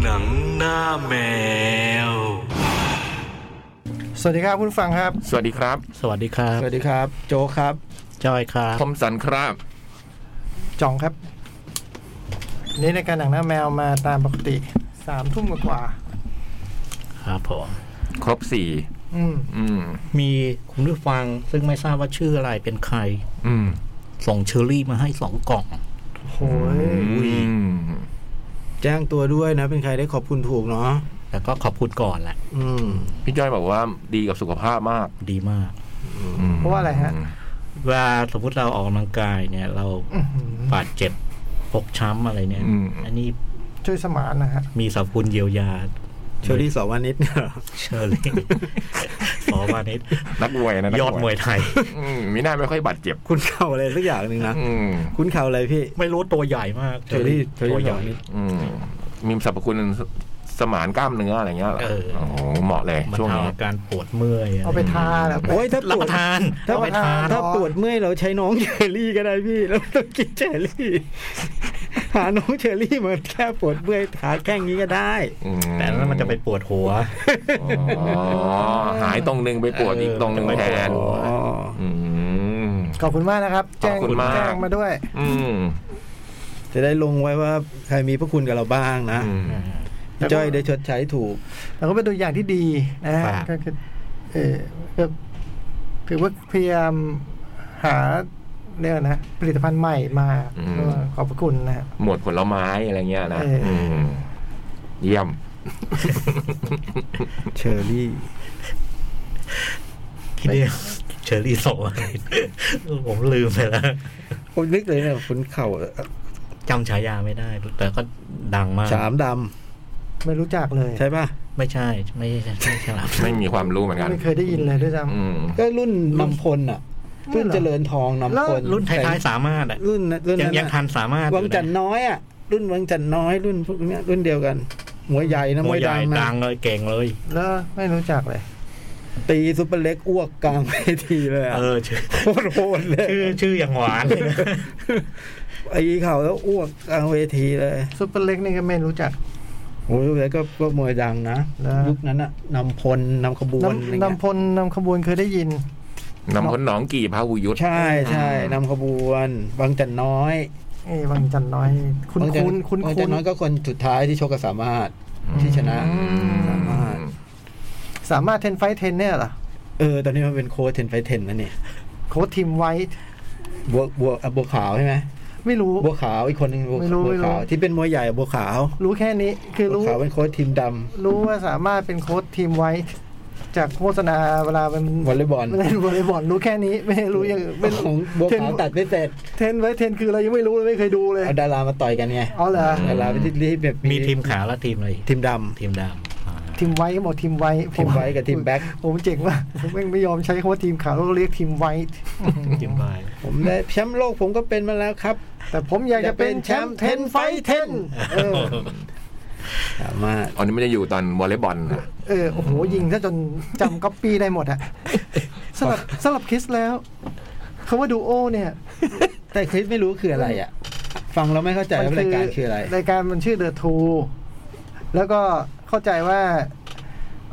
หน้าแมว สวัสดีครับคุณฟังครับ สวัสดีครับ สวัสดีครับ สวัสดีครับ โจกครับ จอยครับ คมสันครับ จ่องครับวันนี่ในการหนังหน้าแมวมาตามปกติสามทุ่มกว่า ครับผม ครบสี่ ๆอืม อืม มีคุณผู้ฟังซึ่งไม่ทราบว่าชื่ออะไรเป็นใคร อืม ส่งเชอรี่มาให้สองกล่อง โหย อืม แจ้งตัวด้วยนะ เป็นใครได้ขอบคุณถูกเนาะ แล้วก็ขอบคุณก่อนแหละ อืม พี่จ้อยบอกว่าดีกับสุขภาพมาก ดีมาก อืม เพราะว่าอะไรฮะ เวลาสมมติเราออกกำลังกายเนี่ย เรา อื้อหือบ าดเจ็บพกช้ำอะไรเนี่ย อืม อันนี้ ช่วยสมานนะฮะ มีสรรพคุณเยียวยา เชอรี่สวานิดเนี่ยเหรอ เชอรี่ สอวานิช นักมวยนะนัก ยอดมวยไทย อืมมีหน้าไม่ค่อยบาดเจ็บ คุณเข่าอะไรสักอย่างหนึ่งนะ อืม คุณเข่าอะไรพี่ ไม่รู้ตัวใหญ่มาก เชอรี่เชอรี่ ตัวใหญ่ สวานิช อืมมีสรรพคุณสมานกล้ามเนื้ออะไรเงี้ยหร เออ โอ้โหเหมาะเลย บรร ช่วง เทา นี้ อาการปวดเมื่อยะไร เอาไปทาแล้ว โอ้ยถ้าป รับ ว ป ด ระทาน รับ เอา ป ไประ ทา ทาน น ถ้าปวดเมื่อยเราใช้น้องเชอรี่ก็ได้พี่แล้วต้องกินเชอรี่ หาน้องเชอรี่มาแค่ปวดเมื่อยขาแข้งนี้ก็ได้ อื แต่นั้นมันจะไปปวดหัว อ๋อหายตรงหนึงไปปวดอีกตรงหนึงแทน โอ้ อ๋อ อืม ขอบคุณมากนะครับ แจ้ง ขอบคุณมาก แจ้งมาด้วย อืม จะได้ลงไว้ว่าใครมีพระคุณกับเราบ้างนะ อืม พี่จ้อยได้ชดใช้ถูก แล้วก็เป็นตัวอย่างที่ดีนะฮะ ครับ ก็คือเออก็ถือว่าพยายามหาเรียกว่านะ ผลิตภัณฑ์ใหม่มา อืม ก็ขอบพระคุณนะฮะ หมวดผลไม้อะไรเงี้ยนะ เอออื มเยี่ยม เชอรี่ คิดเดียวเชอรี่สองอะไรผมลืมไปแล้ว ผมนึกเลยเนี่ยคุณเข่า จำฉายาไม่ได้ แต่ก็ดังมาก สามด ไม่รู้จักเลย ำใช่ป่ะ ไม่ใช่ ไม่ใช่ไม่ใช่ครับ ไม่มีความรู้เหมือนกัน ไม่เคยได้ยินเลยด้วยซ้ อืม ก็รุ่นนำพลอ่ะ ไม่ รุ่น เหรอ เจริญทอง แล้ว นำพล รุ่นท้ายๆ แต่ สามารถอะ รุ่นนะรุ่น ยัง นั้น ยังทันสามารถ วังจันทร์น้อยอ่ะ รุ่นวังจันทร์น้อยรุ่นพวกเนี้ยรุ่นเดียวกันมวยใหญ่นะ ม ม ว วย ย ให ดั ญ่ งนะ ดังเลยเก่งเลย ำแล้วไม่รู้จักเลย ตีซุปเปอร์เล็กอ้วกกลางเวทีเลยอะ เออชื่อ โคตรโหดเลย ชื่อชื่ออย่างหวานเลยนะ ไอ้เข่าแล้วอ้วกกลางเวทีเลย ซุปเปอร์เล็กนี่ก็ไม่รู้จัก โอ้ยแล้วก็ก็มวยดังนะ นะ ยุคนั้นอะนำพลนำขบวนอะนำไรเงี้ย นำพลนำขบวนเคยได้ยิน นำพ้นหนองกี่พระวุยุทธ ใช่ใช่นำขบวนวังจันทร์น้อย เอ้ยวังจันทร์น้อย คุณ วังจัท คุณ ร์ คุณ วัง คุ จันท ณ ร์น้อยก็คนสุดท้ายที่ชกกับสามารถที่ชนะสามารถ สามารถเทนไฟท์เทนเนี่ยเหรอ เออ ตอนนี้มันเป็นโค้ดเทนไฟเทนแล้วเนี่ย โค้ชทีมไว้ บัวบัวอ่ะบัวขาวใช่ไหม ไม่รู้ บัวขาวอีกคนหนึ่งบัว ไม่รู้ บัว ไม่รู้ ขาวที่เป็นมวยใหญ่อ่ะบัวขาว รู้แค่นี้คือ บัว รู้ ขาวเป็นโค้ดทีมด รู้ว่าสามารถเป็นโค้ชทีมไว้ จากโฆษณาเวลามัน ำวอลเลย์บอล เล่นวอลเลย์บอลรู้แค่นี้ ไม่รู้อยังไม่ ของบัวขาวตัดไม่เสร็จ เทนไว้เทนคืออะไรยังไม่รู้เลยไม่เคยดูเลย เอาดารามาต่อยกันไง เอาเหรอ ดาราที่ที่แบบ มีทีมขาวและทีมอะไร ทีมด ทีมดำอ่า ทีมไว้ก็บอกทีมไว้ ำทีมไว้กับทีมแบ็ค ผมเจ๋งว่ะผมแม่งไม่ยอมใช้คำว่าทีมขาวเราเรียกทีมไว้ ทีมบาย ผมได้แชมป์โลกผมก็เป็นมาแล้วครับ แต่ผมอยากจะเป็นแชมป์เทนไฟเทน เออ สามารถ อันนี้ไม่ได้อยู่ตอนวอลเลย์บอลนะ เออโอ้โหยิงซะจนจำก๊อปปี้ได้หมดอะ สำหรับสำหรับคริสแล้วคำว่าดูโอเนี่ย แต่คลิปไม่รู้คืออะไรอ่ะ ฟังเราไม่เข้าใจว่ารายการคืออะไร รายการมันชื่อเดอะทูแล้วก็เข้าใจว่า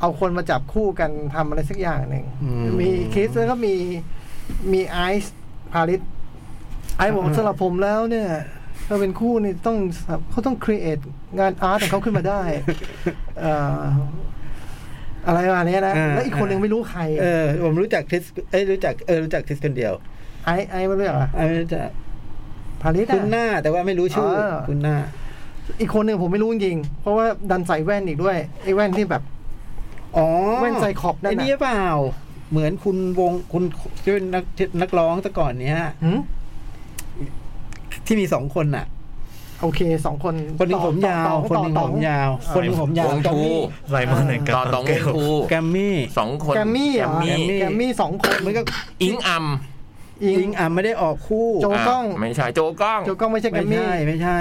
เอาคนมาจับคู่กันทำอะไรสักอย่างหนึ่ง อืม มีคริสแล้วก็มีมีไอซ์พาริสไอซ์บอกสำหรับผมแล้วเนี่ยถ้าเป็นคู่นี่ต้องเขาต้องครีเอทงานอาร์ตของเขาขึ้นมา ได้ เอ่ออะไรประมาณเนี้ยนะ แล้วอีกคนหนึ่งไม่รู้ใคร เออ ผมรู้จักคริสเอ้ยรู้จักเออรู้จักคริสคนเดียว ไอซ์ไอซ์ไม่รู้จักเหรอ่ะ เออรู้จัก พาริส คุณ อะ หน้าแต่ว่าไม่รู้ชื่อ เออ คุณหน้า อีกคนหนึ่งผมไม่รู้จริงๆเพราะว่าดันใส่แว่นอีกด้วยไอ้แว่นที่แบบ อ๋อ แว่นไซคอปนั่นน่ะ ไอ้นี่เปล่า เหมือนคุณวงคุณที่เป็นนักนักร้องแต่ก่อนเนี้ย หืม ที่มีสองคนน่ะ โอเคสองคน คนหนึ่ง ต่อ ผมยาว ต่อ คน ต่อ หนึ่ง ต่อ ผมยาว คนหนึ่งผมยาว วงทู ไซมอนแห่งการ ต่อตองวงทู แกรมมี่ สองคน แกรมมี่เหรอ แกรมมี่ แกรมมี่สองคน มันก็ อิงอัม อิ อิ ง งอ่ะไม่ได้ออกคู่ โจ กล้อง ะไม่ใช่โจกล้อง โจกล้องไม่ใช่แกรมไม่มี่ ใช่ไม่ใช่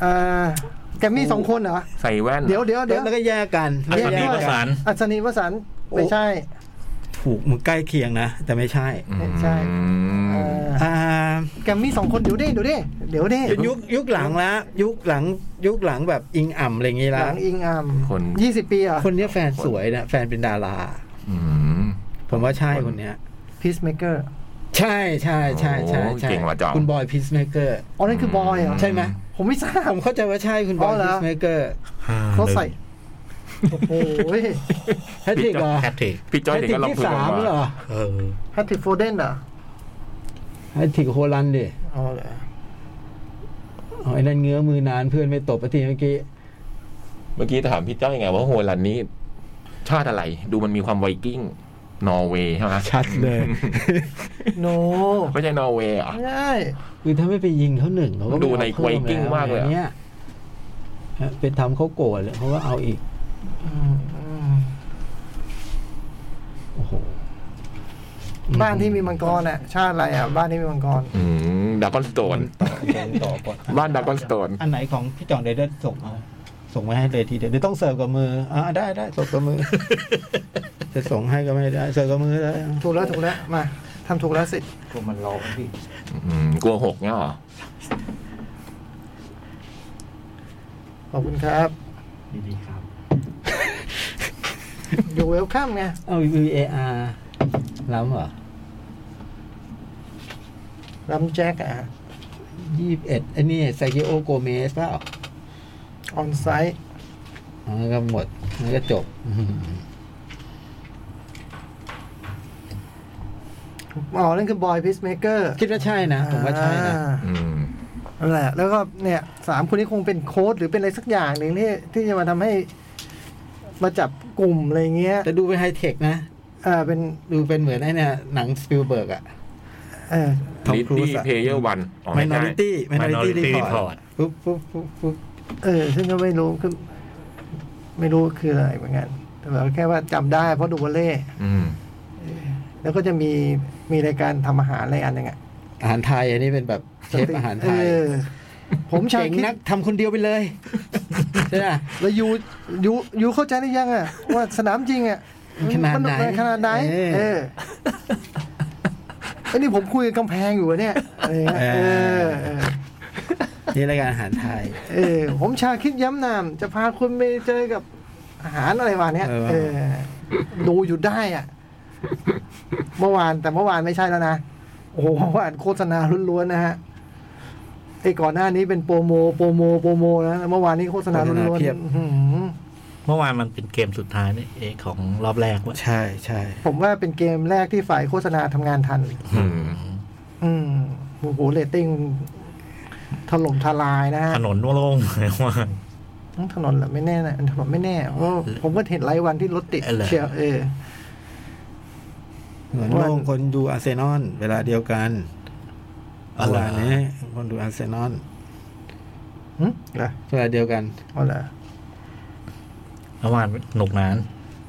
เอ่อแกรมมี่สองคนเหรอ ใส่แว่น เดี๋ยวเดี๋ยวเดี๋ยว แล้วก็แยกกัน อั แย ศ ก นี กั ประสาน อัศนีวสันต์ไม่ใช่ ถูกมันใกล้เคียงนะ แต่ไม่ใช่ ใช่ อืม เอ่อ อ่า แกมมี่สองคนเดี๋ยวเด้เดี๋ยวเด้เดี๋ยวเด้ ยุคยุคหลังละยุคหลังยุคหลังแบบอิงอ่ำอะไรอย่างงี้ ห ละ ลังอิงอัม คน ยี่สิบปีเหรอ่ะ คนเนี้ยแฟนสวยนะแฟนเป็นดารา อืม ผมว่าใช่คนเนี้ย พีซเมเกอร์ ใช่ใช่ใช่ใช่ โอ้ ใช่ เก่งว่ะจอม คุณบอยพีซเมเกอร์ อ๋อนั่นคือบอยเหรอ ใช่ไหม ผมไม่ทราบ ผมเข้าใจว่าใช่คุณบ อ๋ อ อย เหรอ พีซเมเกอร์ ห้ เขา หนึ่ง ใส่โอ้โห แพทริกเหรอ แพทริก พี่จ้อย แพ เด็ก ทริก ก็ลอง ที่ คุย สาม กัน เหร ว่า อ เออ แพทริกโฟเดนเหรอ แพทริกโฮลันดิ อ๋อเหรอ อ๋อไอ้นั่นเงื้อมือนานเพื่อนไม่ตบปฏิเมื่อกี้ เมื่อกี้ถามพี่จ้อยไงว่าโฮลันนี้ ชาติอะไร ดูมันมีความไวกิ้ง นอร์เวย์ใช่ไหม ชัดเลย โน ไม่ใช่นอร์เวย์เหรอ ไม่ได้ คือถ้าไม่ไปยิงเขาหนึ่งเขาก็ไม่ ดูใน เอาเพิ่ ไวกิ้ง แว มากเลยอะ เนี่ยฮะเป็นทำเขาโกรธเลยเขาก็เอาอีกโอ้โห บ้านที่มีมังกรน่ะ ชาติอะไรอ่ะ บ้านที่มีมังกร อืมดักอนสโตน ต่อก่อน บ้านดักอนสโตน อันไหนของพี่จอนเดเดนส่งมาส่งมาให้เลยทีเดียวเดี๋ยวต้องเสิร์ฟกับมืออ่าได้ได้เสิร์ฟกับ มือ จะส่งให้ก็ไม่ได้เสิร์ฟกับมือเลย ถูกแล้วถูกแล้ว มาทำถูกแล้วสิ ผมมันรอพี่ อืมกลัวหกเงี้ยเหรอ ขอบคุณครับ ดีครับ อยู่เวลคัมไง เอา VAR ล้ำเหรอ รัมแจ็คอ่ะ ยี่สิบเอ็ดอันนี้ไซกิโอโกเมสเปล่า ออนไซต์ มันก็หมด มันก็จบ อ๋อนั่นคือบอยพิสเมเกอร์ คิดว่าใช่นะ ผมว่าใช่นะ อืม นั่นแหละ แล้วก็เนี่ยสามคนนี้คงเป็นโค้ดหรือเป็นอะไรสักอย่างหนึ่งที่ที่จะมาทำให้ มาจับกลุ่มอะไรเงี้ย แต่ดูเป็นไฮเทคนะ อ่าเป็น ดูเป็นเหมือนไอ้เนี่ยหนังสปิลเบิร์กอะ เออ ทอม Litty ครูซอะ Player One อ๋อ ม ไม่ นอ ใช่ ริตี้มนอริตี้รีพอร์ตปุ๊บปุ๊บปุ๊บปุ๊บ เออซึ่งก็ไม่รู้คือไม่รู้คืออะไรเหมือนกัน แต่เราแค่ว่าจำได้เพราะดูวอลเล่ อืม แล้วก็จะมีมีรายการทำอาหารอะไรายอันหนึ่งอะ อาหารไทยอันนี้เป็นแบบเชฟอาหารไทย เออผมชา เก่ง คิด นักทำคนเดียวไปเลย ใช่ไหม แล้วยูยูยูเข้าใจหรือยังอะว่าสนามจริงอะ ขนาดไหน มัมัขนาดไหน เออ เออไอ้นี่ผมคุยกับกำแพงอยู่อะเนี่ยอะไรเงี้ยเออเออ นี่รายการอาหารไทย เออ ผมชาคิดย้ำนามจะพาคุณไปเจอกับอาหารอะไรวะเนี้ย เออ เออ ดูอยู่ได้อ่ะ เมื่อวานแต่เมื่อวานไม่ใช่แล้วนะ โอ้โหเมื่อวานโฆษณาล้วนๆนะฮะไอ้ก่อนหน้านี้เป็นโปรโม โปรโม โปรโมนะเมื่อวานนี้โฆษณาล้วนๆอื้อหือ เมื่อวานมันเป็นเกมสุดท้ายนี่เอะของรอบแรกวะ ใช่ใช่ ผมว่าเป็นเกมแรกที่ฝ่ายโฆษณาทำงานทัน อืม อืมโอ้โหเรตติ้งถล่มทลายนะฮะ ถนนโล่ง เลยว่า ทั้งถนนเหรอไม่แน่นะถนนไม่แน่เพราะผมก็เห็นไลายวันที่รถติด เออเหรอ เชียวเออ เหมือนโลงคนดูอาร์เซนอลเวลาเดียวกันเวลานนี้คนดูอาร์เซนอล หึเหรอ เวลาเดียวกัน เอาเหรอ เมื่อวานหนุกหนาน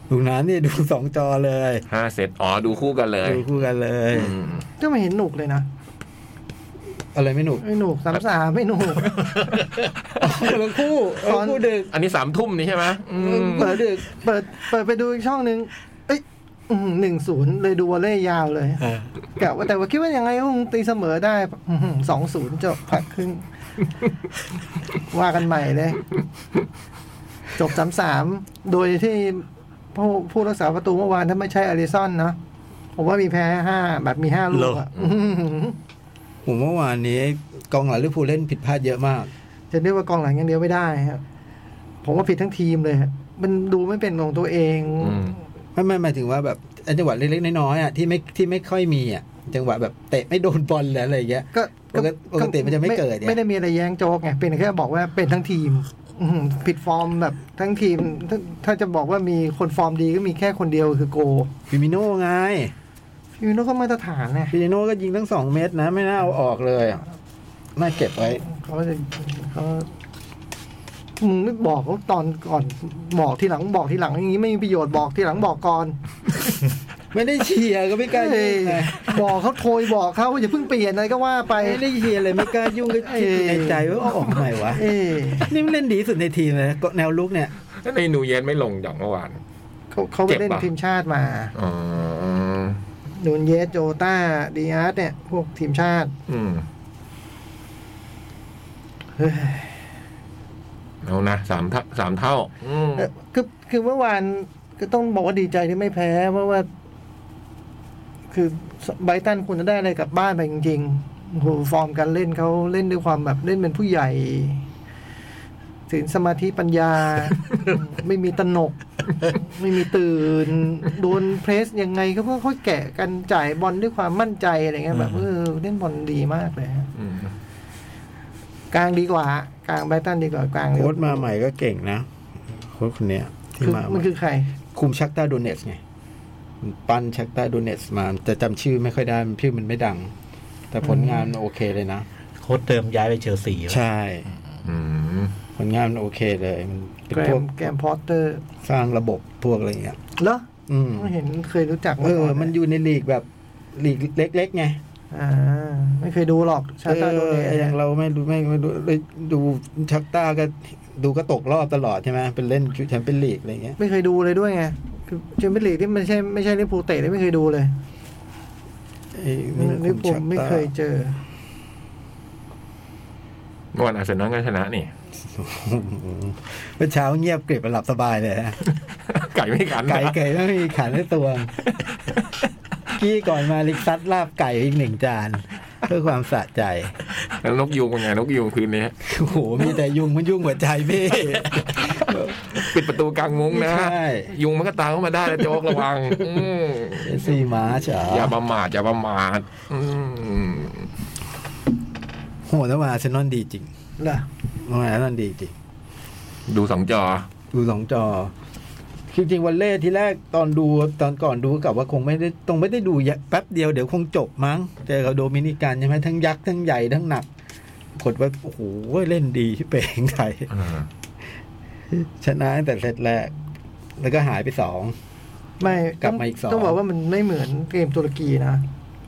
ดูหนั้นนี่ดูสองจอเลย ห้าเซตอ๋อ ดูคู่กันเลย ดูคู่กันเลย อืม ก็ไม่เห็นหนุกเลยนะ อะไรไม่หนุก ไม่หนุกสามสามไม่ห นุก คนละคู่ ตอน คนละคู่ดึก อันนี้สามทุ่มนี่ใช่ไหมอืม เปิดดึก เปิดเปิดไปดูอีกช่องหนึ่งเอ้ยหนึ่งศูนย์เลยดูวอลเล่ยาวเลย เออก ะว่าแต่ว่าคิดว่ายังไงก็คงตีเสมอได้สองศูนย์จบพักครึ่ง ว่ากันใหม่เลย จบสามสามโดยที่ผู้ผู้รักษาประตูเมื่อวานถ้าไม่ใช่อาริซอนนะผมว่ามีแพ้ห้าแบบมีห้าลูกอะอื้อหือ ผมเมื่อวานนี้กองหลังลิเวอร์พูลเล่นผิดพลาดเยอะมาก จะเรียกว่ากองหลังอย่างเดียวไม่ได้ครับผมว่าผิดทั้งทีมเลยฮะมันดูไม่เป็นของตัวเอง อืม ไม่ไม่หมายถึงว่าแบบไอ้จังหวะเล็กๆน้อยๆอ่ะที่ไม่ที่ไม่ค่อยมีอ่ะจังหวะแบบเตะไม่โดนบอลหรืออะไรอย่างเงี้ย ก็ ปกติปกติมันจะไม่เกิดเนี่ย ไม่ได้มีอะไรแย้งโจ๊กไงเป็นแค่บอกว่าเป็นทั้งทีม อื้อหือผิดฟอร์มแบบทั้งทีมถ้าถ้าจะบอกว่ามีคนฟอร์มดีก็มีแค่คนเดียวคือโก ฟิมิโน่ไง ฟิวโน่ก็มาตรฐานนะ ฟิมิโน่ก็ยิงทั้งสองเม็ดนะ ไม่น่าเอาออกเลยอะน่าเก็บไว้ เขาจะเขามึงไม่บอกเขาตอนก่อนบอกทีหลังบอกทีหลังอย่างนี้ไม่มีประโยชน์บอกทีหลังบอกก่อน ไม่ได้เชียร์ก็ไม่กล้ายุ่งไง บอกเขาโทรบอกเขาว่าอย่าเพิ่งเปลี่ยนอะไรก็ว่าไป ไม่ได้เชียร์เลยไม่กล้ายุ่งก็คิดในใจว่าเอาออกทำไมวะ เอ๊ะ นี่มันเล่นดีที่สุดในทีมเลยก็แนวลุกเนี่ย แล้วในนูเย็นไม่ลงจากเมื่อวาน เขาเขาไป เจ็บ เล่น ปะ ทีมชาติมา อ๋อ นูนเยสโจต้าดีอาร์ตเนี่ย พวกทีมชาติ อืม เฮ้ย เอานะสามเท่าสามเท่า อืม เอ่อคือคือเมื่อวานก็ต้องบอกว่าดีใจที่ไม่แพ้เพราะว่า คือไบรตันควรจะได้อะไรกลับบ้านไปจริงๆโอ้โหฟอร์มการเล่นเขาเล่นด้วยความแบบเล่นเป็นผู้ใหญ่ศีลสมาธิปัญ ญา ไม่มีตนก ไม่มีตื่น โดนเพรสยังไงก็ค่อยๆแกะกันจ่ายบอลด้วยความมั่นใจอะไรเงี้ยแบบเออเล่นบอลดีมากเลยฮะ อืม กลางดีกว่ากลางไบรตันดีกว่ากลาง โค้ชมาใหม่ก็เก่งนะโค้ชคนเนี้ยคืที่อ มาให มั ม่ นคือใคร คุมชักตาโดเนสไงปั้นชักตาโดเนสมาแต่จำชื่อไม่ค่อยได้ชื่อมันไม่ดัง แต่ผลงานมันโอเคเลยนะ โค้ชเดิมย้ายไปเชลซีแล้ว ใช่ อืม ผลงานมันโอเคเลยมันเป็น แกร พว ม ก แกรมพอตเตอร์ สร้างระบบพวกอะไรอย่างเงี้ย เหรอ อืม ไม่เห็นเคยรู้จัก เออ ก่ะ มันอยู่ในลีกแบบลีกเล็ก ๆ ไง อ่าไม่เคยดูหรอกชาตาโดเน เอออย่างเราไม่รู้ไม่ไม่รู้เลยดูชักต้าก็ดูก็ตกรอบตลอดใช่ไหมเป็นเล่นแชมเปี้ยนลีกอะไรเงี้ย ไม่เคยดูเลยด้วยไงคือแชมเปี้ยนลีกที่มันไม่ใช่ไม่ใช่ลิเวอร์พูลเตะนี่ไม่เคยดูเลย ไอ้ ลิเวอร์พูล ชักต้า ไม่เคยเจอ เมื่อวันอาร์เซนอลก็ชนะนี่ เมื่อเช้าเงียบกริบหลับสบายเลยนะ ไก่ไม่ขันนะ ไก่ไก่ไม่มีขันในตัว กี้ก่อนมาลิกซัดลาบไก่อีกหนึ่งจาน เพื่อความสะใจ แล้วนกยูงเป็นไงนกยูงคืนนี้ โอ้โห มีแต่ยุงมันยุ่งหัวใจพี่ ปิดประตูกลางมุ้งนะ ใช่ ยุงมันก็ตามเข้ามาได้นะโจ๊กระวัง อืม เอสซีมาร์ชเหร อย่า อ ประมาทอย่าประมาทอืม โหแล้วมาอาร์เซนอนดีจริง เหรอ มาอาร์เซนอนดีจริง ดูสองจอ ดูสองจอ จริงๆวันเล่ที่แรกตอนดูตอนก่อนดูกับว่าคงไม่ได้ตรงไม่ได้ดูเยอะแป๊บเดียวเดี๋ยวคงจบมั้งเจอกับโดมินิกันใช่ไหมทั้งยักษ์ทั้งใหญ่ทั้งหนักปรากดว่าโอ้โหเล่นดีที่เป่ งไทย อืม ชนะตั้งแต่เซตแรก แล้วก็หายไปสอง ไม่ กลับมาอีกสอง ต้องบอกว่ามันไม่เหมือนเกมตุรกีนะ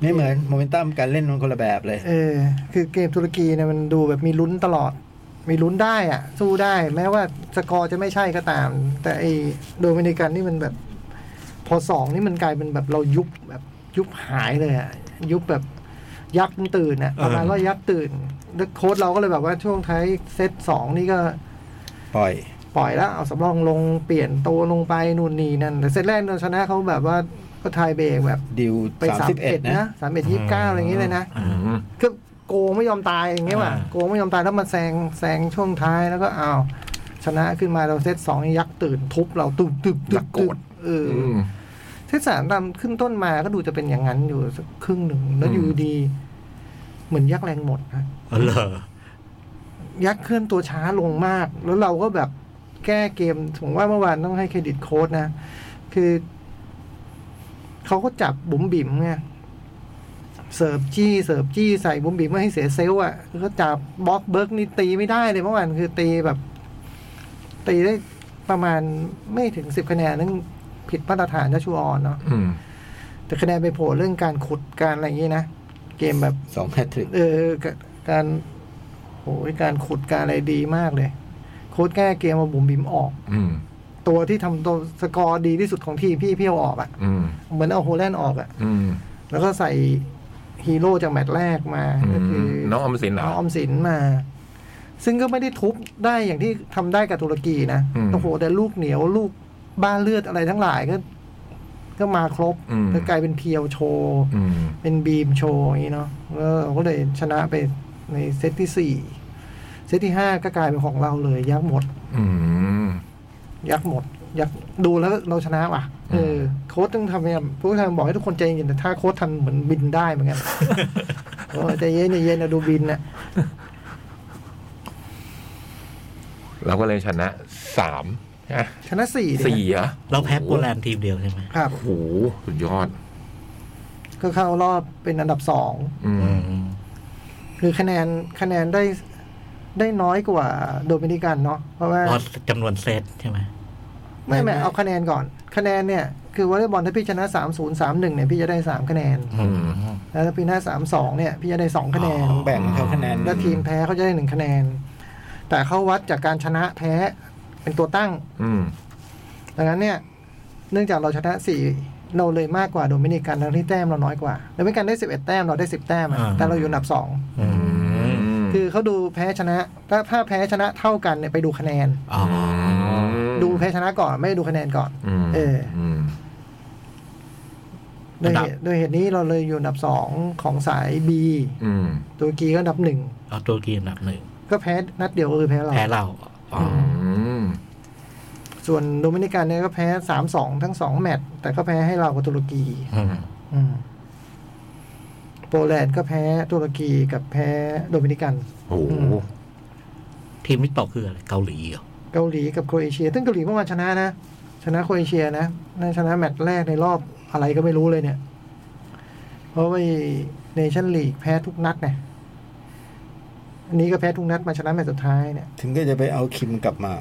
ไม่เหมือนโมเมนตัมการเล่นมันคนละแบบเลย เออ คือเกมตุรกีเนี่ยมันดูแบบมีลุ้นตลอด มีลุ้นได้อ่ะ สู้ได้ แม้ว่าสกอร์จะไม่ใช่ก็ตาม แต่ไอโดมินิกันนี่มันแบบ พอสองนี่มันกลายเป็นแบบเรายุบแบบยุบหายเลยอ่ะ ยุบแบบยักษ์มันตื่นอ่ะประมาณว่ายักษ์ตื่น แล้วโค้ชเราก็เลยแบบว่าช่วงท้ายเซตสองนี่ก็ ปล่อย ปล่อยแล้วเอาสำรองลงเปลี่ยนตัวลงไปนู่นนี่นั่นแต่เซตแรกเราชนะเขาแบบว่าก็ทายเบรกแบบ ดิว ไป สาม สาม สิบเอ็ เอ็ ด ด นะ นะสามเอ็ดยี่สิบเก้าอะไรอย่างเงี้ยเลยนะ อืม คือโกงไม่ยอมตายอย่างเงี้ยว่ะ อ่า โกงไม่ยอมตายแล้วมาแซงแซงช่วงท้ายแล้วก็เอาวชนะขึ้นมาเราเซตสองยักษ์ตื่นทุบเราตึบตึบตึบตึบเออ อื อ ม เซตสามตามขึ้นต้นมาก็ดูจะเป็นอย่างนั้นอยู่สักครึ่งหนึ่งแล้ว อืม อยู่ดี เหมือนยักษ์แรงหมดนะ อ๋อเหรอ ยักษ์เคลื่อนตัวช้าลงมาก แล้วเราก็แบบแก้เกมผมว่าเมื่อวานต้องให้เครดิตโค้ดนะ คือเขาก็จับบุ๋มบิ๋มไงเสิร์ฟจี้เสิร์ฟจี้ใส่บุ๋มบิ๋มไม่ให้เสียเซลลอ่ะคือเขาจับบล็อกเบิร์กนี่ตีไม่ได้เลยเมื่อวานคือตีแบบ ตีได้ประมาณไม่ถึงสิบคะแนนนั่นผิดมาตรฐานนะชูออนเนาะ อืม แต่คะแนนไปโผล่เรื่องการขุดการอะไรอย่างงี้นะ เกมแบบ สองแฮตทริก เออกะการโหยการขุดการอะไรดีมากเลย โค้ดแก้เกมมาบุ๋มบิ๋มออก อืม ตัวที่ทำตัวสกอร์ดีที่สุดของทีมพี่เพียวออกอ่ะ อืม เหมือนเอาโฮแลนด์ออกอะ อืม แล้วก็ใส่ฮีโร่จากแมตช์แรกมา อื ก็ ม คือ น้องออมสินเหร น้ อ องออมสินมา ซึ่งก็ไม่ได้ทุบได้อย่างที่ทำได้กับตุรกีนะ อืม โอ้โหแต่ลูกเหนียวลูกบ้าเลือดอะไรทั้งหลายก็ ก็มาครบ อืม แล้วกลายเป็นเพียวโชว์ อืม เป็นบีมโชว์อย่างนี้เนาะแล้วเราก็เลยชนะไปในเซตที่สี่เซตที่ห้าก็กลายเป็นของเราเลย ยักษ์หมด อืม ยักษ์หมด ยักษ์ดูแล้วเราชนะว่ะเออ อืม โค้ชต้องทำเนี่ยผู้ทางบอกให้ทุกคนใจเย็นแต่ถ้าโค้ชทำเหมือนบินได้เหมือนกัน เออใจเย็นใจเย็นนะดูบินน่ะ เราก็เลยชนะสามนะ ชนะสี่ดิ สี่เหรอ เราแพ้โปแลนด์ทีมเดียวใช่ไหม ครับ โอ้โหสุดยอด ก็เข้ารอบเป็นอันดับสอง อืม คือคะแนนคะแนนได้ได้น้อยกว่าโดมินิกันเนาะเพราะว่า เพราะจำนวนเซตใช่ไหม ไม่ไม่เอาคะแนนก่อน คะแนนเนี่ย คือวอลเลย์บอลถ้าพี่ชนะสามศูนย์สามหนึ่งเนี่ยพี่จะได้สามคะแนน อืม แล้วถ้าพี่ชนะสามสองเนี่ย พี่จะได้สองคะแนน ต้องแบ่งให้เขาคะแนน แล้วทีมแพ้เขาจะได้หนึ่งคะแนน แต่เขาวัดจากการชนะแท้เป็นตัวตั้ง อืม ดังนั้นเนี่ย เนื่องจากเราชนะสี่ เราเลยมากกว่าโดมินิกันทั้งที่แต้มเราน้อยกว่าโดมินิกันได้ 11 แต้มเราได้ 10 แต้มอะ อ่า แต่เราอยู่อันดับสอง อืม คือเขาดูแพ้ชนะ ถ้าถ้าแพ้ชนะเท่ากันเนี่ยไปดูคะแนน อ๋อ ดูแพ้ชนะก่อนไม่ได้ดูคะแนนก่อน เออ ด้วยเหตุด้วยเหตุนี้เราเลยอยู่อันดับสองของสาย B ตุรกีก็อันดับหนึ่ง เอาตัวกีอันดับหนึ่ง ก็แพ้นัดเดียวก็คือแพ้เรา แพ้เราอ๋อ ส่วนโดมินิกันเนี่ยก็แพ้สามสองทั้งสองแมตช์แต่ก็แพ้ให้เรากับตุรกี อืม อืมโปแลนด์ก็แพ้ตุรกีกับแพ้โดมินิกัน โอ้โห ทีมที่ตกคืออะไรเกาหลีเหรอ เกาหลีกับโครเอเชีย ซึ่งเกาหลีเมื่อวานชนะนะ ชนะโครเอเชียนะน่าชนะแมตช์แรกในรอบอะไรก็ไม่รู้เลยเนี่ย เพราะว่าเนชั่นลีกแพ้ทุกนัดเนี่ยอันนี้ก็แพ้ทุกนัดมาชนะแมตช์สุดท้ายเนี่ย ถึงก็จะไปเอาคิมกลับมา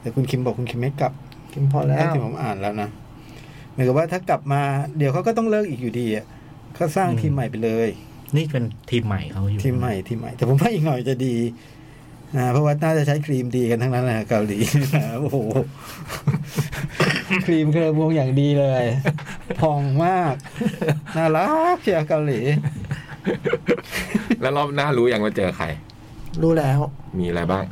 แต่คุณคิมบอกคุณคิมไม่กลับ กินพอแล้ว ที่ผมอ่านแล้วนะเหมือนกับว่าถ้ากลับมาเดี๋ยวเขาก็ต้องเลิกอีกอยู่ดีอะก็สร้างทีมใหม่ไปเลย นี่เป็นทีมใหม่เขาอยู่ ทีมใหม่ทีมใหม่แต่ผมว่าอีกหน่อยจะดีอ่าเพราะว่าน่าจะใช้ครีมดีกันทั้งนั้นแหละเกาหลี โอ้โห ครีมเคลือบวงอย่างดีเลยพองมากน่ารักเชียวเกาหลี แล้วรอบหน้ารู้ยังว่าเจอใคร รู้แล้ว มีอะไรบ้าง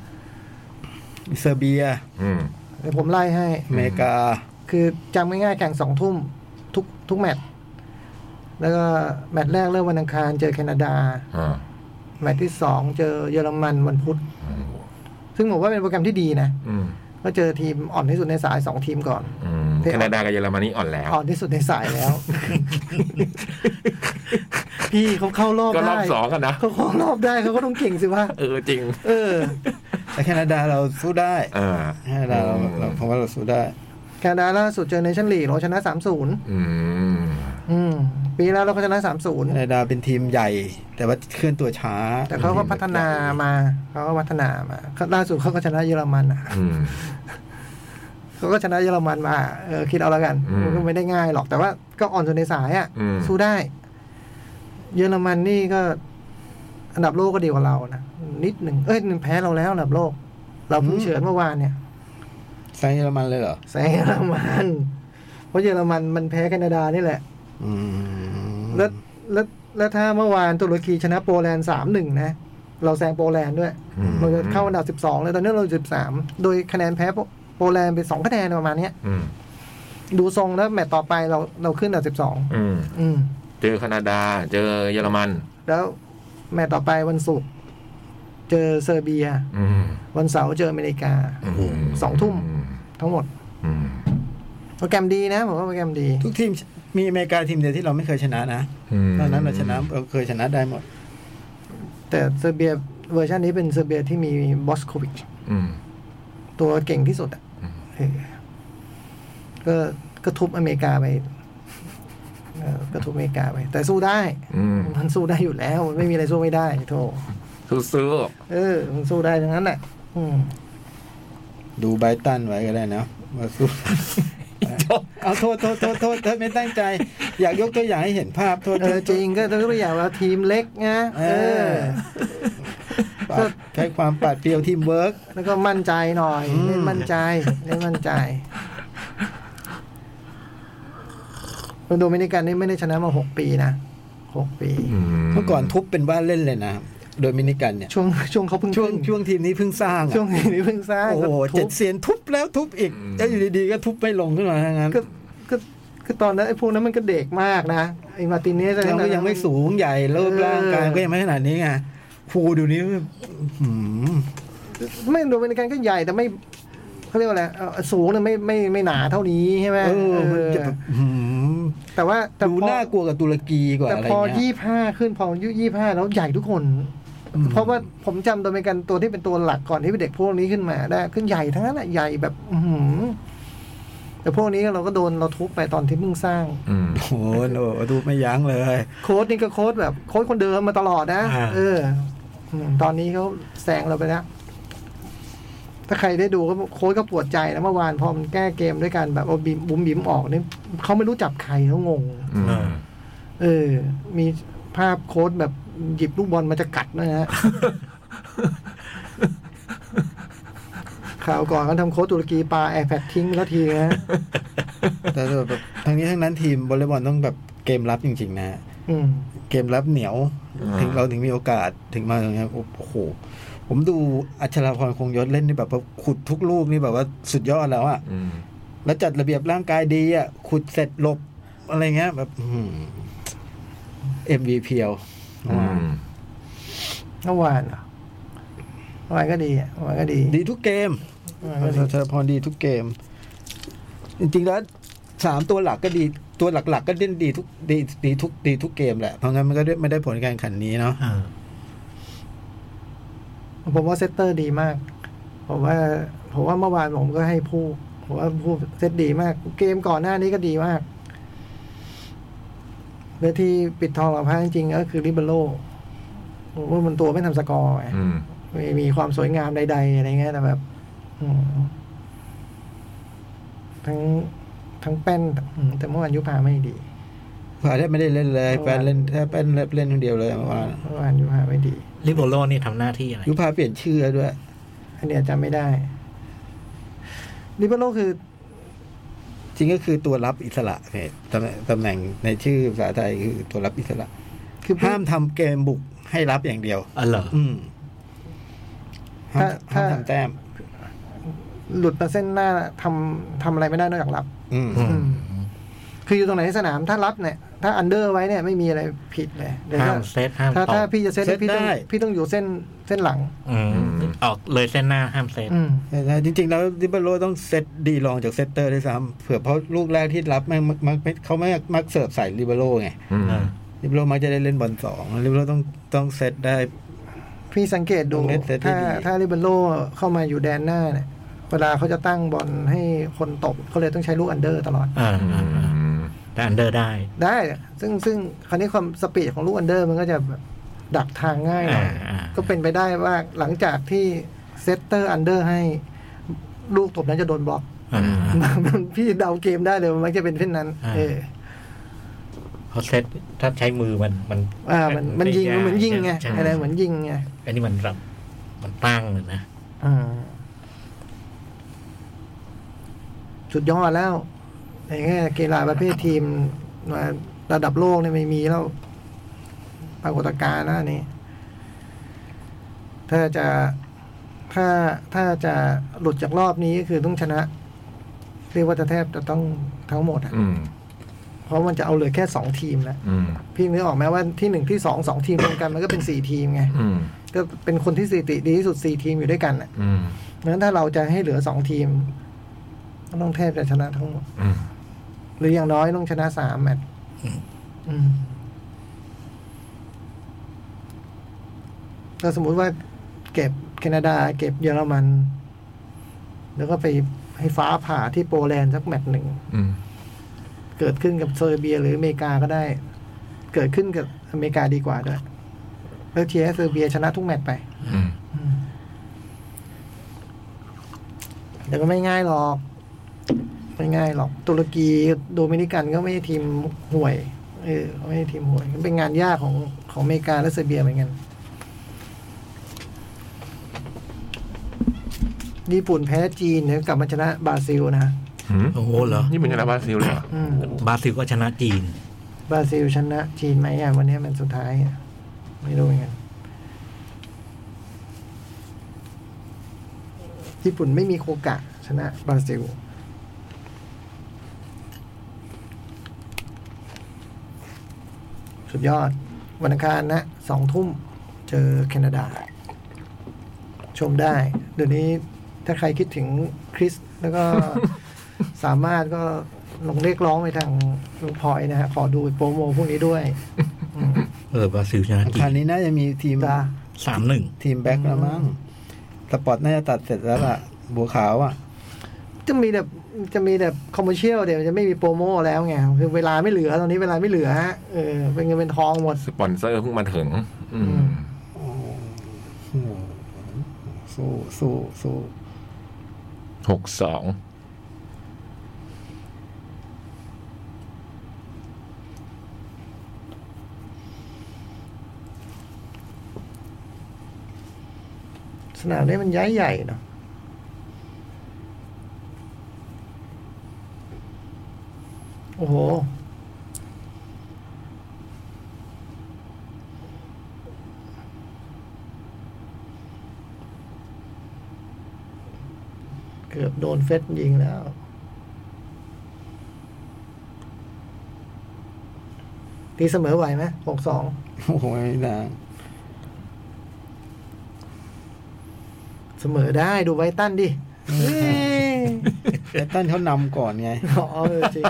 เซอร์เบีย อืม เดี๋ยวผมไล่ให้ อเมริกา คือจำง่ายๆแข่งสองทุ่มทุกทุกแมตช์แล้วก็แมตช์แรกเริ่มวันอังคารเจอแคนาดา อ่า แมตช์ที่สองเจอเยอรมันวันพุธ ซึ่งผมว่าเป็นโปรแกรมที่ดีนะ อืม ก็เจอทีมอ่อนที่สุดในสายสองทีมก่อน อืมแคนาดากับเยอรมนีอ่อนแล้ว อ่อนที่สุดในสายแล้ว พี่เขาเข้ารอบ ก็ร ได้ อบสองกันนะ เขาเข้ารอบได้เขาก็ต้องเก่งสิว่า เออจริง เออ แต่แคนาดาเราสู้ได้ เออ แคนาดาเราเราผมว่าเราสู้ได้ แคนาดาล่าสุดเจอในชั่นลีกเราชนะสามศูนย์ อืม ปีแล้วเราก็ชนะสามศูนย์ แคนาดาเป็นทีมใหญ่ แต่ว่าเคลื่อนตัวช้า แต่เขาก็พัฒนามาเขาก็พัฒนามาล่าสุดเขาก็ชนะเยอรมันอะ อืม เขาก็ชนะเยอรมันมาเออคิดเอาแล้วกัน อืม มันก็ไม่ได้ง่ายหรอกแต่ว่าก็อ่อนสุดในสายอ่ะ อืม สู้ได้ เยอรมันนี่ก็ อันดับโลกก็ดีกว่าเรานะนิดหนึ่งเอ้ยแพ้เราแล้วอันดับโลก เราเพิ่งเฉือนเมื่อวานเนี่ย แซงเยอรมันเลยเหรอ แซงเยอรมัน เพราะเยอรมันมันแพ้แคนาดานี่แหละ อืม แล้วแล้วแล้วถ้าเมื่อวานตุรกีชนะโปแลนด์สามหนึ่งนะ เราแซงโปแลนด์ด้วย อืม เราจะเข้าอันดับสิบสองเลยตอนนี้เราสิบสามโดยคะแนนแพ้โปโปแลนด์ไปสองคะแนนประมาณเนี้ย อืม ดูทรงแล้วแมตตช์ต่อไปเราเราขึ้นอันดับสิบสอง อืม อืม เจอแคนาดา เจอเยอรมัน แล้วแมตตช์ต่อไปวันศุกร์เจอเซอร์เบีย อืม วันเสาร์เจออเมริกา ม สองทุ่ม ทั้งหมด อืม โปรแกรมดีนะผมว่าโปรแกรมดี ทุกทีมมีอเมริกาทีมเดียวที่เราไม่เคยชนะนะ อืม นอกนั้นเราชนะเราเคยชนะได้หมด แต่เซอร์เบียเวอร์ชันนี้เป็นเซอร์เบียที่มีบอสโควิช อืม ตัวเก่งที่สุดอ่ะ อืม เออก็ก็ทุบอเมริกาไปเออก็ทุบอเมริกาไป แต่สู้ได้ อืม มันสู้ได้อยู่แล้วมันไม่มีอะไรสู้ไม่ได้โธ่ สู้ เออ มันสู้ได้ทั้งนั้นแหละอืม ดูไบรตันไว้ก็ได้นะมา สู้ เอาโทษโทษโทษโทษโทษไม่ตั้งใจ อยากยกตัวอย่างให้เห็นภาพโทษ เอ โท อ ษ จริงก็ตัวอย่างว่าทีมเล็กนะ เอ เออ อปาดใช้ความปาดเปรียวทีมเวิร์ก แล้วก็มั่นใจหน่อย อืม เล่นมั่นใจเล่นมั่นใจโดมินิกันนี่ไม่ได้ชนะมาหกปีนะหกปี ๆอืม เมื่อก่อนทุบเป็นว่าเล่นเลยนะ โดยมินิกันเนี่ย ช่วงช่วงเขาเพิ่ง ช่วง ขึ้น ช่วงทีมนี้เพิ่งสร้างอะ ช่วงนี้เพิ่งสร้าง โอ้ ก็ โห ทุ เจ็ บ ดเสียนทุบแล้วทุบอีกแล้วอยู่ดีๆก็ทุบไม่ลงขึ้นมาทั้งนั้น ก็ก็ก็ตอนนั้นไอ้พวกนั้นมันก็เด็กมากนะ ไอ้มาร์ตินเนสอะไร เราก็ นั้น ยังไม่สูงใหญ่รูปร่างกาย เออ ก็ยังไม่ขนาดนี้ไงครูดูนี้หืม ไม่โดมินิกันก็ใหญ่แต่ไม่เขาเรียกว่าอะไรเอ่อสูงเนี่ยไม่ไม่ไม่หนาเท่านี้ใช่ไหม เออมันจะ เอ แบ อบ หืม แต่ว่าแต่ ดู พอ น่ากลัวกับตุรกีกว่า แต่ อะไร พอ เงี้ ยี่ ย ห้าขึ้นพออายุยี่ห้าแล้วใหญ่ทุกคน อืม เพราะว่าผมจำโดมินิกันตัวที่เป็นตัวหลักก่อนที่เป็นเด็กพวกนี้ขึ้นมาได้ขึ้นใหญ่ทั้งนั้นแหละใหญ่แบบ อื้อหือแต่พวกนี้เราก็โดนเราทุบไปตอนที่เพิ่งสร้าง อืม โอ้โหโอ้โหดูไม่ยั้งเลย โค้ดนี่ก็โค้ดแบบโค้ดคนเดิมมาตลอดนะ อ่า เอออืมตอนนี้เขาแซงเราไปแล้ว ถ้าใครได้ดูก็โค้ดก็ปวดใจนะเมื่อวานพอมันแก้เกมด้วยการแบบเอาบิมบุมบิมออกนี่เขาไม่รู้จับใครเขางง อืม เออ มีภาพโค้ดแบบหยิบลูกบอลมาจะกัดด้วยนะฮ ะ ข่าวก่อนเขาทำโค้ดตุรกีปา iPad ทิ้งไปแล้วทีนะ แต่แบบ ทั้งนี้ทั้งนั้นทีมวอลเลย์บอลต้องแบบเกมรับจริง ๆ นะฮะ อืม เกมรับเหนียว อ่า ถึงเราถึงมีโอกาสถึงมาอย่างเงี้ยโอ้โห ผมดูอัชราพรคงยศเล่นนี่แบบว่าขุดทุกลูกนี่แบบว่าสุดยอดแล้วอะ อืม แล้วจัดระเบียบร่างกายดีอะขุดเสร็จหลบอะไรเงี้ยแบบเอ็มวีเพียว อืม เมื่อวานเหรอเมื่อวานก็ดีอ่ะเมื่อวานก็ดี ดีทุกเกม เมื่อวานก็ดี อัชราพรดีทุกเกม จริงๆแล้วสามตัวหลักก็ดีตัวหลัก ๆ ก็เล่นดีทุกดีดีทุกดีทุกเกมแหละเพราะงั้นมันก็ไม่ได้ผลการแข่งขันนี้เนาะ อ่า ผมว่าเซตเตอร์ดีมาก ผมว่า ผมว่าเมื่อวานผมก็ให้ผู้ ผมว่าผู้เซตดีมาก เกมก่อนหน้านี้ก็ดีมากเรือที่ปิดทองหลังพระจริงๆก็คือริเบโรผมว่ามันตัวไม่ทำสกอร์ไง อืม ไม่มีความสวยงามใด ๆ อะไรเงี้ยแต่แบบอืมทั้งทั้งแป้นอืมแต่เมื่อวานยุพาไม่ดี ขวาแทบไม่ได้เล่นเลย เมื่อวาน แฟนเล่นแทบเป็นเล่นคนเดียวเลยเมื่อวาน เมื่อวานยุพาไม่ดี ลิโบโลนี่ทำหน้าที่อะไร ยุพาเปลี่ยนชื่อแล้วด้วย อันเนี้ยจำไม่ได้ริเบโรคือ จริงก็คือตัวรับอิสระเนี่ยตำแหน่งตำแหน่งในชื่อภาษาไทยคือตัวรับอิสระ คือผู้ ห้ามทำเกมบุกให้รับอย่างเดียว อ๋อเหรอ อืมห้าม ถ้า ห้ามทำแต้ม หลุดมาเส้นหน้าทำทำอะไรไม่ได้นอกจากรับ อืม อืม คืออยู่ตรงไหนในสนามถ้ารับเนี่ย ถ้าอันเดอร์ไว้เนี่ยไม่มีอะไรผิดเลยเดี๋ยว ห้า ถ้าม เซตห้าม ถ้า ตอ ถ้า บ พี่จะเซตเนี่ยพี่ต้องพี่ต้องอยู่เส้นเส้นหลัง อืมออกเลยเส้นหน้าห้ามเซต อืม แต่ถ้าจริง ๆ แล้วดิบโลต้องเซตดีลองจากเซตเตอร์ด้วยซ้ำเผื่อเพราะลูกแรกที่รับแม่งมักมักมักเขาไม่มักเสิร์ฟใส่ริเบโลไง อืม อ่า ริเบโลมักจะได้เล่นบอลสองริเบโลต้องต้องเซตได้ พี่สังเกตดู ต้องเล่นเซตให้ ถ้า ดี ถ้าริเบโรเข้ามาอยู่แดนหน้าเนี่ยเวลาเขาจะตั้งบอลให้คนตบเขาเลยต้องใช้ลูกอันเดอร์ตลอด อ่า อื อ่าม แต่อันเดอร์ได้ ได้ ซึ่งซึ่งคราวนี้ความสปีดของลูกอันเดอร์มันก็จะแบบดักทางง่ายหน่อย อ่าอ่า ก็เป็นไปได้ว่าหลังจากที่เซตเตอร์อันเดอร์ให้ลูกตบนั้นจะโดนบล็อก อ่า มันพี่เดาเกมได้เลยมันมักจะเป็นเช่นนั้น เออ เพราะเซตถ้าใช้มือมันมัน อ่ามันมันยิงมันเหมือนยิงไง ใช่ อะไรเหมือนยิงไง อันนี้มันรับมันตั้งเลยนะ อ่าสุดยอดแล้วในแง่กีฬาประเภททีมมาระดับโลกเนี่ยไม่มีแล้ว ปรากฏการณ์นะอันนี้ ถ้าจะถ้าถ้าจะหลุดจากรอบนี้ก็คือต้องชนะ เรียกว่าจะแทบจะต้องทั้งหมดอะ อืม เพราะมันจะเอาเหลือแค่สองทีมแล้ว อืม พี่นึกออกไหมว่าที่หนึ่งที่สองสองทีมรวมกันมันก็เป็นสี่ทีมไง อืม ก็เป็นคนที่สถิติดีที่สุดสี่ทีมอยู่ด้วยกันน่ะ อืม นั้นถ้าเราจะให้เหลือสองทีมก็ต้องแทบจะชนะทั้งหมด อืม หรืออย่างน้อยต้องชนะสามแมตช์อืมถ้าสมมุติว่าเก็บแคนาดา เก็บเยอรมัน แล้วก็ไปให้ฟ้าผ่าที่โปแลนด์สักแมตช์หนึ่ง อืม เกิดขึ้นกับเซอร์เบียหรืออเมริกาก็ได้ เกิดขึ้นกับอเมริกาดีกว่าด้วยแล้วเชียร์ให้เซอร์เบียชนะทุกแมตช์ไป อืม แต่ก็ไม่ง่ายหรอก ไม่ง่ายหรอก ตุรกีโดมินิกันก็ไม่ใช่ทีมห่วย เออไม่ใช่ทีมห่วยก็เป็นงานยากของของอเมริกาและเซอร์เบียเหมือนกันญี่ปุ่นแพ้จีนเนี่ยกลับมาชนะบราซิลนะ อืม โอ้โหเหรอ นี่เป็นชนะบราซิลเลยเหรอ อืม บราซิลก็ชนะจีน บราซิลชนะจีนไหมอ่ะวันนี้มันสุดท้ายอ่ะไม่รู้เหมือนกันญี่ปุ่นไม่มีโคกะ ชนะบราซิล สุดยอด วันอังคารนะสองทุ่มเจอแคนาดา ชมได้ เดี๋ยวนี้ถ้าใครคิดถึงคริส แล้วก็ สามารถก็ลงเรียกร้องไปทางลุงพลอยนะฮะ ขอดูโปรโมพวกนี้ด้วย อืม เออบราซิลชนะจี คราน วนี้น่าจะมีทีม จ้า สามหนึ่ง ทีมแบ็กแล้วมั้งสปอร์ตน่าจะตัดเสร็จแล้วล่ะ บัวขาวอ่ะ จะมีแบบจะมีแบบคอมเมอร์เชียลเดี๋ยวจะไม่มีโปรโมแล้วไงคือเวลาไม่เหลือตอนนี้เวลาไม่เหลือฮะเออเป็นเงินเป็นทองหมด สปอนเซอร์เพิ่งมาถึง อืม สู้สู้สู้ หกสอง สนามนี้มันย้ายใหญ่เนาะ โอ้โห เกือบโดนเฟสยิงแล้ว ตีเสมอไหวไหมหกสอง โอ้โหไม่ได้ เสมอได้ดูไบรตันดิเอ้ย แต่ตั้นเขานำก่อนไง อ๋อเออจริง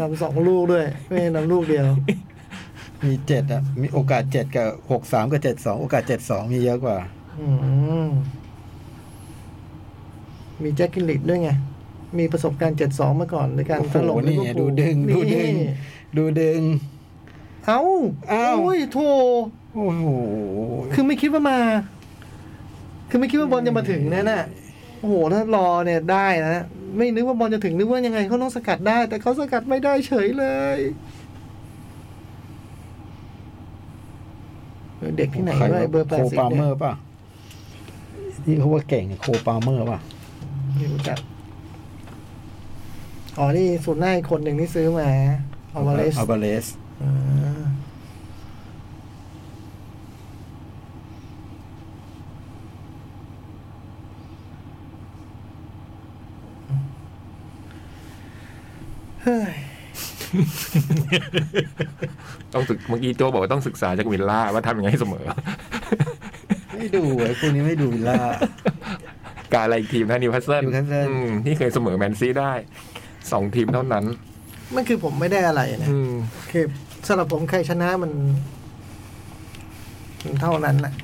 นำสองลูกด้วย ไม่ได้นำลูกเดียว มีเจ็ดอ่ะ มีโอกาสเจ็ดกับหกสามกับเจ็ดสองโอกาสเจ็ดสองมีเยอะกว่า อืมมีแจ็คกินลิดด้วยไง มีประสบการณ์เจ็ดสองมาก่อนในการ โอ้โห ถล่ม นี่ ลิเวอ ไง ร์ ดู พูล ดึงดูดึง นี่ ดูดึง เอ้า เอ้า โยโถ โอ้โห คือไม่คิดว่ามา คือไม่คิดว่าบอลจะมาถึงนะน่ะโอ้โหถ้ารอเนี่ยได้นะไม่นึกว่าบอลจะถึงนึกว่ายังไงเขาต้องสกัดได้ แต่เขาสกัดไม่ได้เฉยเลยเด็กที่ไหน ใคร วะไอ้เบอร์แป โค ดสิบ ปาเม เนี่ อย ร์ป่ะ ที่เขาว่าเก่งอะโคปาเมอร์ป่ะ ไม่รู้จักอ๋อนี่สุดหน้าอีกคนหนึ่งที่ซื้อมาเอามาเลส อัลวาเลส อ่าเฮ้ย ต้องศึกเมื่อกี้โจบอกว่าต้องศึกษาจากวิลล่าว่าทำยังไงให้เสมอ ไม่ดูไอ้พวกนี้ไม่ดูวิลล่า การอะไรอีกทีมนะนิวคาสเซิล Newcastle อืมที่เคยเสมอแมนซีได้สองทีมเท่านั้น มันคือผมไม่ได้อะไรนะ อืม คือสำหรับผมใครชนะมันมันเท่านั้นแหละ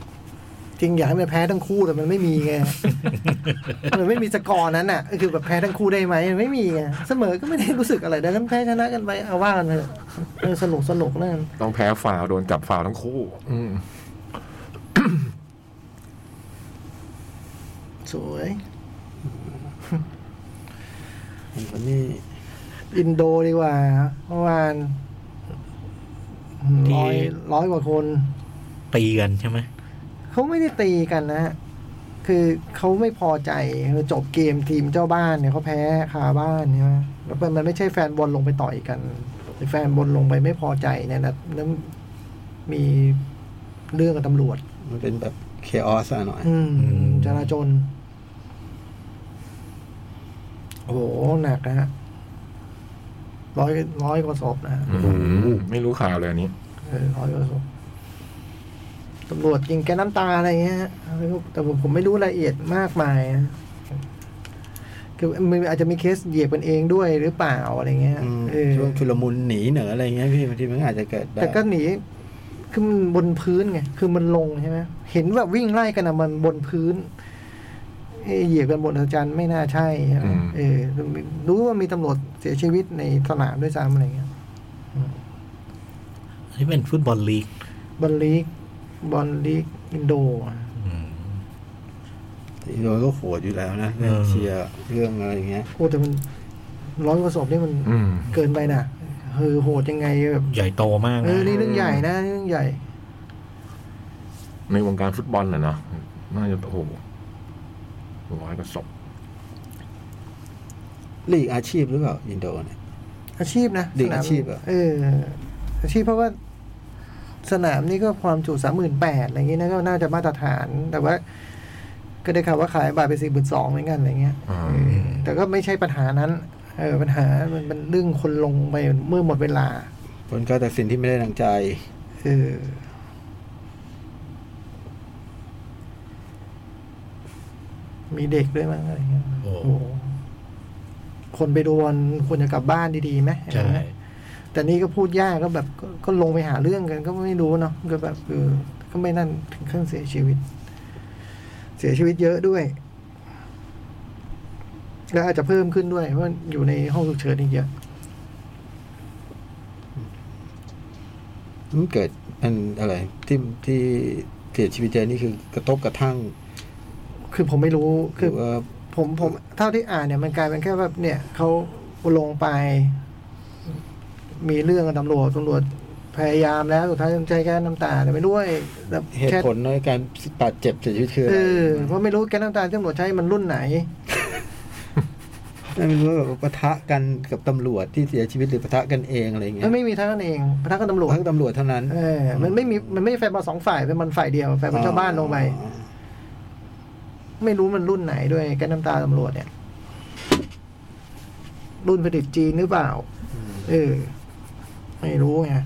จริงอยากให้มันแพ้ทั้งคู่แต่มันไม่มีไง มันไม่มีสกอร์นั้นน่ะคือแบบแพ้ทั้งคู่ได้ไหมมันไม่มีไงเสมอก็ไม่ได้รู้สึกอะไรดังนั้นแพ้ชนะกันไปเอาว่ากันไปเถอะเออสนุกสนุกนั่น ต้องแพ้ฟาวล์โดนจับฟาวล์ทั้งคู่ อืม สวย วันนี้ อินโดดีกว่าเมื่อวาน ที่ ร้อยร้อยกว่าคน ตีกันใช่ไหม เขาไม่ได้ตีกันนะฮะคือเขาไม่พอใจคือจบเกมทีมเจ้าบ้านเนี่ยเขาแพ้คาบ้านใช่ไหมแล้วมันมันไม่ใช่แฟนบอลลงไปต่อยกันแฟนบอลลงไปไม่พอใจเนี่ยนะแล้วมีเรื่องกับตำรวจ มันเป็นแบบเคออสอะหน่อย อืมจราจรโอ้โหหนักนะฮะร้อยร้อยกว่าศพนะฮะ อืมไม่รู้ข่าวเลยอันนี้ เออร้อยกว่าศพตำรวจยิงแก๊สน้ำตาอะไรเงี้ยฮะไม่รู้แต่ผมผมไม่รู้รายละเอียดมากมายนะคือมันอาจจะมีเคสเหยียบกันเองด้วยหรือเปล่าอะไรเงี้ย อืม เออ ช่วงชุลมุนหนีเหนืออะไรเงี้ยพี่บางทีมันอาจจะเกิดได้ แต่ก็หนี คือมันบนพื้นไง คือมันลงใช่ไหมเห็นแบบวิ่งไล่กันอะมันบนพื้นเอ้ยเหยียบกันบนอาจารย์ไม่น่าใช่ใช่ไหม อืม เออรู้ว่ามีตำรวจเสียชีวิตในสนามด้วยซ้ำอะไรเงี้ย อันนี่เป็นฟุตบอลลีก บอลลีกบอลลีกอินโดอะ อืม อินโดก็โหดอยู่แล้วนะเรื่อง เออ เชียร์เรื่องอะไรอย่างเงี้ย โอ้แต่มันร้อยกว่าศพนี่มัน อืม เกินไปนะคือโหดยังไงแบบ ใหญ่โตมาก เอ นะ อนี่เรื่องใหญ่นะนี่เรื่องใหญ่ ในวงการฟุตบอลน่ะเนาะน่าจะโอ้โหร้อยกว่าศพ ลีกอาชีพหรือเปล่าอินโดเนี่ย อาชีพนะ เด็ก สนม อาชีพอะ เออ อาชีพเพราะว่าสนามนี่ก็ความจุสามหมื่นแปดอะไรอย่างงี้นะก็น่าจะมาตรฐาน แต่ว่า ก็ได้ข่าวว่าขายบาทไปสี่หมื่นสองเหมือนกันอะไรเงี้ย อ่า แต่ก็ไม่ใช่ปัญหานั้น เออปัญหามันเป็นเรื่องคนลงไปเมื่อหมดเวลา ผลการตัดสินที่ไม่ได้ดังใจ เออมีเด็กด้วยมั้งอะไรเงี้ย โอ้ โอ้โหคนไปโดนควรจะกลับบ้านดีๆไหม ใช่ แต่นี่ก็พูดยากก็แบบก็ก็ลงไปหาเรื่องกัน ก็ไม่รู้เนาะก็แบบเออก็ไม่นั่นถึงขั้นเสียชีวิต เสียชีวิตเยอะด้วย แล้วอาจจะเพิ่มขึ้นด้วยเพราะอยู่ในห้องฉุกเฉินอีกเยอะ มันเกิดมันอะไรที่ที่เสียชีวิตเจนี่คือกระทบกระทั่ง คือผมไม่รู้ ห คื รือ อว่า ผมผมเท่าที่อ่านเนี่ยมันกลายเป็นแค่แบบเนี่ยเขาลงไป มีเรื่องกับตำรวจตำรวจพยายามแล้วสุดท้ายใช้แก๊สน้ำตาแต่ไม่รู้ไอ้แบบ เหตุ แค่ ผลในการบาดเจ็บเสียชีวิตคืออะ เอ ไร อเพราะไม่รู้แก๊สน้ำตาที่ตำรวจใช้มันรุ่นไหน ไม่รู้ว่าแบบปะทะกันกับตำรวจที่เสียชีวิตหรือปะทะกันเองอะไรอย่างเงี้ย ไม่มีทั้งนั้นเองพนักงานตำรวจ ทั้งตำรวจเท่านั้น เออมันไม่มีมันไม่ใช่แฟนบอลสองฝ่ายเป็นบอลฝ่ายเดียวแฟนบอลชาวบ้านลงไป อ๋อ ไม่รู้มันรุ่นไหนด้วยแก๊สน้ำตาตำรวจเนี่ย รุ่นผลิตจีนหรือเปล่า เออ ไม่รู้ไง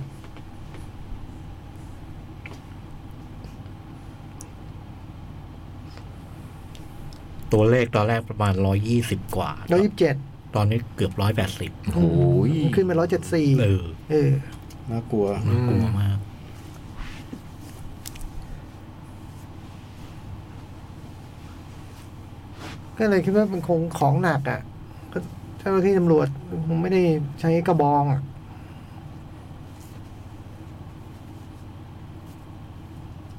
ตัวเลขตอนแรกประมาณร้อยี่สิบกว่า ร้อยยี่สิบเจ็ด ตอนนี้เกือบร้อยแปดสิบ โอ้ย ขึ้นเป็นร้อยเจ็ดสี่ เออ เออ น่ากลัว อื กลั ม วมาก ก็เลยคิดว่ามันคงของหนักอะ่ะก็เจ้าหน้าที่ตำรวจคงไม่ได้ใช้กระบองอะ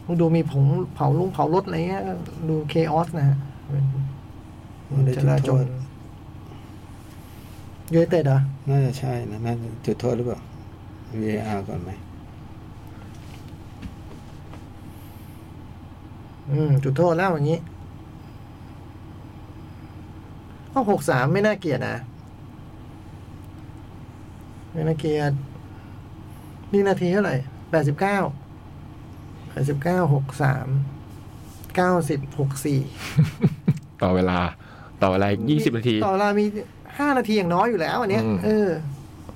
มึงดูมีผงเผาลุงเผารถอะไรเงี้ย ดูเคออสนะฮะเป็น มันได้ จ จุด ราจ โท ร ษ ยูไนเต็ดเหรอ น่าจะใช่นะน่าจะจุดโทษหรือเปล่า VAR ก่อนไหม อืม จุดโทษแล้วอย่างนี้ก็หกสามไม่น่าเกลียดนะ ไม่น่าเกลียด นี่นาทีเท่าไหร่แปดสิบเก้าแปดสิบเก้าหกสามเก้าสิบหกสี่ ต่อเวลา ต่อเวลายี่สิบนาที ต่อเวลามีห้านาทีอย่างน้อยอยู่แล้วอันเนี้ย อืม เออ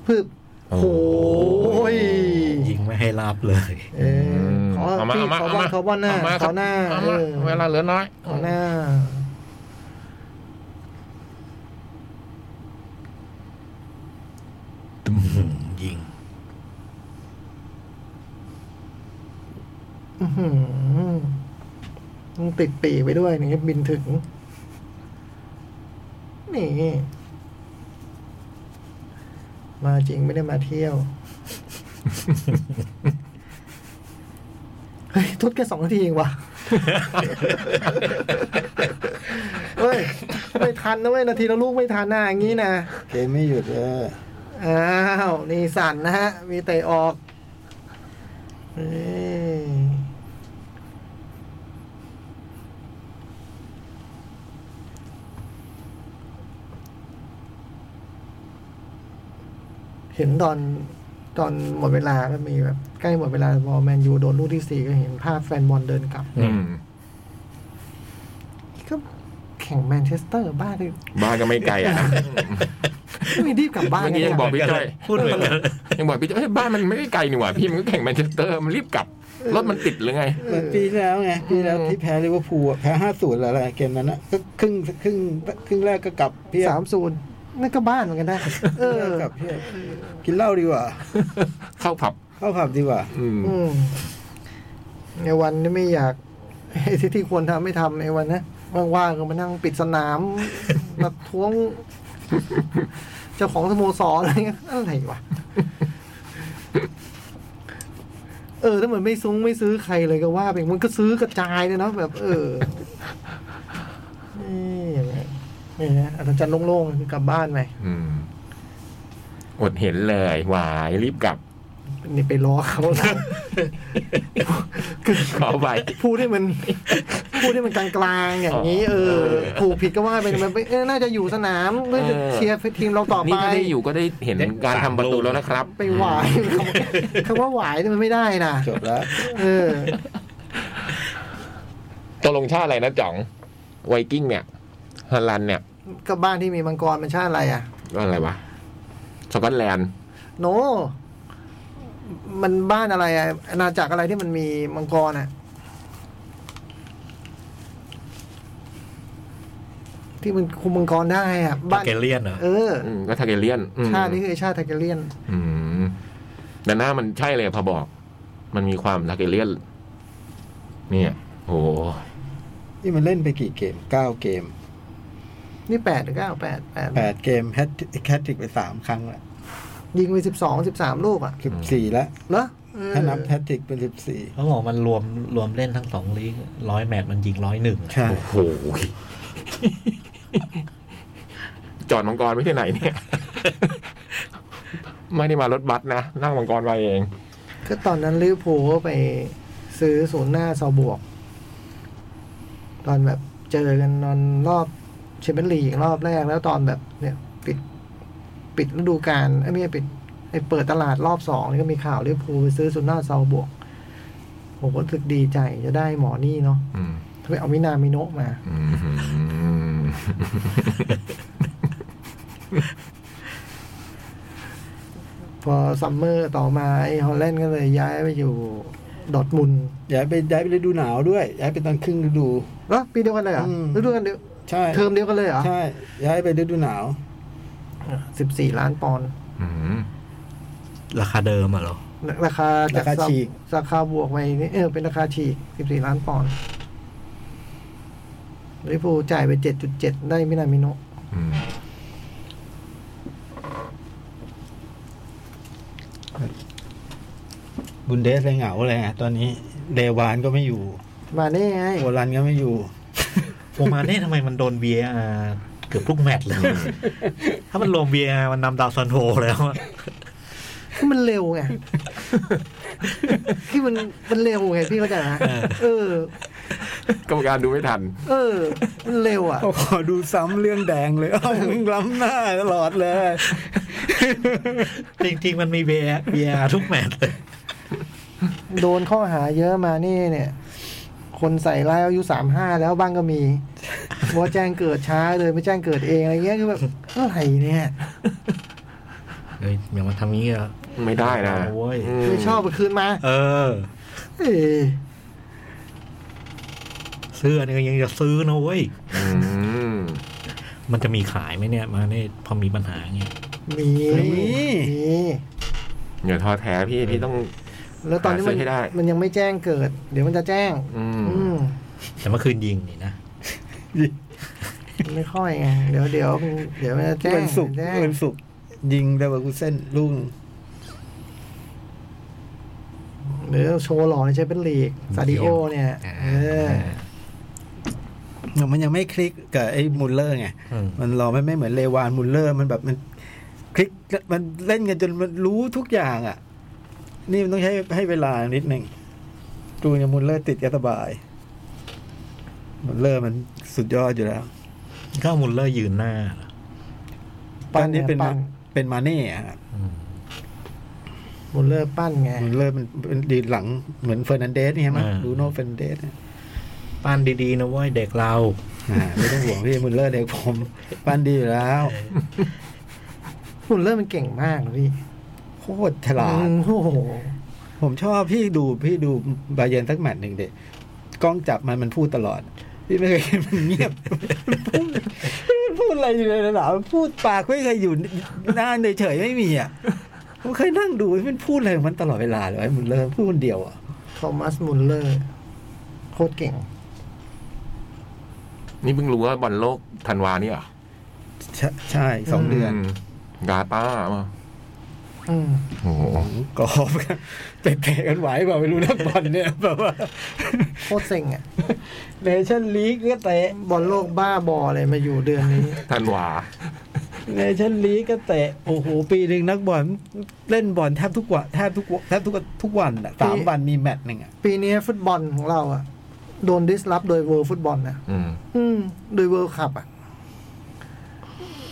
พึบโอ้ย ยิงไม่ให้รับเลย เออขอ มา พี่ เอามา ขอบอลขอบอลหน้า เม ขอหน้า เอม เออ เวลาเหลือน้อย ขอหน้า ยิง อื้อหือต้องติดปีกไปด้วยอย่างเงี้ยบินถึง นี่ มาจริงไม่ได้มาเที่ยว เฮ้ยทดแค่สองนาทีเองวะเฮ้ย ไม่ทันนะเว้ย นาทีละลูกไม่ทันนะอย่างนี้นะ เกมไม่หยุดเออ อ้าว นี่สั่นนะฮะ มีเตะออกเอ้ยเห็นตอนตอนหมดเวลาก็มีแบบ ใกล้หมดเวลาพอแมนยูโดนลูกที่สี่ก็เห็นภาพแฟนบอลเดินกลับ อืม นี่ก็แข่งแมนเชสเตอร์บ้าเลย บ้านก็ไม่ไกลอ่ะ ไม่รีบกลับบ้าน เมื่อกี้ เนี่ ยังบอกพี่จ้อย พูดเหมือนกัน ยังบอกพี่จ้อยเอ้ยบ้านมันไม่ได้ไกลนี่หว่าพี่มันก็แข่งแมนเชสเตอร์มันรีบกลับ รถมันติดหรือไง เหมือนปีที่แล้วไงปีที่แล้วที่แพ้ลิเวอร์พูลอะแพ้ห้าศูนย์อะไรเกมนั้นนะก็ครึ่งครึ่งครึ่งแรกก็กลับเพียบ สามศูนย์นั่นก็บ้านเหมือนกันนะเออ กลับเพียบกินเหล้าดีกว่า เข้าผับ เข้าผับดีกว่า อืม อืมในวันที่ไม่อยาก ที่ที่ควรทำไม่ทำในวันนะว่างๆก็มานั่งปิดสนาม มาท้วง เจ้าของสโมสรอะไรเงี้ยอะไรวะเออถ้าเหมือนไม่ซุ้งไม่ซื้อใครเลยก็ว่าไปมันก็ซื้อกระจายเลยเนาะแบบ เออนี่อย่างเงี้ยนี่นะอาจารย์โล่งๆคือกลับบ้านไหม อืมอดเห็นเลยหวายรีบกลับ นี่ไปรอเขาแล้ว ขอไป พูดให้มัน พูดให้มันกลางๆอย่างนี้ เออถูกผิดก็ว่าไปมันไปเออน่าจะอยู่สนามเพื่อจะ เออ เชียร์ทีมเราต่อ นี่ ไป ถ้าได้อยู่ก็ได้เห็นการทำประตูแล้วนะครับ ไปหว ายคำว่าหวายนี่มันไม่ได้นะ จบแล้ว เออ ตกลงชาติอะไรนะจ๋องไวกิ้งเนี่ยฮอลแลนด์เนี่ย ก็บ้านที่มีมังกรมันชาติอะไรอ่ะ อะไรวะสกอตแลนด์ โน มันบ้านอะไรอ่ะอาณาจักรอะไรที่มันมีมังกรอ่ะ ที่มันคุมมังกรได้อ่ะบ้าน เกเลียนเหรอ เออ อืมก็ทาเกเลียนอืม ชาตินี้คือชาติไทเกเลียน อืมแต่หน้ามันใช่เลยพอบอก มันมีความทาเกเลียนเนี่ย โอ้โห นี่มันเล่นไปกี่เกมเก้าเกม นี่แปดหรือเก้าแปดแปด แปดเกมแฮตแคทริกไปสามครั้งละ ยิงไปสิบสองสิบสามลูกอ่ะ สิบสี่ละ เหรอเออ ถ้านับแฮตริกเป็นสิบสี่ เขาบอกมันรวมรวมเล่นทั้งสองลีกร้อยแมตช์มันยิงร้อยหนึ่ง ใช่ โอ้โหจอดมังกรไว้ที่ไหนเนี่ย ไม่ได้มารถบัสนะ นั่งมังกรไปเอง ก็ตอนนั้นลิเวอร์พูลก็ไปซื้อศูนย์หน้าซาบวก ตอนแบบเจอกันนอนรอบแชมเปี้ยนลีกรอบแรกแล้วตอนแบบเนี่ย ปิด ปิดฤดูกาลไอ้ไม่ใช่ปิดไอ้เปิดตลาดรอบสองนี่ก็มีข่าวลิเวอร์พูลไปซื้อสุนนาเซาบวกผมก็รู้สึกดีใจจะได้หมอนี่เนาะ อืม ทำไมเอามินามิโนะมา อืม พอซัมเมอร์ต่อมาไอ้ฮอลแลนด์ก็เลยย้ายไปอยู่ดอร์ทมุนด์ ย้ายไปย้ายไปฤดูหนาวด้วยย้ายไปตอนครึ่งฤดู เหรอปีเดียวกันเลยเหรอ่ะ อืม ฤดูกันเดียว ใช่ เทอมเดียวกันเลยเหรอ ใช่ ย้ายไปฤดูหนาว สิบสี่ล้านปอนด์ อืม ราคาเดิมอ่ะเหรอ ราคาจาก ราคาฉีก ราคาบวกไปนี่เออเป็นราคาฉีกสิบสี่ล้านปอนด์ลิเวอร์พูลจ่ายไปเจ็ดจุดเจ็ดได้มินามิโนะ อืม บุนเดสเลยเหงาเลยอะตอนนี้เดวานก็ไม่อยู่ มาแน่ไง โอลันก็ไม่อยู่ โอมานเน่ทำไมมันโดน VAR เกือบทุกแมตช์เลย ถ้ามันรวม VAR มันนำดาวซันโวแล้วอะ คือมันเร็ว ไง คือมันมันเร็วไงพี่เข้าใจไหมเออ กรรมการดูไม่ทัน เออ มันเร็วอ่ะ ขอดูซ้ำเรื่องแดงเลย เอ้ามึงล้ำหน้าตลอดเลย จริง ๆ มันมี VAR VAR ทุกแมตช์เลย โดนข้อหาเยอะมานี่เนี่ย คนใส่ร้ายอายุสามห้าแล้วบ้างก็มีว่าแจ้งเกิดช้าเลยไม่แจ้งเกิดเองอะไรเงี้ยคือแบบอะไรเนี่ย เฮ้ยอย่ามาทำงี้อ่ะ ไม่ได้นะ โอ้ย ม ไม่ชอบไปคืนมา เออ เอ้ย เสื้อนี่ก็ยังจะซื้อนะเว้ย อืม มันจะมีขายไหมเนี่ยมาเน่พอมีปัญหาเงี้ย มี มี มี อย่าท้อแท้พี่พี่ต้อง แล้วตอนนี้มั หาซื้ น อให้ได้ มันยังไม่แจ้งเกิด เดี๋ยวมันจะแจ้ง อืม อืม แต่เมื่อคืนยิงนี่นะ ไม่ค่อยไง เดี๋ยวเดี๋ยวเดี๋ยวมันจะแจ้ง วันศุกร์ แจ้ง วันศุกร์ยิงเดวากูเซนลุง หรือโชว์หล่อในแชมเปี้ยนลีกซาดิโอเนี่ย อ่า เออ มันยังไม่คลิกกับไอ้มุลเลอร์ไง อืม มันรอไม่ไม่เหมือนเลวานมุลเลอร์มันแบบมันคลิกมันเล่นกันจนมันรู้ทุกอย่างอ่ะ นี่มันต้องใช้ให้เวลานิดหนึ่งจูนกับมุลเลอร์ติดกันสบาย มุลเลอร์มันสุดยอดอยู่แล้ว ก็เอามุลเลอร์ยืนหน้าเหรอ ตอนนี้เป็น ปั้น เป็นมาเน่อะครับ อืม มุลเลอร์ปั้นไง มุลเลอร์มันเป็นดีดหลังเหมือนเฟอร์นันเดสเนี่ยมั้ยบรูโน่เฟอร์นันเดสเนี่ย ปั้นดีๆนะเว้ยเด็กเรา อ่าไม่ต้องห่วงพี่มุลเลอร์เด็กผมปั้นดีอยู่แล้ว มุลเลอร์มันเก่งมากนะพี่ โคตรฉลาด อืมโอ้โห ผมชอบพี่ดูพี่ดูบาเยร์นสักแมตช์หนึ่งเด็กกล้องจับมันมันพูดตลอด พี่ไม่เคยเห็นมันเงียบ มันพูดอะไรอยู่เลยนะหลาพูดปากไม่เคยอยู่หน้าเฉยๆไม่มีอ่ะผมเคยนั่งดูมันพูดอะไรของมันตลอดเวลาเลยไอ้มันเลิกพูดคนเดียวอ่ะ โทมัสมุลเลอร์โคตรเก่ง นี่เพิ่งรู้ว่าบอลโลกธันวานี่เหรอ ใช่ใช่สองเดือน มกาตาร์มา อืม โอ้โห กอล์ฟกัน เตะๆ กันไหวเปล่าไม่รู้นักบอลเนี่ยแบบว่า โคตรเซ็งอ่ะ เนชั่นลีกก็เตะ บอลโลกบ้าบออะไรมาอยู่เดือนนี้ ธันวา เนชั่นลีกก็เตะ โอ้โห ปีหนึ่งนักบอลเล่นบอลแทบทุกวันแทบทุกวันแทบทุกวันทุกวันอ่ะสามวันมีแมตช์หนึ่งอ่ะ ปีนี้ฟุตบอลของเราอ่ะ โดนดิสรับโดยเวิร์ฟุตบอลนะ อืม อืม โดยเวิร์คับอ่ะ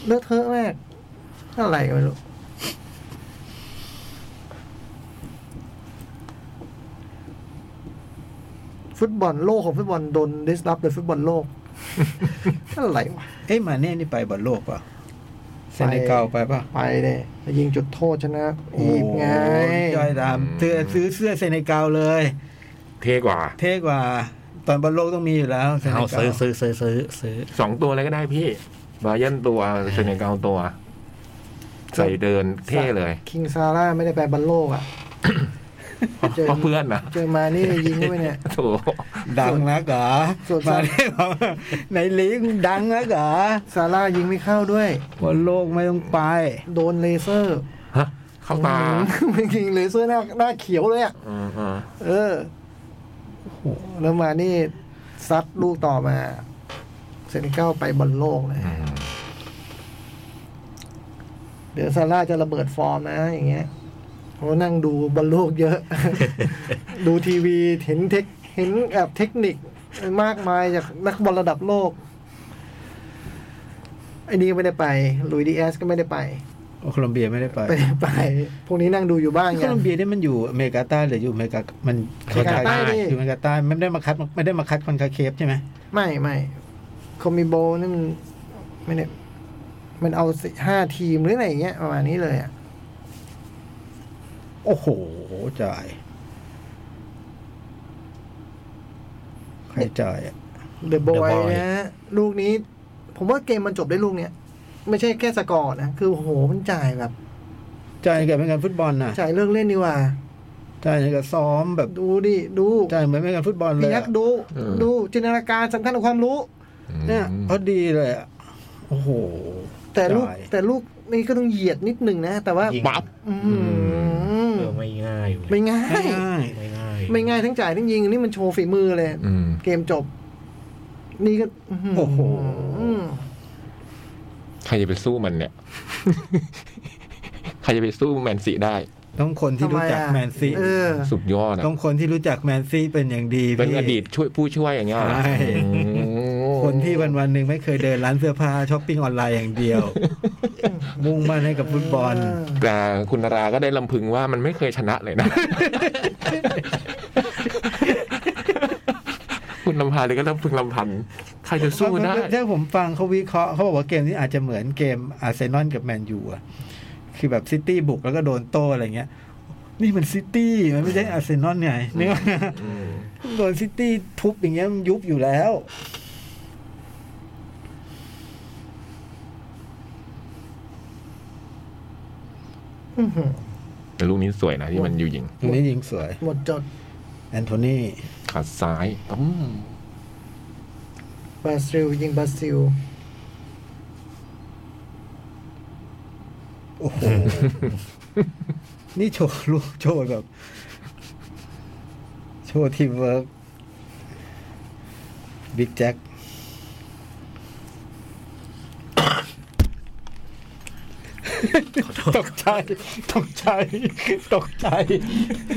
เลอะเทอะมากอะไรก็ไม่รู้ ฟุตบอลโลกของฟุตบอลโดนดิสรับโดยฟุตบอลโลก อะไรวะ เอ้ยมาเน่นี่ไปบอลโลกเปล่ะเซเนกัลไปเปล่ะ ไปเลยยิงจุดโทษชนะอีบไง ย่อยตาม อืม เสื้อซื้อเสื้อเซเนกัลเลย เท่กว่า เท่กว่า ตอนบอลโลกต้องมีอยู่แล้วเซเน เอา กัล ซื้อซื้อซื้อซื้อซื้อ สองตัวเลยก็ได้พี่บาเยร์นตัวเซเนกัลตัว ใส่เดินเท่เลย คิงซาร่าไม่ได้ไปบอลโลก อ่ะ เพราะเพราะเพื่อนนะ เจอมานี่ยิงเข้าไปเนี่ย โถ ดังนักเหรอ ส่วน มา ซา เน่บอกว่า ในลีกดังนักเหรอ ซาร่ายิงไม่เข้าด้วย บอลโลกไม่ต้องไป โดนเลเซอร์ ฮะเข้าตา มันยิงเลเซอร์หน้าหน้าเขียวเลยอ่ะ อืมอืม เออแล้วมานี่ซัดลูกต่อมา เซนิเก้าไปบอลโลกเลย อืม เดี๋ยวซาร่าจะระเบิดฟอร์มนะ อย่างเงี้ยเขาะนั่งดูบอลโลกเยอะ ดูทีวีเห็นเทคเห็นแบบเทคนิคมากมายจากนักบอลระดับโลก ไอ อันนี้ก็ไม่ได้ไปลุยดีเอสก็ไม่ได้ไป โอโคลอมเบียไม่ได้ไป ไม่ได้ไป พวกนี้นั่งดูอยู่บ้าน โค กัน ลอมเบียนี่มันอยู่อเมริกาใต้หรืออยู่อเมริกามัน อเมริกาใต้ดิ อยู่อเมริกาใต้ไม่ได้มาคัดไม่ได้มาคัดคอนคาเคฟใช่ไหม ไม่ไม่คอมมิโบนี่มันไม่ได้มันเอาสิห้าทีมหรืออะไรอย่างเงี้ยประมาณนี้เลยอ่ะ โอ้โหจ่ายใครจ่ายอะ เดอะบอย Boy นะฮะลูกนี้ ผมว่าเกมมันจบได้วยลูกเนี้ย ไม่ใช่แค่สกอร์นะ คือโอ้โหมันจ่ายแบบ จ่ายกับเป็นการฟุตบอลน่ะ จ่ายเลิกเล่นดีกว่า จ่ายกับซ้อมแบบ ดูดิดู จ่ายเหมือนเป็นการฟุตบอลเล พี่ ย ยั อะ กษ์ดู เออ ดูจินตนาการสำคัญกับความรู้ เนี่ย อืม พอดีเลยอะโอ้โห แต่ลูก จ่าย แต่ลูกนี่ก็ต้องเหยียดนิดหนึ่งนะ แต่ว่า ยิง ปั๊บ อืม เออไม่ง่ายอยู่ ไม่ง่าย ง่าย ไม่ง่าย ไม่ง่ายทั้งจ่ายทั้งยิงอันนี่มันโชว์ฝีมือเลย อืม เกมจบ นี่ก็อื้หื โอ้โห ใครจะไปสู้มันเนี่ย ใครจะไปสู้แมนซีได้ ต้องคนที่ ทำไ รู้จัก อะ แมนซี เออ สุดยอดอะ ต้องคนที่รู้จักแมนซีเป็นอย่างดี เป็น พี่ อดีตช่วยผู้ช่วยอย่างเงี้ยเหรอ ใช่ อืม คนที่วันวันๆหนึ่งไม่เคยเดินร้านเสื้อผ้าช้อปปิ้งออนไลน์อย่างเดียว มุ่งมั่นให้กับฟุตบอล แต่คุณนาราก็ได้ลำพึงว่ามันไม่เคยชนะเลยนะ คุณลำพาเลยก็ลำพึงลำพัน ใครจะสู้ได้ ถ้าผมฟังเขาวิเคราะห์เขาบอกว่าเกมนี้อาจจะเหมือนเกมอาร์เซนอลกับแมนยูอะคือแบบซิตี้บุกแล้วก็โดนโต้อะไรเงี้ย นี่มันซิตี้มันไม่ใช่อาร์เซนอลไงนึกว่าโดนซิตี้ทุบอย่างเงี้ยมันยุบอยู่แล้ว อื้อหือ แต่ลูกนี้สวยนะที่มันอยู่ยิง ตรงนี้ยิงสวย หมดจด แอนโทนี ขาซ้ายอืม บราซิล ยิงบราซิล โอ้โห นี่โชว์ลูกโชว์แบบ โชว์ทีมเวิร์กบิ๊กแจ็คตกใจ ตกใจ ตกใจ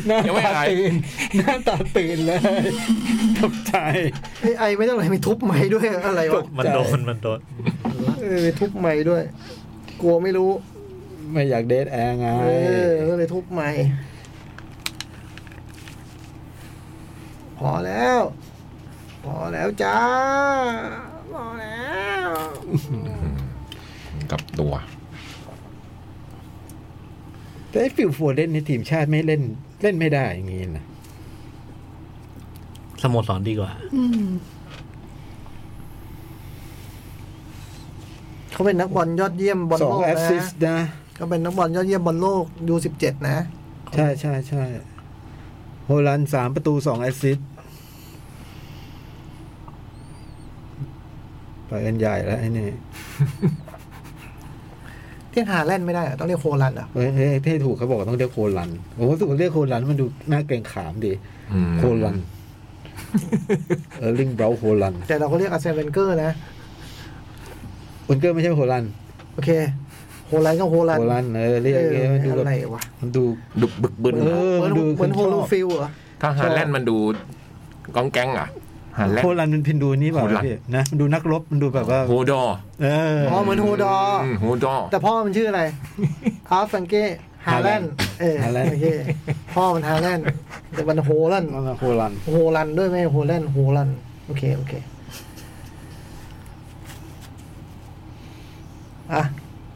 หน้าตาตื่น หน้าตาตื่นเลย ตกใจ ไอ้ไอไม่ต้องอะไรมีทุบไม้ด้วยอะไรวะ มันโดนมันโดน เออมีทุบไม้ด้วย กลัวไม่รู้ ไม่อยากเดทแอร์ไง เออก็เลยทุบไม้พอแล้ว พอแล้วจ้า พอแล้ว กลับตัว แต่ไอ้ฟิลโฟเดนในทีมชาติไม่เล่นเล่นไม่ได้อย่างนี้นะ สโมสรดีกว่า เขาเป็นนักบอลยอดเยี่ยมบอล สอ โล ง ก แอ นะ สซิสต์นะ เขาเป็นนักบอลยอดเยี่ยมบอลโลกยูสิบเจ็ดนะ ใช่ใช่ใช่โฮลันด์สามประตูสองแอสซิสต์ไปกันใหญ่แล้วไอ้นี่ เทียนหาแล่นด์ไม่ได้เหรอต้องเรียกโคลันด์เหรอ่ะ เฮ้ยเฮ้ยเท่ถูกเขาบอกว่าต้องเรียกโฮลันด์ผมรู้สึกว่าเรียกโฮลันด์มันดูน่าเกรงขามดี อืม โฮลันด์เออร์ลิงเบราท์โฮลันด์ แต่เราก็เรียกอาร์เซนเวนเกอร์นะ อุนเกอร์ไม่ใช่โฮลันด์ โอเค โฮลันด์ก็โฮลัน โฮ ด์ ลันด์เออเรียก เอ เออมันดู อ แบ อะ บ ไรวะ มันดู ดุกบึกบึน เออ เหมือน ดู เหมือน คนชอบ โฮโลฟิลด์เหรอ ถ้าฮาแลนด์มันดูก้องแก๊งอ่ะฮาแลน โฮ ด์ ลันด์มันพินดูนี่แบบ โฮลันด์ นะมันดูนักรบมันดูแบบว่า โฮดอร์ เออ อ๋อเหมือนโฮดอร์ อืมโฮดอร์ แต่พ่อมันชื่ออะไร อาร์ฟังเก้ฮาแลนด์เออ ฮาแลนด์ โอเคพ่อมันฮาแลนด์แต่มันโฮลันด์ โฮลันด์ โฮลันด์ด้วยไหมโฮลันด์โฮลันด์โอเคโอเคอ่ะ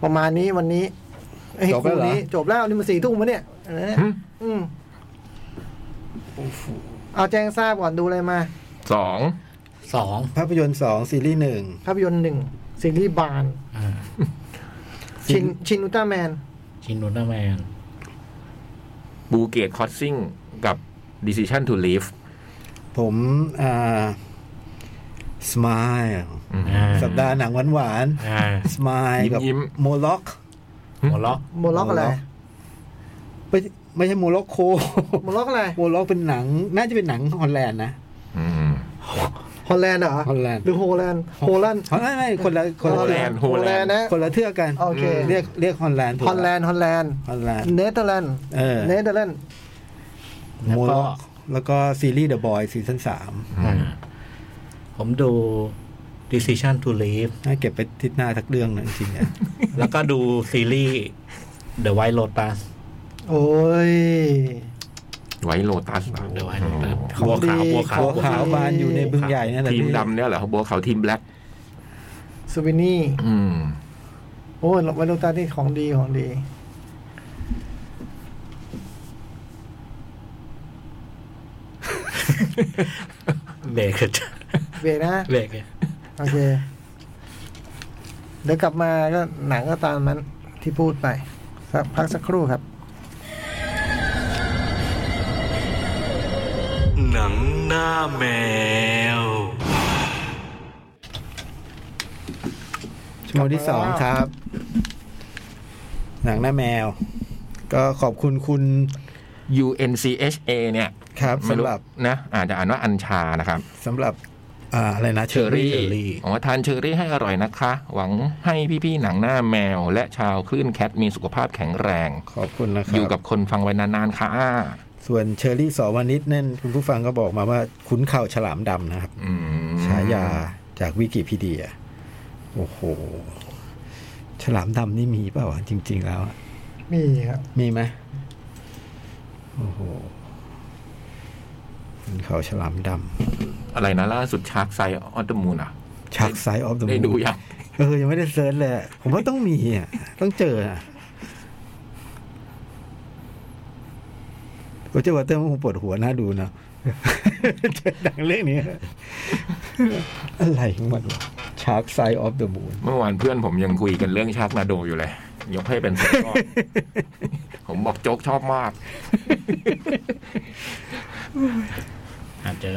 ประมาณนี้วันนี้เอ้ย จบแล้วเหรอ คู่นี้จบแล้วนี่มันสี่ทุ่มมะเนี่ยอะไรเนี่ย หึ อืมเอาแจ้งทราบก่อนดูอะไรมา สอง สอง ภาพยนตร์สองซีรีส์หนึ่ง ภาพยนตร์หนึ่งซีรีส์บาน อ่า ซีรีส์ ชินชินอุลตร้าแมน ชินโนนาแมน บูเกตคอสซิ่งกับ Decision to Leave ผมอ่า smile อ่า สัปดาห์หนังหวานหวาน อ่า ๆ smile กับ ยิ้ม โมล็อก หัวล็อก โมล็อกอะไร ไม่ไม่ใช่โมล็อกโค โมล็อกอะไร โมล็อกเป็นหนัง น่าจะเป็นหนังฮอลแลนด์นะ อืม ฮอลแลนด์เหรอ ฮอลแลนด์ หรือโฮแลนด์โฮแลนด์ ฮอลไม่ไม่คนละคนละ ฮอลแลนด์ โฮแลนด์นะ คนละเทือกกัน โอเค เรียกเรียกฮอลแลนด์ถูก ฮอลแลนด์ฮอลแลนด์ ฮอลแลนด์ เนเธอร์แลนด์ เออ เนเธอร์แลนด์ โมล็อก แล้วก็ซีรีส์ The Boy ซีซั่นสาม อ่าผมดู Decision to Leave น่าเก็บไปทิศหน้าทักเรื่องนะจริงๆอะ แล้วก็ดูซีรีส์ The White Lotus โอ้ย ไว้โลตัส The White Lotus ของ บัวขาว ดี บัวขาว บัวบัวขาวขาว บานอยู่ในบึงใหญ่นั่นแหละ ทีมดำเนี่ยเหรอบัวขาวทีมแบล็ก สวินี่ อืม โอ้ยไวโรตานี่ของดีของดี เบรก เบรกนะ เบรกเนี่ย โอเค เดี๋ยวกลับมาก็หนังก็ตามนั้นที่พูดไปสักพักสักครู่ครับ หนังหน้าแมว ชั่วโมงที่สองครับ หนังหน้าแมว ก็ขอบคุณคุณ U N C H A เนี่ย ครับ ไม่ สำหรับ นะอาจจะอ่านว่าอัญชานะครับ สำหรับ อ่าอะไรนะเชอรี่ อ๋อทานเชอรี่ให้อร่อยนะคะ หวังให้พี่ๆหนังหน้าแมว และชาวคลื่นแคทมีสุขภาพแข็งแรง ขอบคุณนะครั อยู่กับคนฟังไว้นานๆค่ะ ส่วนเชอรี่สอวานิชนั่นคุณผู้ฟังก็บอกมาว่าคุ้นเข่าฉลามดำนะครับ อืม ฉายาจากวิกิพีเดีย โอ้โห ฉลามดำนี่มีเปล่าวะจริง ๆ แล้วอะ มีครับ มีไหมโอ้โหคุ้นเข่าฉลามด อะไรนะล่าสุดชาร์กไซออ t เดมูนอ่ะ ำฉากไซออฟเดอะ ได้ มู ดูยัง เออ ยังไม่ได้เซิร์ชเลยอะผมว่าต้องมีอ่ะ ต้องเจออ่ะโอเจอวัตเตอร์มันคงปวดหัวน่าดูเนอะ เจอหนังเรื่องนี้ อะไรของมันวะฉากไซออฟเดอะมูน เมื่อวานเพื่อนผมยังคุยกันเรื่องชาร์กนาโดอยู่เลย ยกให้เป็นสุดยอด ผมบอกโจ๊กชอบมาก อาจจะ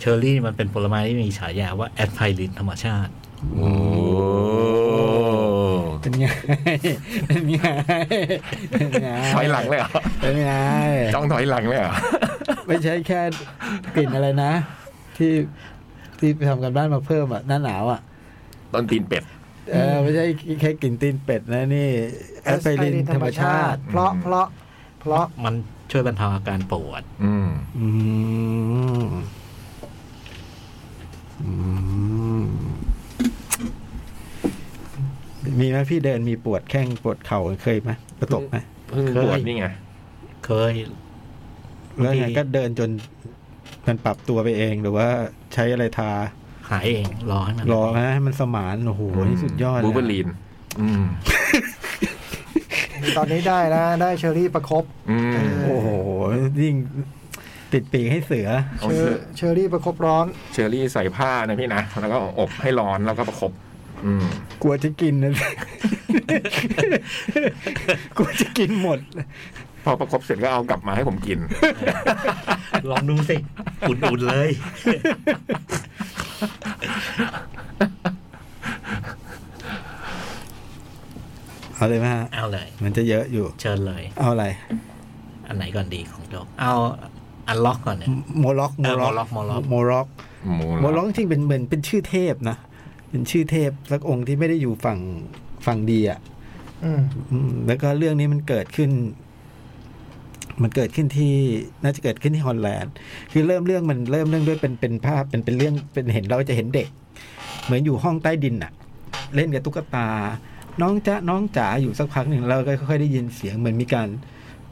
เชอร์รี่มันเป็นผลไม้ที่มีฉายาว่าแอดไพลินธรรมชาติ โอ้ เป็นไง เป็นไง เป็นไง ถอยหลังเลยเหรอ เป็นไง จ้องถอยหลังเลยเหรอ ไม่ใช่แค่กลิ่นอะไรนะ ที่ที่ไปทำกันบ้านมาเพิ่มอ่ะ หน้าหนาวอ่ะ ตอนตีนเป็ด เออไม่ใช่แค่กลิ่นตีนเป็ดนะนี่แอสไพริน Aspirin ธรรมชาติ เพราะเพราะเพราะ มันช่วยบรรเทาอาการปวด อืม อืมอืมมีไหมพี่เดินมีปวดแข้งปวดเข่าเคยไหมประตบไหม เพิ่ง เคย บวชนี่ไง เคย แล้วไง มี ก็เดินจนมันปรับตัวไปเองหรือว่าใช้อะไรทา หายเองรอให้มัน รอนะให้มันสมานโอ้โหนี่สุดยอด บูเบอ เลย รีน อืม ตอนนี้ได้นะได้เชอรี่ประครบ อืม โอ้โหยิ่งติดปีกให้เสือ เอา เช เช อ อ เชอรี่ประคบร้อน เชอรี่ใส่ผ้านะพี่นะ แล้วก็อบให้ร้อนแล้วก็ประคบ อืม กลัวจะกิน นะกลัวจะกินหมด พอประคบเสร็จก็เอากลับมาให้ผมกิน ลองดูสิ อุ่นๆเลย เอาเลยไหมฮะ เอาเลย มันจะเยอะอยู่ เชิญเลย เอาอะไร อันไหนก่อนดีของโจ๊กเอาอันล็อกก่อนเนี่ย โมล็อก เอ โม อ ล็อก โมล็อก โมล็อก หมู โมล็อกจริงๆเป็นเหมือนเป็นชื่อเทพนะ เป็นชื่อเทพสักองค์ที่ไม่ได้อยู่ฝั่งฝั่งดีอ่ะ อืม อืมแล้วก็เรื่องนี้มันเกิดขึ้น มันเกิดขึ้นที่น่าจะเกิดขึ้นที่ฮอลแลนด์ คือเริ่มเรื่องมันเริ่มเรื่องด้วยเป็นเป็นภาพเป็นเป็นเรื่องเป็นเห็นเราจะเห็นเด็ก เหมือนอยู่ห้องใต้ดินอะเล่นกับตุ๊กตา น้องจ๊ะน้องจ๋าอยู่สักพักหนึ่งแล้วก็ค่อยๆได้ยินเสียงเหมือนมีการ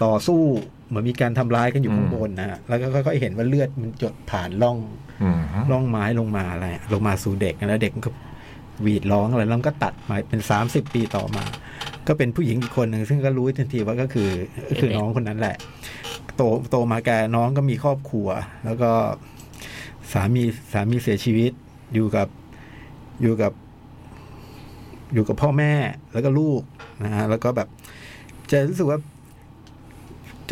ต่อสู้เหมือนมีการทำร้ายกันอยู่ข้างบนนะฮะแล้วก็ค่อยๆเห็นว่าเลือดมันจดผ่านร่อง อืม ล่องไม้ลงมาอะไรลงมาสู่เด็กนะแล้วเด็กมันก็หวีดร้องอะไรแล้วมันก็ตัดมาเป็นสามสิบปีต่อมา ก็เป็นผู้หญิงอีกคนหนึ่งซึ่งก็รู้ทันทีว่าก็คือก็คือน้องคนนั้นแหละ โตโตมาแกน้องก็มีครอบครัว แล้วก็สามีสามีเสียชีวิตอยู่กับอยู่กับ อยู่กับพ่อแม่แล้วก็ลูกนะฮะแล้วก็แบบ จะรู้สึกว่า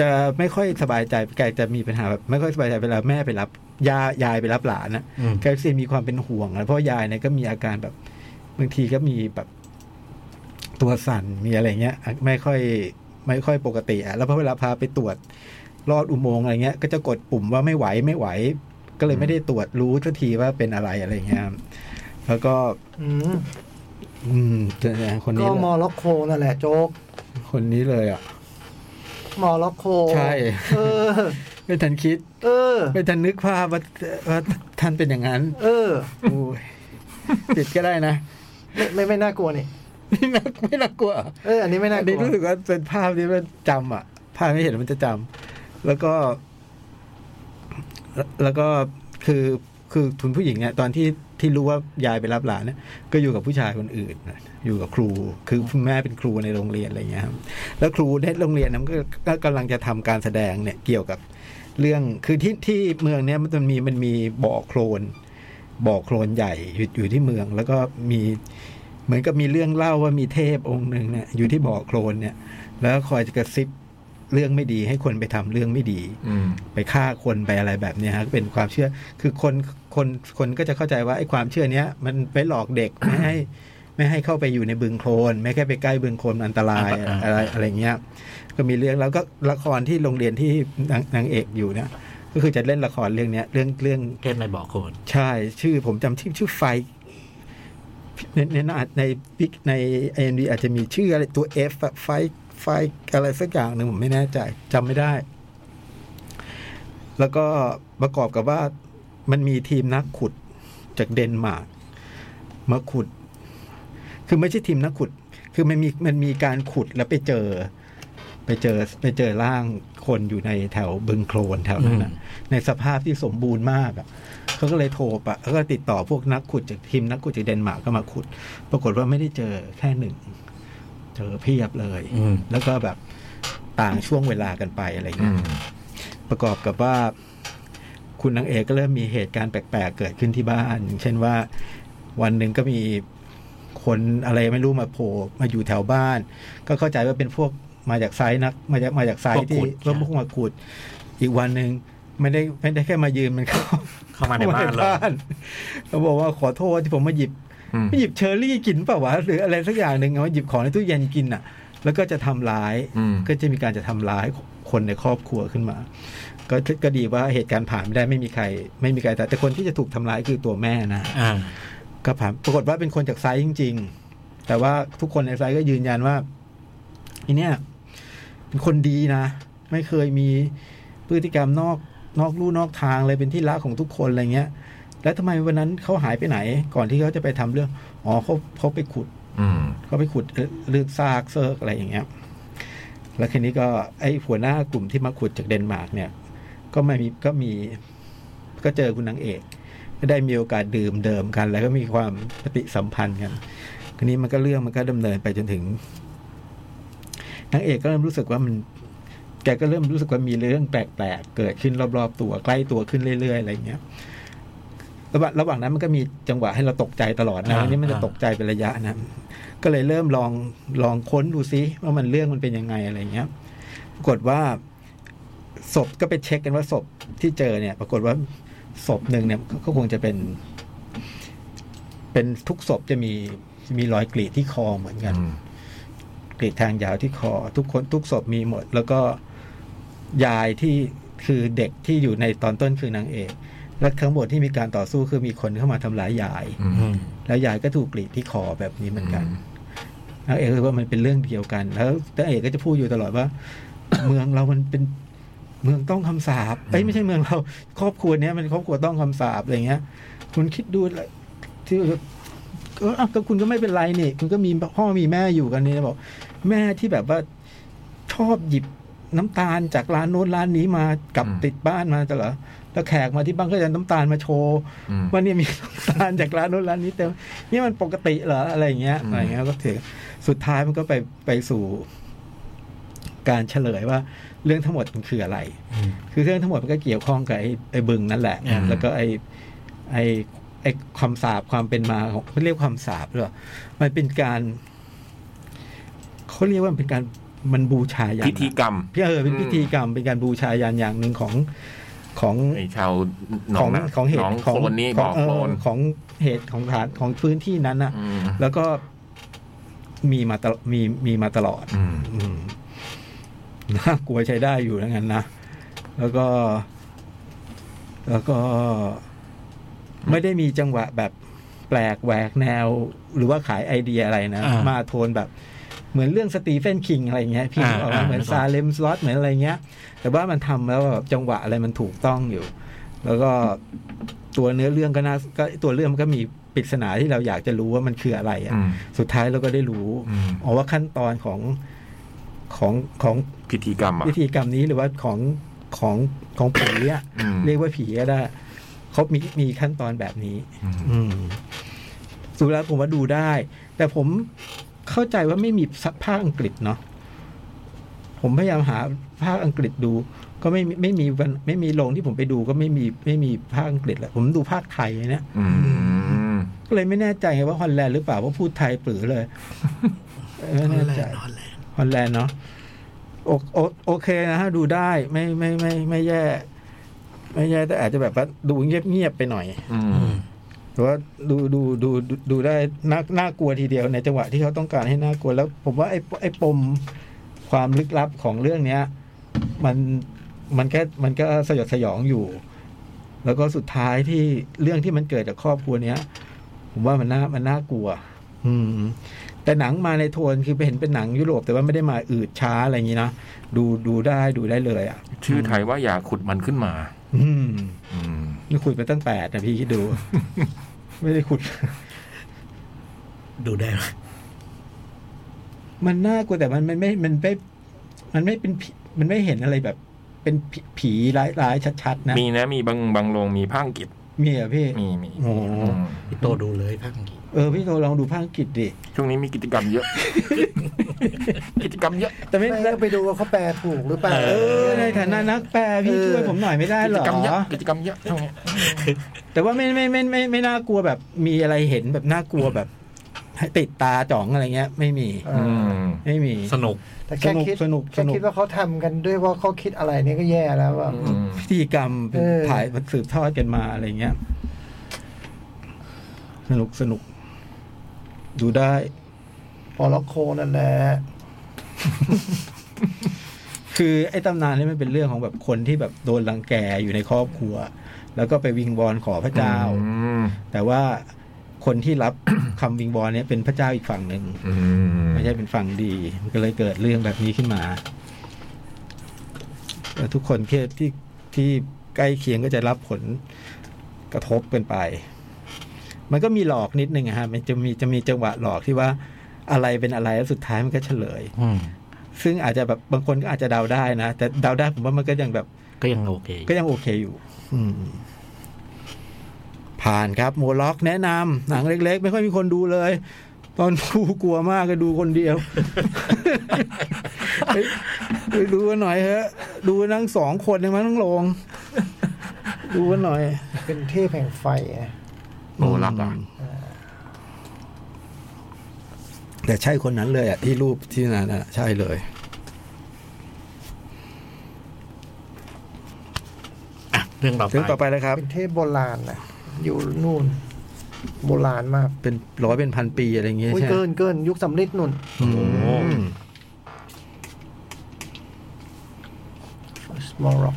จะไม่ค่อยสบายใจแกจะมีปัญหาแบบไม่ค่อยสบายใจเวลาแม่ไปรับยายายไปรับหลานนะ อืม แกก็จะมีความเป็นห่วงนะเพราะยายเนี่ยก็มีอาการแบบ บางทีก็มีแบบตัวสั่นมีอะไรเงี้ย ไม่ค่อย ไม่ค่อยปกติอะแล้วพอเวลาพาไปตรวจรอดอุโมงค์อะไรเงี้ย ก็จะกดปุ่มว่าไม่ไหวไม่ไหว ก็เลยไม่ได้ตรวจรู้ทันทีว่าเป็นอะไรอะไรเงี้ยแล้วก็ อืม อืมเจอคน ก็ นี้ ม เล อย ล็อกโคนั่นแหละโจก คนนี้เลยอ่ะ มอล็อกโค ใช่ เออ ไม่ทันคิด เออ ไม่ทันนึกภาพว่าว่าท่านเป็นอย่างนั้น เออ โอ้ย ติดก็ได้นะ ไม่ไม่ไม่น่ากลัวนี่ ไม่น่าไม่น่ากลัวเหรอ เอออันนี้ไม่น่า อัน กลั นี้ ว รู้สึกว่าเป็นภาพที่มันจำอ่ะ ภาพไม่เห็นมันจะจำแล้วก็ แล้วแล้วก็คือคือทุนผู้หญิงเนี่ยตอนที่ที่รู้ว่ายายไปรับหลานเนี่ยก็อยู่กับผู้ชายคนอื่นนะอยู่กับครู คือคุณแม่เป็นครูในโรงเรียนอะไรเงี้ยครับแล้วครูในโรงเรียนนั้นก็ก็กำลังจะทำการแสดงเนี่ยเกี่ยวกับเรื่องคือที่ที่เมืองเนี้ยมันมีมันมีบ่อโคลนบ่อโคลนใหญ่อยู่อยู่ที่เมือง แล้วก็มีเหมือนกับมีเรื่องเล่าว่ามีเทพองค์หนึ่งเนี่ยอยู่ที่บ่อโคลนเนี่ย แล้วคอยจะกระซิบเรื่องไม่ดี ให้คนไปทำเรื่องไม่ดี อืม ไปฆ่าคนไปอะไรแบบเนี้ยฮะเป็นความเชื่อคือคนคนคนก็จะเข้าใจว่าไอ้ความเชื่อเนี้ย มันไปหลอกเด็ก ไม่ให้ไม่ให้เข้าไปอยู่ในบึงโคลนไม่ให้ไปใกล้บึงโคลนอันตราย อ่า อะไรอะไรเงี้ย ก็มีเรื่องแล้วก็ละครที่โรงเรียนที่นางนางเอกอยู่เนี่ยก็คือจะเล่นละครเรื่องเนี้ยเรื่องเรื่อง เทพในบ่อโคลน ใช่ชื่อผมจำชื่อชื่อไฟในในในในพิกในเอ็นดีอาจจะมีชื่ออะไรตัวเอฟไฟไฟอะไรสักอย่างหนึ่งผมไม่แน่ใจจำไม่ได้ แล้วก็ประกอบกับว่ามันมีทีมนักขุดจากเดนมาร์กมาขุด คือไม่ใช่ทีมนักขุด คือมันมีมันมีการขุดแล้วไปเจอ ไปเจอไปเจอร่างคนอยู่ในแถวบึงโคลนแถวนั้นนะในสภาพที่สมบูรณ์มากอะ เขาก็เลยโทรไปเขาก็ติดต่อพวกนักขุดจากทีมนักขุดจากเดนมาร์กก็มาขุด ปรากฏว่าไม่ได้เจอแค่หนึ่ง เจอเพียบเลย แล้วก็แบบต่างช่วงเวลากันไปอะไร อื เงี้ย ม ประกอบกับว่า คุณนางเอกก็เริ่มมีเหตุการณ์แปลกๆ เกิดขึ้นที่บ้านอย่างเช่นว่า วันหนึ่งก็มีคนอะไรไม่รู้มาโผล่มาอยู่แถวบ้าน ก็เข้าใจว่าเป็นพวกมาจากไซต์นัก มาจากมาจากไซต์ที่เริ่มพวกมาขุด อีกวันหนึ่งไม่ได้ไม่ได้แค่มายืนมันเข้า เข้ามาในบ้านเลย เขาบอกว่าขอโทษที่ผมมาหยิบ อืม มาหยิบเชอร์รี่กินเปล่าวะหรืออะไรสักอย่างหนึ่งเอามาหยิบของในตู้เย็นกินอ่ะ แล้วก็จะทำร้าย อืม ก็จะมีการจะทำร้ายคนในครอบครัวขึ้นมา ก็ก็ดีว่าเหตุการณ์ผ่านไม่ได้ไม่มีใคร ไม่มีใครแต่แต่คนที่จะถูกทำร้ายคือตัวแม่นะ อ่า ก็ผ่านปรากฏว่าเป็นคนจากไซต์จริง ๆ แต่ว่าทุกคนในไซต์ก็ยืนยันว่าไอเนี่ยเป็นคนดีนะ ไม่เคยมีพฤติกรรมนอกนอกลู่นอกทางเลยเป็นที่รักของทุกคนอะไรเงี้ย แล้วทำไมวันนั้นเขาหายไปไหน ก่อนที่เขาจะไปทำเรื่องอ๋อเขาเขาไปขุด อืม ก็ไปขุดเอ่อเลือกซากเซิร์กอะไรอย่างเงี้ย แล้วทีนี้ก็ไอ้หัวหน้ากลุ่มที่มาขุดจากเดนมาร์กเนี่ย ก็มามีก็มีก็เจอคุณนางเอกก็ได้มีโอกาสดื่มเดิมกัน แล้วก็มีความปฏิสัมพันธ์กันทีนี้มันก็เรื่องมันก็ดำเนินไปจนถึงนางเอกก็เริ่มรู้สึกว่ามัน แกก็เริ่มรู้สึกว่ามีเรื่องแปลกๆเกิดขึ้นรอบๆตัวใกล้ตัวขึ้นเรื่อยๆอะไรอย่างเงี้ยระหว่างระหว่างนั้นมันก็มีจังหวะให้เราตกใจตลอดนะ อ่า อันนี้มันจะ อ่า ตกใจเป็นระยะนะ ก็เลยเริ่มลองลองค้นดูซิว่ามันเรื่องมันเป็นยังไงอะไรเงี้ย ปรากฏว่าศพก็ไปเช็คกันว่าศพที่เจอเนี่ย ปรากฏว่าศพหนึ่งเนี่ยก็ก็คงจะเป็น เป็นทุกศพจะมีมีรอยกรีดที่คอเหมือนกัน กรีดทางยาวที่คอ ทุกคนทุกศพมีหมด แล้วก็ยายที่คือเด็กที่อยู่ในตอนต้นคือนางเอกและทั้งหมดที่มีการต่อสู้คือมีคนเข้ามาทำร้ายยาย อืม อืม แล้วยายก็ถูกกรีดที่คอแบบนี้เหมือนกัน อืม นางเอกก็ว่ามันเป็นเรื่องเดียวกัน แล้วนางเอกก็จะพูดอยู่ตลอดว่า เมืองเรามันเป็นเมืองต้องคำสาปเอ้ยไม่ใช่เมืองเรา ครอบครัวเนี้ยมันครอบครัวต้องคำสาปอะไรเงี้ย คุณคิดดูแล้วที่แบบก็อ้าวก็คุณก็ไม่เป็นไรนี่คุณก็มีพ่อมีแม่อยู่กันนี่บอก แม่ที่แบบว่าชอบหยิบน้ำตาลจากร้านโน้นร้านนี้มากลับ อืม ติดบ้านมาตลอดแล้วแขกมาที่บ้านก็จะน้ำตาลมาโชว์ อืม ว่าเนี่ยมีน้ำตาลจากร้านโน้นร้านนี้เต็มนี่มันปกติเหรออะไรอย่างเงี้ย อืม อะไรเงี้ยก็ถือสุดท้ายมันก็ไปไปสู่การเฉลยว่า เรื่องทั้งหมดมันคืออะไร คือเรื่องทั้งหมดมันก็เกี่ยวข้องกับไอ้ไอ้บึงนั่นแหละ อืม แล้วก็ไอ้ไอ้ไอ้ความสาบความเป็นมาของเขาเรียกความสาบหรอมันเป็นการเขาเรียกว่ามันเป็นการมันบูชายัน พิธีกรรม พี่เออเป็น อืม พิธีกรรม เป็นการบูชายันอย่างหนึ่งของของ ไอ้ชาวหน ข อ อง ง นะ ของเห หน ตุ อง ข โค อง ลนนี่ ข บ่ อ อง โคลน เออของเหตุของฐานของพื้นที่นั้นน่ะ ม แล้วก็มีมาตลอดมีมีมาตลอด อืม อืม น่ากลัวใช้ได้อยู่นะงั้นนะ แล้วก็ แล้วก็ไม่ได้มีจังหวะแบบแปลกแหวกแนว หรือว่าขายไอเดียอะไรนะ อ่าม มาโทนแบบ เหมือนเรื่องสตีเฟนคิงอะไรอย่างเงี้ยพี่นึกออกไหมเหมือนซาเลมสล็อตเหมือนอะไรเงี้ย แต่ว่ามันทำแล้วแบบจังหวะอะไรมันถูกต้องอยู่ แล้วก็ตัวเนื้อเรื่องก็น่าก็ตัวเรื่องมันก็มี ปริศนาที่เราอยากจะรู้ว่ามันคืออะไรอะสุดท้ายเราก็ได้รู้ อืม อ๋อว่าขั้นตอนของของของ พิธีกรรมอ่ะ พิธีกรรมนี้หรือว่าของของของผีอะ อืม เรียกว่าผีก็ได้เขามีมีขั้นตอนแบบนี้ อืม อืมสุดแล้วผมว่าดูได้ แต่ผมเข้าใจว่าไม่มีภาคอังกฤษเนาะผมพยายามหาภาคอังกฤษดู ก็ไม่มีไม่มีวันไม่มีโรงที่ผมไปดูก็ไม่มีไม่มีภาคอังกฤษแหละผมดูภาคไทยเนี่ย อืม ก็เลยไม่แน่ใจไงว่าฮอลแลนด์หรือเปล่าว่าพูดไทยปรือเลยเออไม่แน่ใจฮอลแลนด์เนาะโอโอโอเคนะฮะดูได้ไม่ไม่ไม่ไม่แย่ ไม่แย่แต่อาจจะแบบว่าดูเงียบเงียบๆไปหน่อย อืม หรือว่าดูดูดูดูดูได้น่าน่ากลัวทีเดียวในจังหวะที่เขาต้องการให้น่ากลัวแล้ว ผมว่าไอ้ปไอ้ปมความลึกลับของเรื่องเนี้ย มันมันแค่มันก็สยดสยองอยู่ แล้วก็สุดท้ายที่เรื่องที่มันเกิดจากครอบครัวเนี้ย ผมว่ามันน่ามันน่ากลัว อืม แต่หนังมาในโทนคือไปเห็นเป็นหนังยุโรป แต่ว่าไม่ได้มาอืดช้าอะไรอย่างนี้นะดูดูได้ดูได้เลย อ่ะ ชื่อไทยว่าอย่าขุดมันขึ้นมา อืม อืม นี่คุยไปตั้งแปดนะพี่คิดดู ไม่ได้ขุด ดูได้ไหม มันน่ากลัวแต่มันมันไม่ มันไม่ มันไม่เป็นผีมันไม่เห็นอะไรแบบ เป็นผีผีร้ายร้ายชัดๆ นะ มีนะมีบางบางโรงมีภาคอังกฤษ มีเหรอพี่ มีมี โอ้โห อืม พี่โตดูเลยภาคอังกฤษ เออ พี่โทรลองดูภาคอังกฤษดิ ช่วงนี้มีกิจกรรมเยอะ กิจกรรมเยอะ แต่ไม่ ไม่ได้ไปดูว่าเขาแปลถูกหรือเปล่า เออ ในฐานะนักแปลพี่ เออ ช่วยผมหน่อยไม่ได้ กิ เหร จ อ กรรมเยอะกิจกรรมเยอะช่วงนี้ แต่ว่าไม่ไม่ไม่ไม่ไม่ไม่น่ากลัวแบบ มีอะไรเห็นแบบน่ากลัวแบบให้ติดตาจ่องอะไรเงี้ย ไม่มี เอ อื อ ม ไม่มี สนุก แต่แค่ สนุก คิด สนุก แค่ สนุก คิดว่าเขาทำกันด้วยว่าเขาคิดอะไรเนี่ยก็แย่แล้วว่า อืม พิธีกรรมเป็น เออ ถ่ายมันสืบทอดกันมาอะไรเงี้ย สนุกสนุก ดูได้ ปอล็อกโคนั่นแหละ คือไอ้ตำนานนี่มันเป็นเรื่องของแบบคนที่แบบโดนรังแกอยู่ในครอบครัว แล้วก็ไปวิงวอนขอพระเจ้า อืม แต่ว่าคนที่รับ คำวิงวอนเนี่ยเป็นพระเจ้าอีกฝั่งหนึ่ง อืม ไม่ใช่เป็นฝั่งดี มันก็เลยเกิดเรื่องแบบนี้ขึ้นมาแล้วทุกคนเครียดที่ที่ใกล้เคียงก็จะรับผลกระทบกันไป มันก็มีหลอกนิดนึงอะฮะมันจะมีจะมีจังหวะหลอกที่ว่าอะไรเป็นอะไรแล้วสุดท้ายมันก็เฉลย ซึ่งอาจจะแบบบางคนก็อาจจะเดาได้นะ แต่เดาได้ผมว่ามันก็ยังแบบ ก็ยังโอเค ก็ยังโอเคอยู่ อืม ผ่านครับโมล็อกแนะนำหนังเล็ก ๆ ไม่ค่อยมีคนดูเลย ตอนดูกลัวมากก็ดูคนเดียว เฮ้ยไปดูกันหน่อยเถอะดูกันทั้งสองคนเลยมั้งทั้งโรงดูกันหน่อย เป็นเทพแห่งไฟนะ โนรักอ่ะ แต่ใช่คนนั้นเลยอ่ะ ที่รูปที่นั่นอ่ะ ใช่เลย อ่ะ เรื่องต่อไป ถึงต่อไปเลยครับ เป็นเทพโบราณนะอยู่นู่น โบราณมาก เป็นร้อยเป็นพันปีอะไรอย่างเงี้ย อุ้ย ใช่ไหม เกินเกินยุคสำลิดนุ่น อืม small rock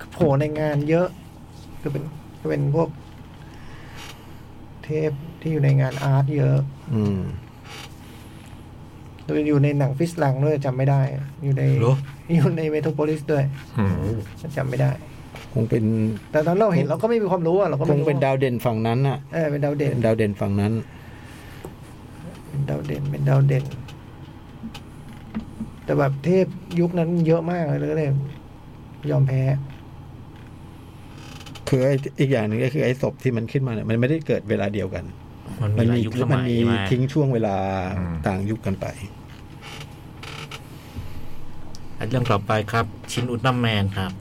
คือโผล่ในงานเยอะ คือเป็นคือเป็นพวก เทพที่อยู่ในงานอาร์ตเยอะ อืม โดยอยู่ในหนังฟิสแลงด้วยจำไม่ได้ อยู่ใน เหรอ อยู่ในเมโทรโพลิสด้วย อืม จำไม่ได้ คงเป็น แต่ตอนเราเห็นเราก็ไม่มีความรู้อะเราก็ ค ไม่ ง รู้ เป็นดาวเด่นฝั่งนั้นน่ะ เออเป็นดาวเด่น เป็นดาวเด่นฝั่งนั้น เป็นดาวเด่นเป็นดาวเด่น แต่แบบเทพยุคนั้นเยอะมากเลยแล้วก็เลยยอมแพ้ คือไอ้อีกอย่างหนึ่งก็คือไอ้ศพที่มันขึ้นมาเนี่ยมันไม่ได้เกิดเวลาเดียวกัน มันมีหลายยุคส มั มัย มี มา ทิ้งช่วงเวลาต่างยุคกันไป อ่ะเรื่องต่อไปครับ ชินอุลตร้าแมนครับ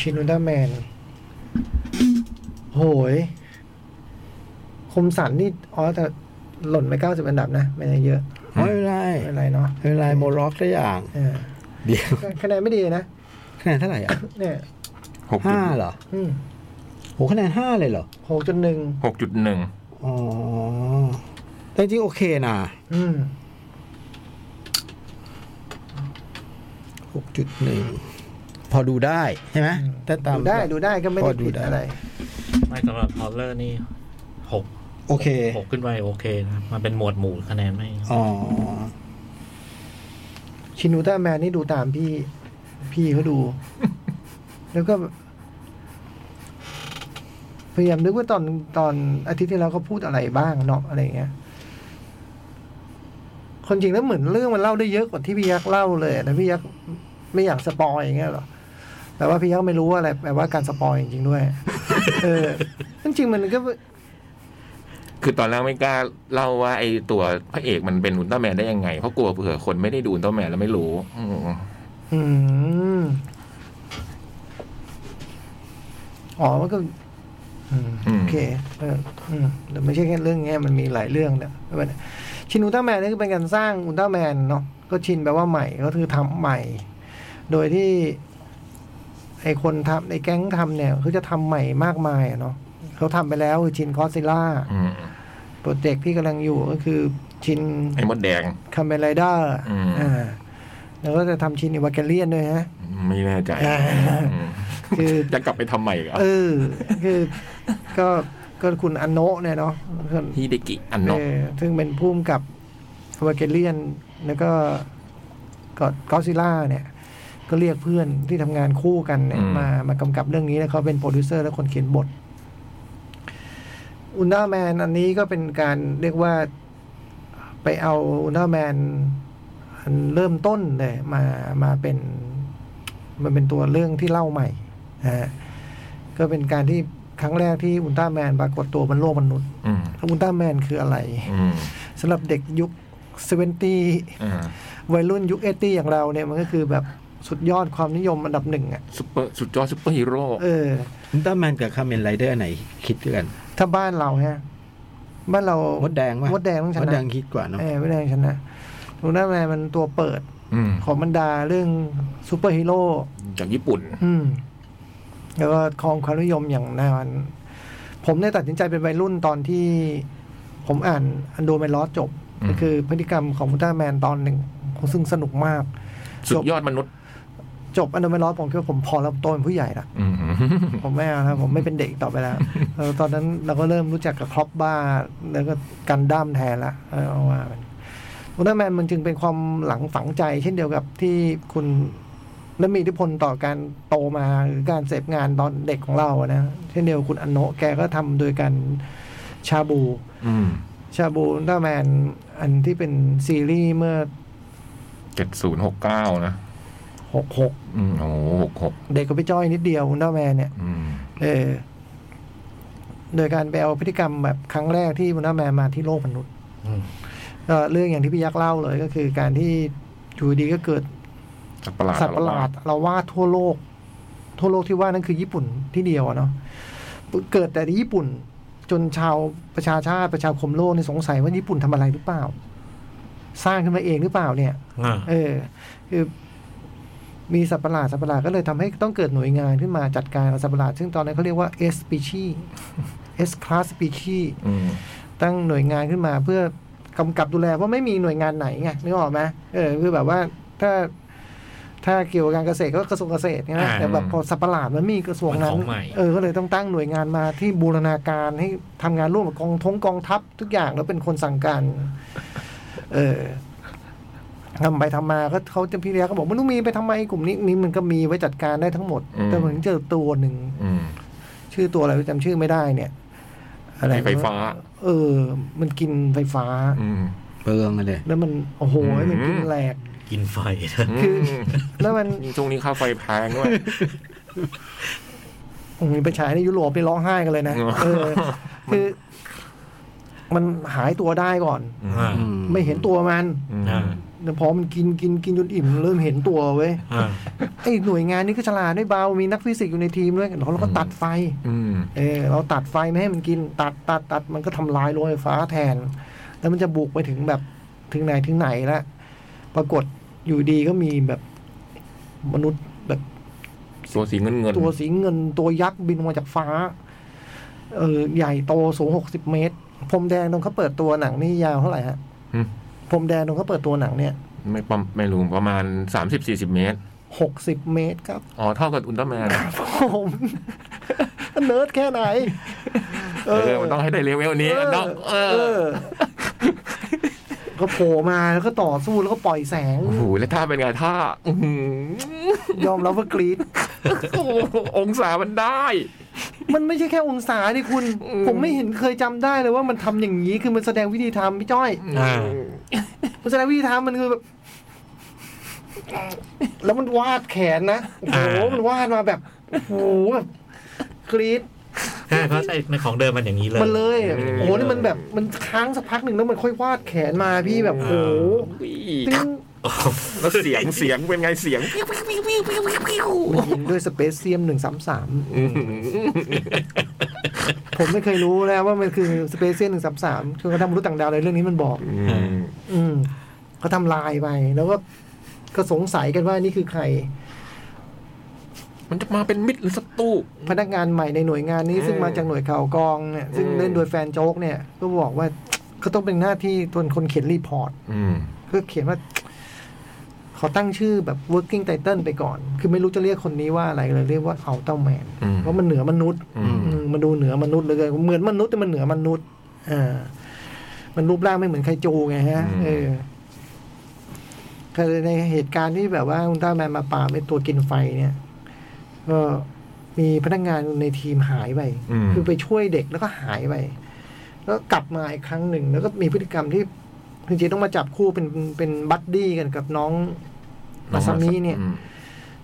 ชินอุลตร้าแมน โหย คมสันนี่ อ๋อ แต่หล่นไปเก้าสิบอันดับนะ ไม่ได้เยอะ ไม่เป็นไร ไม่เป็นไรเนาะ ไม่เป็นไรโมล็อกได้อย่าง เออ เดียว ก็คะแนนไม่ดีนะ คะแนนเท่าไหร่อ่ะ เนี่ย หกจุด ห้าเหรอโหคะแนนห้าเลยเหรอ หกจนหนึ่ง หกจุดหนึ่ง อ๋อแต่จริงๆโอเคนะ อืม หกจุดหนึ่งพอดูได้ใช่ไหมถ้าตาม ดูได้ดูได้ก็ไม่ พ ได้ อดู ผิด ได้ อะไร ไม่สำหรับฮอลเลอร์นี่หก โอเค หกขึ้นไปโอเคนะมันเป็นหมวดหมู่คะแนนไม่ อ๋อ ชินอุลตร้าแมนนี่ดูตามพี่ พี่เขาดู แล้วก็ พยายามนึกว่าตอนตอนอาทิตย์ที่แล้วเขาพูดอะไรบ้างเนาะอะไรเงี้ยคนจริงแล้วเหมือนเรื่องมันเล่าได้เยอะกว่าที่พี่ยักษ์เล่าเลยนะพี่ยักษ์ไม่อยากสปอยอย่างเงี้ยเหรอแต่ว่าพี่ยักษ์ไม่รู้ว่าอะไรแปลว่าการสปอยจริงๆด้วย เออจริงๆมันก็ คือตอนแรกไม่กล้าเล่าว่าไอ้ตัวพระเอกมันเป็นอุลตร้าแมนได้ยังไง เพราะกลัวเผื่อคนไม่ได้ดูอุลตร้าแมนแล้วไม่รู้อืม อืม อ๋อ มันก็อืมโอเค เออ อืมแต่ไม่ใช่แค่เรื่องเงี้ยมันมีหลายเรื่องเนี่ยไม่เป็นไรชินอุลตร้าแมนนี่ก็เป็นการสร้างอุลตร้าแมนเนาะ ก็ชินแปลว่าใหม่ ก็คือทำใหม่ โดยที่ ไอคนทำไอแก๊งทำเนี่ยเขาจะทำใหม่มากมายอะเนาะเขาทำไปแล้วคือชินคอสซิล่า อืม โปรเจกต์ที่กำลังอยู่ก็คือชิน ไอ้มดแดง คาเมนไรเดอร์ อืม อ่าแล้วก็จะทำชินอีวาเกเลียนด้วยฮะ ไม่แน่ใจ อ่า อืม คือ จะกลับไปทำใหม่เหรอ เออ คือ ก็ก็คุณอันโนะเนี่ยเนาะคน ฮิเดกิอันโน เออซึ่งเป็นผู้กำกับวาเกเลียน แล้วก็ก็กอซิล่าเนี่ย ก็เรียกเพื่อนที่ทำงานคู่กันเนี่ยมามากำกับเรื่องนี้แล้วเขาเป็นโปรดิวเซอร์และคนเขียนบท อุลตร้าแมนอันนี้ก็เป็นการเรียกว่าไปเอาอุลตร้าแมนอันเริ่มต้นเลยมามาเป็นมันเป็นตัวเรื่องที่เล่าใหม่นะฮะก็เป็นการที่ครั้งแรกที่อุลตร้าแมนปรากฏตัวบนโลกมนุษย์ อืม แล้วอุลตร้าแมนคืออะไร อืม สำหรับเด็กยุคเซเวนตี้ อ่า วัยรุ่นยุคเอตี้อย่างเราเนี่ยมันก็คือแบบสุดยอดความนิยมอันดับหนึ่งอ่ะ ซุปเปอร์สุดยอดซุปเปอร์ฮีโร่ เออ อุลตร้าแมนกับคาเมนไรเดอร์อันไหนคิดกัน ถ้าบ้านเราฮะบ้านเรา ม ม ดแดงป่ะ มดแดงต้องช มด นะ แดงคิดกว่าเนาะ เออไม่ได้ชนะลูน่าแมนมันตัวเปิด อืม ของบรรดาเรื่องซูเปอร์ฮีโร่ จากญี่ปุ่น อืม แล้วก็ครองความนิยมอย่างนานผมได้ตัดสินใจเป็นวัยรุ่นตอนที่ผมอ่านอันโดเมลอสจบ อืม ก็คือพฤติกรรมของมูต้าแมนตอนหนึ่งซึ่งสนุกมาก สุดยอดมนุษย์ จบอันโดเมลอสผมคิดว่าผมพอรับโตเป็นผู้ใหญ่ละ อืม ผมไม่เอาแล้วผมไม่เป็นเด็กอีกต่อไปแล้วเออตอนนั้นเราก็เริ่มรู้จักกับครอปบ้า แล้วก็กันดั้มแทนละเออเอาว่ามันอุลตร้าแมนมันจึงเป็นความหลังฝังใจ เช่นเดียวกับที่คุณและมีอิทธิพลต่อการโตมาหรือการเสพงานตอนเด็กของเราอะนะเช่นเดียวกับคุณอโนะแกก็ทำโดยการชาบู อืม ชาบูอุลตร้าแมนอันที่เป็นซีรีส์เมื่อ เจ็ดศูนย์หกเก้านะ หกหก อืมโอ้โหหกหก เด็กก็ไปจ้อยนิดเดียวอุลตร้าแมนเนี่ย อืม เออ โดยการไปเอาพฤติกรรมแบบครั้งแรกที่มุนาแมนมาที่โลกมนุษย์ก็เรื่องอย่างที่พี่ยักษ์เล่าเลยก็คือการที่อยู่ดีก็เกิด สัตว์ประหลาด สัตว์ประหลาดเราว่าดทั่วโลก ทั่วโลกที่ว่านั่นคือญี่ปุ่นที่เดียวอะเนาะเกิดแต่ที่ญี่ปุ่น จนชาวประชาชาติประชาคมโลกเนี่ยสงสัยว่าญี่ปุ่นทำอะไรหรือเปล่า สร้างขึ้นมาเองหรือเปล่าเนี่ย อ่า เออคือมีสัตว์ประหลาดสัตว์ประหลาดก็เลยทำให้ต้องเกิดหน่วยงานขึ้นมาจัดการกับสัตว์ประหลาด ซึ่งตอนนั้นเขาเรียกว่า S species S class species อืม ตั้งหน่วยงานขึ้นมาเพื่อกำกับดูแลเพราะไม่มีหน่วยงานไหนไงนึกออกไหมเออคือแบบว่าถ้าถ้าเกี่ยวกับการเกษตรก็กระทรวงเกษตรใช่ไหม อ่า แต่แบบพอสัตว์ประหลาดมันมีกระทรวงนั้น มันของใหม่ เออก็เลยต้องตั้งหน่วยงานมาที่บูรณาการให้ทำงานร่วมกับกองทงกองทัพทุกอย่างแล้วเป็นคนสั่งการ เออทำไปทำมาก็เขาจะพี่เลี้ยงก็บอกไม่รู้มีไปทำไมกลุ่มนี้นี่มันก็มีไว้จัดการได้ทั้งหมด แต่เหมือนเจอตัวหนึ่ง อืม ชื่อตัวอะไรจำชื่อไม่ได้เนี่ย อะไร ไฟฟ้า เออ มันกินไฟฟ้า อืม เปลืองเลย แล้วมันโอ้โห อืม มันกินแหลก กินไฟนะ คือ แล้วมัน มช่วงนี้ค่าไฟแพงด้วย โอ้โหไปฉายในยุโรปไปร้องไห้กันเลยนะเออ คือ มันหายตัวได้ก่อน อ่า ไม่เห็นตัวมัน อืม อ่า แต่พอมันกินกินกินจนอิ่มเริ่มเห็นตัวเว้ย อ่า ไอ้หน่วยงานนี้ก็ฉลาดด้วยเบามีนักฟิสิกส์อยู่ในทีมด้วยเราก็ตัดไฟ อืม เออเราตัดไฟไม่ให้มันกิน ตัดตัดตัดมันก็ทำลายโรงไฟฟ้าแทน แล้วมันจะบุกไปถึงแบบถึงไหนถึงไหนละปรากฏอยู่ดีก็มีแบบมนุษย์แบบ ตัวสีเงินเงิน ตัวสีเงินตัวยักษ์บินมาจากฟ้า เออใหญ่โตสูงหกสิบเมตรพรมแดงตรงเขาเปิดตัวหนังนี่ยาวเท่าไหร่ฮะ อืม พรมแดงตรงเขาเปิดตัวหนังเนี่ย ไม่ประมาณไม่รู้ประมาณสามสิบสี่สิบเมตร หกสิบเมตรครับ อ๋อเท่ากับอุลตร้าแมน ผม เนิร์ดแค่ไหน เออมันต้องให้ได้เลเวลนี้เนาะเอ เอ อ อ ก็โผล่มาแล้วก็ต่อสู้แล้วก็ปล่อยแสง โอ้โหแล้วท่าเป็นไงท่าอื้อหือย อมรับว่ากรีด โอ้โหองศามันได้ มันไม่ใช่แค่องศาดิคุณ ผมไม่เห็นเคยจำได้เลยว่ามันทำอย่างนี้คือมันแสดงวิธีทำพี่จ้อย อ่า มันแสดงวิธีทำมันคือแบบ แล้วมันวาดแขนนะโอ้โห อ่ามั มันวาดมาแบบโอ้โหแบบกรีด ใช่เพราะใช่ในของเดิมมันอย่างนี้เลย มันเลย มันอย่างนี้ โอ้โหนี่ เลย มันแบบมันค้างสักพักหนึ่งแล้วมันค่อยวาดแขนมาพี่แบบโอ้โหตึ้ง แล้วเสียงเสียงเป็นไงเสียง มันยิงด้วยสเปซเซียมหนึ่งสามสาม ผมไม่เคยรู้นะว่ามันคือสเปเซียนหนึ่งสามสามคือกระทำมนุษย์ต่างดาวอะไรเรื่องนี้มันบอก อืม อืมเขาทำลายไป แล้วก็ก็สงสัยกันว่านี่คือใคร มันจะมาเป็นมิดหรือศัตรู พนักงานใหม่ในหน่วยงานนี้ อืม ซึ่งมาจากหน่วยข่าวกองเนี่ยซึ่ง อืม เล่นโดยแฟนโจ๊กเนี่ย ก็บอกว่าเขาต้องเป็นหน้าที่ตนคนเขียนรีพอร์ต อืม ก็เขียนว่า ขอตั้งชื่อแบบ working title ไปก่อน คือไม่รู้จะเรียกคนนี้ว่าอะไรเลย เรียกว่าเอาเต้าแมน อืม เพราะมันเหนือมนุษย์ อืม อืมมันดูเหนือมนุษย์เหลยเหมือนมนุษย์แต่มันเหนือมนุษย์อ่ามันรูปร่างไม่เหมือนไคจูไงฮะ อืม เออคือในเหตุการณ์ที่แบบว่าอุลตร้าแมนมาปราบไอ้ตัวกินไฟเนี่ย ก็มีพนักงานในทีมหายไป อืม คือไปช่วยเด็กแล้วก็หายไป แล้วกลับมาอีกครั้งหนึ่ง แล้วก็มีพฤติกรรมที่จริงๆต้องมาจับคู่เป็นเป็นบัดดี้กันกับน้องมาซามิเนี่ย อืม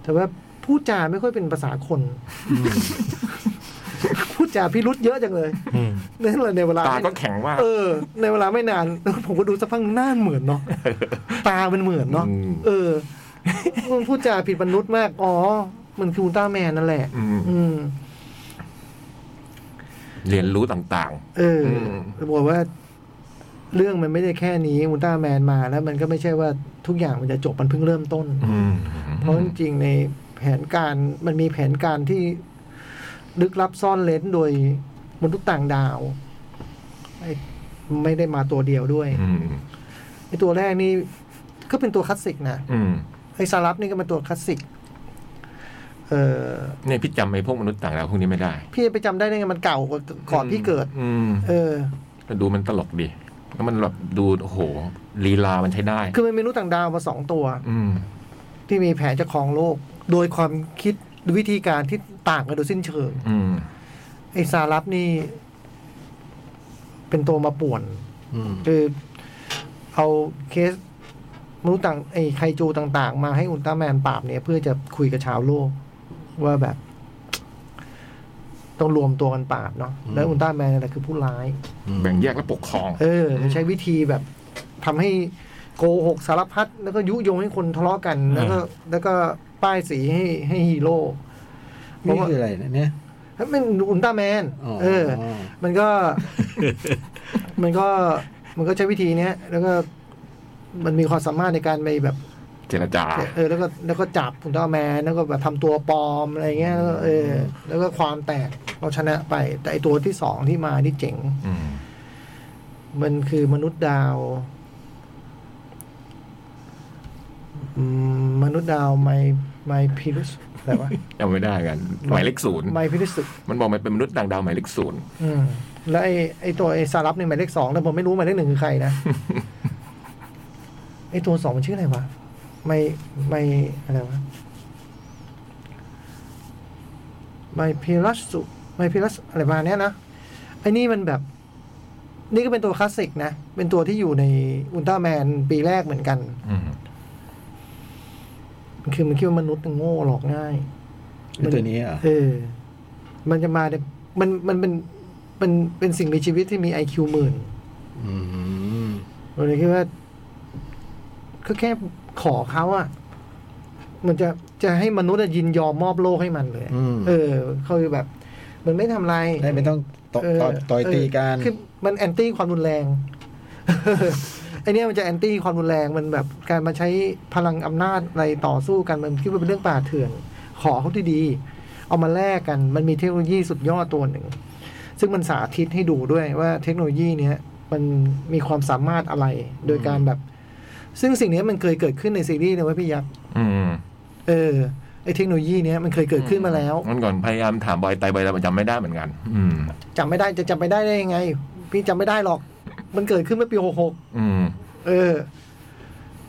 แต่ว่าพูดจาไม่ค่อยเป็นภาษาคน พูดจาพิรุษเยอะจังเลย อืม นั่นแหละในเวลา ตาก็แข็งมาก เออ ในเวลาไม่นาน ผมก็ดูสักพักหน้าเหมือนเนาะตามันเหมือนเนาะ อืม เออมันพูดจาผิดมนุษย์มาก อ๋อ มันคืออุลตร้าแมนนั่นแหละ อืม อืม เรียนรู้ต่าง เอออ ม บอกว่า เรื่องมันไม่ได้แค่นี้อุลตร้าแมนมา แล้วมันก็ไม่ใช่ว่าทุกอย่างมันจะจบมันเพิ่งเริ่มต้น ๆ อืม เพราะจริงๆในแผนการมันมีแผนการที่ลึกลับซ่อนเลนโดยมนุษย์ต่างดาวไอ้ไม่ได้มาตัวเดียวด้วย อืม ไอ้ตัวแรกนี่ก็เป็นตัวคลาสสิกนะ อืม ไอ้ซารับนี่ก็เป็นตัวคลาสสิก เออ เนี่ยพี่จำไอ้พวกมนุษย์ต่างดาวพวกนี้ไม่ได้ พี่ไปจำได้ได้ไงมันเก่ากว่าก่อนพี่เกิด อืม เออ แต่ดูมันตลกดีแล้วมันแบบดูโอ้โหลีลามันใช้ได้ คือมันมีมนุษย์ต่างดาวมาสองตัว อืม ที่มีแผนจะครองโลก โดยความคิดวิธีการที่ต่างกันโดยสิ้นเชิง อืม ไอ้ซารับนี่ เป็นตัวมาป่วน อืม คือเอาเคสมนุษย์ต่างไอ้ไคจูต่างๆ มาให้อุลตร้าแมนปราบเนี่ย เพื่อจะคุยกับชาวโลก ว่าแบบ ต้องรวมตัวกันปราบเนาะ อืม แล้วอุลตร้าแมนนี่นแหละคือผู้ร้าย แบ่งแยกและปกครอง เออใช้วิธีแบบทำให้โกหกสารพัดแล้วก็ยุยงให้คนทะเลาะกัน แล้วก็ แล้วก็ป้ายสีให้ให้ฮีโร่เพ นี่ ราะว่า คืออะไรนะเนี่ย มันอุลตร้าแมน อ๋อ เออ มันก็ มันก็มันก็ใช้วิธีเนี้ย แล้วก็มันมีความสามารถในการไปแบบ เจรจา เออ แล้วก็แล้วก็จับคุณต้าแมนแล้วก็แบบทำตัวปลอมอะไรเงี้ยแล้วก็เออ แล้วก็ความแตกเราชนะไป แต่ไอตัวที่สองที่มาที่เจ๋ง อืม มันคือมนุษย์ดาวอืมมนุษย์ดาวไมไมพิรุสอะไรวะ จำไม่ได้กัน หมายเลขศูนย์ ไมพิรุส มันบอกมันเป็นมนุษย์ต่างดาวหมายเลขศูนย์ อืมแล้วไอ้ไอ้ตัวไอ้สารับในยหมายเลขสองแต่ผมไม่รู้หมายเลขหนึ่งคือใครนะ ไอ้ตัวสองมันชื่ออะไรวะ ไม่ไม่อะไรวะไม่พิรัสสุไม่พิรัสอะไรประมาณเนี้ยนะไอ้นี่มันแบบ นี่ก็เป็นตัวคลาสสิกนะ เป็นตัวที่อยู่ในอุลตร้าแมนปีแรกเหมือนกัน อืม คือมันคิดว่ามนุษย์มันโง่หลอกง่าย ไอ้ตัวนี้เหรอ่ะ เออ มันจะมาในมันมันเป็นมันเป็นสิ่งมีชีวิตที่มีไอคิวหมื่น อืม เราเลยคิดว่าก็แค่ขอเขาอะมันจะจะให้มนุษย์อะยินยอมมอบโลกให้มันเลยอะ อืม เออเขาแบบ มันไม่ทำอะไร ได้ไม่ต้องตอ เออ ต่อยต่อยตีกัน คือมันแอนตี้ความรุนแรง ไอเนี้ยมันจะแอนตี้ความรุนแรงมันแบบการมาใช้พลังอำนาจอะไรต่อสู้กันมันคิดว่าเป็นเรื่องป่าเถื่อน ขอเขาดีๆเอามาแลกกัน มันมีเทคโนโลยีสุดยอดตัวหนึ่ง ซึ่งมันสาธิตให้ดูด้วยว่าเทคโนโลยีเนี้ยมันมีความสามารถอะไรโดยการแบบ ซึ่งสิ่งเนี้ยมันเคยเกิดขึ้นในซีรีส์นะเว่าพี่ยักษ์ อืม เออไอเทคโนโลยีเนี้ยมันเคยเกิดขึ้นมาแล้ว มันก่อนพยายามถามบอยไตบอยไตบอยจำไม่ได้เหมือนกัน อืม จำไม่ได้จะจำไปได้ได้ยังไง พี่จำไม่ได้หรอก มันเกิดขึ้นเมื่อปีหกหก อืม เออ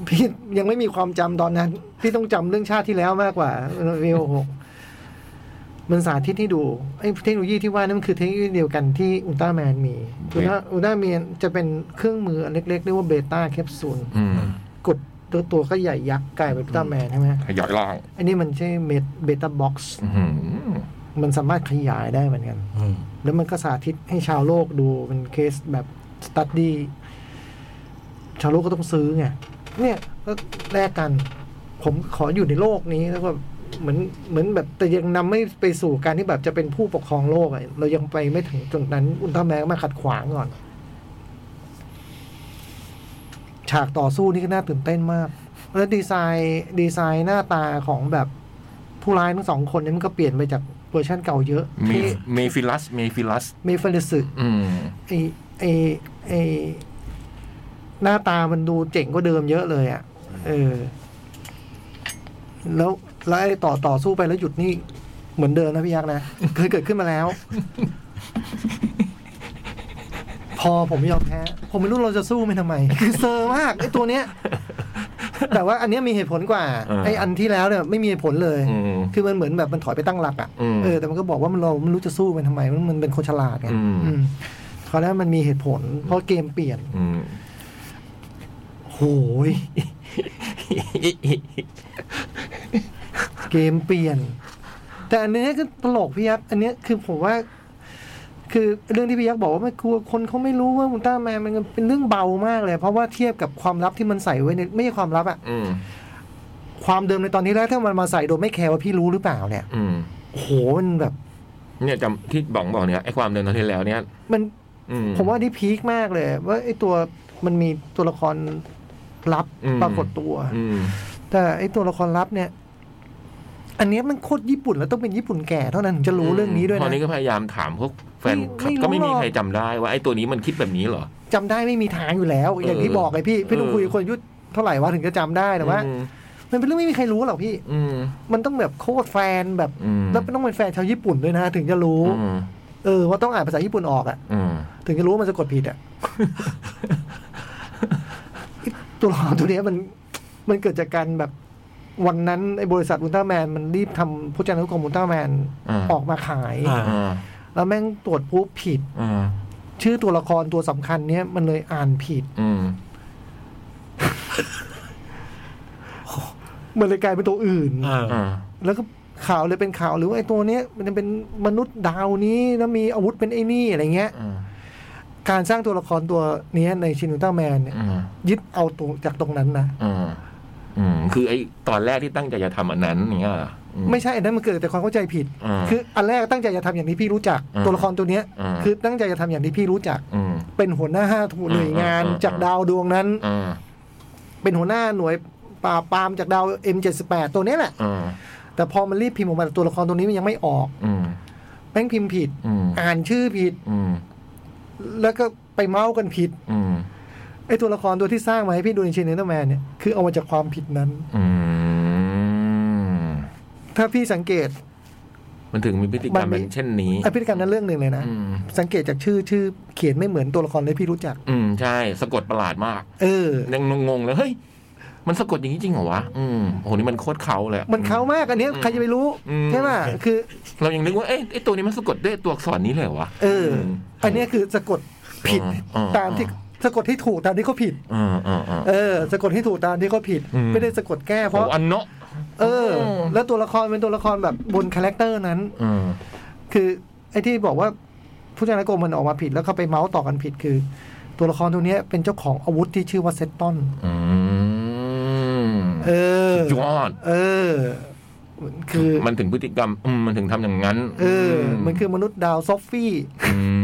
พี่ยังไม่มีความจำตอนนั้น พี่ต้องจำเรื่องชาติที่แล้วมากกว่าเออหก มันสาธิตให้ดูไอ้เทคโนโลยีที่ว่านั่นมันคือเทคโนโลยีเดียวกันที่อุลตร้าแมนมี โอ อุล เค ตร้าอุลตร้าแมนจะเป็นเครื่องมืออันเล็กๆเรียกว่าเบต้าแคปซูล อืม กดตัวตัวก็ใหญ่ยักษ์กลายเป็นอุลตร้าแมนใช่ไหม ขยอยล่าง อันนี้มันใช่เบต้าบ็อกซ์ อื้อหือ มันสามารถขยายได้เหมือนกัน อืม แล้วมันก็สาธิตให้ชาวโลกดูเป็นเคสแบบสตั d ดี้ชาวโลกก็ต้องซื้อไงเนี่ยก็แลกกัน ผมขออยู่ในโลกนี้แล้วก็เหมือนเหมือนแบบแต่ยังนำไม่ไปสู่การที่แบบจะเป็นผู้ปกครองโลกอะเรายังไปไม่ถึงจุดนั้น อุลตร้าแมนก็มาขัดขวางก่อน ฉากต่อสู้นี่ก็น่าตื่นเต้นมาก แล้วดีไซน์ดีไซน์หน้าตาของแบบผู้ร้ายทั้งสองคนนี้มันก็เปลี่ยนไปจากเวอร์ชันเก่าเยอะ มี ที่ เมฟิลัสเมฟิลัส เมฟาเลสึ อืม ไอไอไอหน้าตามันดูเจ๋งกว่าเดิมเยอะเลยอะ่ะ เออ แล้วแล้วไอ้ต่อต่อสู้ไปแล้วหยุดนี่ เหมือนเดิมนะพี่ยักษ์นะ เคยเกิดขึ้นมาแล้ว พอผมยอมแพ้ ผมไม่รู้เราจะสู้มันทำไม คือเซอร์มากไอ้ตัวเนี้ย แต่ว่าอันเนี้ยมีเหตุผลกว่า เออ ไอ้อันที่แล้วเนี่ยไม่มีเหตุผลเลย อืม คือมันเหมือนแบบมันถอยไปตั้งหลักอ่ะ อืม เออ แต่มันก็บอกว่ามันเราไม่รู้จะสู้มันทำไม มันมันเป็นคนฉลาดไง อืม อืมคราวนั้นมันมีเหตุผล เพราะเกมเปลี่ยน อืม โหย เกมเปลี่ยน แต่อันเนี้ยก็ตลกพี่ยักษ์ อันเนี้ยคือผมว่า คือเรื่องที่พี่ยักษ์บอกว่าไม่กลัวคนเขาไม่รู้ว่าอุลตร้าแมนมันเป็นเรื่องเบามากเลย เพราะว่าเทียบกับความลับที่มันใส่ไว้ในไม่ใช่ความลับอะ อืม ความเดิมในตอนนี้แล้วถ้ามันมาใส่โดยไม่แคร์ว่าพี่รู้หรือเปล่าเนี่ย อืม โอ้โหมันแบบ เนี่ยจำที่บองบอกเนี่ยไอ้ความเดิมตอนที่แล้วเนี่ย มัน อื ผมว่านี่พีคมากเลย ว่าไอ้ตัวมันมีตัวละครลับ อืม ปรากฏตัว อืม แต่ไอ้ตัวละครลับเนี่ย อันเนี้ยมันโคตรญี่ปุ่นแล้วต้องเป็นญี่ปุ่นแก่เท่านั้นถึงจะรู้เรื่องนี้ด้วย ตอ นะ นนี้ก็พยายามถามพวกแฟนคลับ ไม่ไม่รู้ ก็ไม่มี หรอก ใครจำได้ว่าไอ้ตัวนี้มันคิดแบบนี้เหรอ จำได้ไม่มีทางอยู่แล้ว อย่างที่ เออ บอกไงพี่ พี่ต้อง เออ คุยกับคนอายุเท่าไหร่วะถึงจะจำได้แต่ว่า อืม มันเป็นเรื่องไม่มีใครรู้หรอกพี่ อืม มันต้องแบบโคตรแฟนแบบ อืม แล้วต้องเป็นแฟนชาวญี่ปุ่นด้วยนะ ถึงจะรู้ อืม เออว่าต้องอ่านภาษาญี่ปุ่นออกอะ อืม ถึงจะรู้ว่ามันสะกดผิดอ่ะ ตัวละครตัวเนี้ยมันมันเกิดจากการแบบวันนั้นไอ้บริษัทอุลตร้าแมน มันรีบทำพจนานุกรมอุลตร้าแมน อ่า ออกมาขาย อ่า อ่า แล้วแม่งตรวจปุ๊บผิด อ่า ชื่อตัวละครตัวสำคัญเนี้ยมันเลยอ่านผิด อืม มันเลยกลายเป็นตัวอื่น อ่า อ่า แล้วก็ข่าวเลยเป็นข่าวหรือว่าไอ้ตัวเนี้ยมันจะเป็นมนุษย์ดาวนี้แล้วมีอาวุธเป็นไอ้นี่อะไรเงี้ย อ่า การสร้างตัวละครตัวเนี้ยในชินอุลตร้าแมนเนี่ย อ่า ยึดเอาตรงจากตรงนั้นนะ อ่า อืม คือไอ้ตอนแรกที่ตั้งใจจะทำอันนั้นอย่างเงี้ยเหรออื ไม่ใช่อันนั้นมันเกิดแต่ความเข้าใจผิด อ่า คืออันแรกตั้งใจจะทำอย่างที่พี่รู้จัก อ่า ตัวละครตัวเนี้ย อ่า คือตั้งใจจะทำอย่างที่พี่รู้จัก อืม เป็นหัวหน้าหน่วยงาน อ่าอ่า จากดาวดวงนั้น อ่า เป็นหัวหน้าหน่วยปราบปรามจากดาว M78 ตัวเนี้ยแหละ อ่า แต่พอมันรีบพิมพ์ออกมาตัวละครตัวนี้มันยังไม่ออก อืม แม่งพิมพ์ผิด อืม อ่านชื่อผิด อืม แล้วก็ไปเมาส์กันผิด อืม ไอ้ตัวละครตัวที่สร้างมาให้พี่ดูในเชนเนอร์แมนเนี่ยคือเอามาจากความผิดนั้น อืม ถ้าพี่สังเกต มันถึงมีพฤติกรรม มันมี เป็นเช่นนี้ ไอ้พฤติกรรมนั้นเรื่องหนึ่งเลยนะ อืม สังเกตจากชื่อชื่อเขียนไม่เหมือนตัวละครที่พี่รู้จัก อืม ใช่ สะกดประหลาดมาก เออ ยังงงๆเลยเฮ้ย มันสะกดอย่างนี้จริงเหรอวะ อืมโหนี่มันโคตรเขาเลยอะ มันเขามากอันเนี้ยใครจะไปรู้ อืม ใช่ป่ะคือ เรายังนึกว่า เอ๊ะไอ้ตัวนี้มันสะกดด้วยตัวอักษรนี้เลยเหรอวะ เอออ ม อันเนี้ยคือสะกดผิด อ่าอ่า ตามที่สะกดที่ถูกตามที่เขาผิด อ่าอ่าอ่า เออ สะกดที่ถูกตามที่เขาผิด อืม ไม่ได้สะกดแก้เพราะ โอ้อันเนาะ เออ อืม แล้วตัวละครเป็นตัวละครแบบบนคาแรคเตอร์นั้น อืม คือไอ้ที่บอกว่าผู้จัดการกรมมันออกมาผิดแล้วเขาไปเมาส์ต่อกันผิดคือ ตัวละครตัวเนี้ยเป็นเจ้าของอาวุธที่ชื่อว่าเซตตอน อืม เออ สุดยอด เออ คือ มันถึงพฤติกรรมอืมมันถึงทำอย่างนั้น เออ มันคือมนุษย์ดาวซอฟฟี่ ม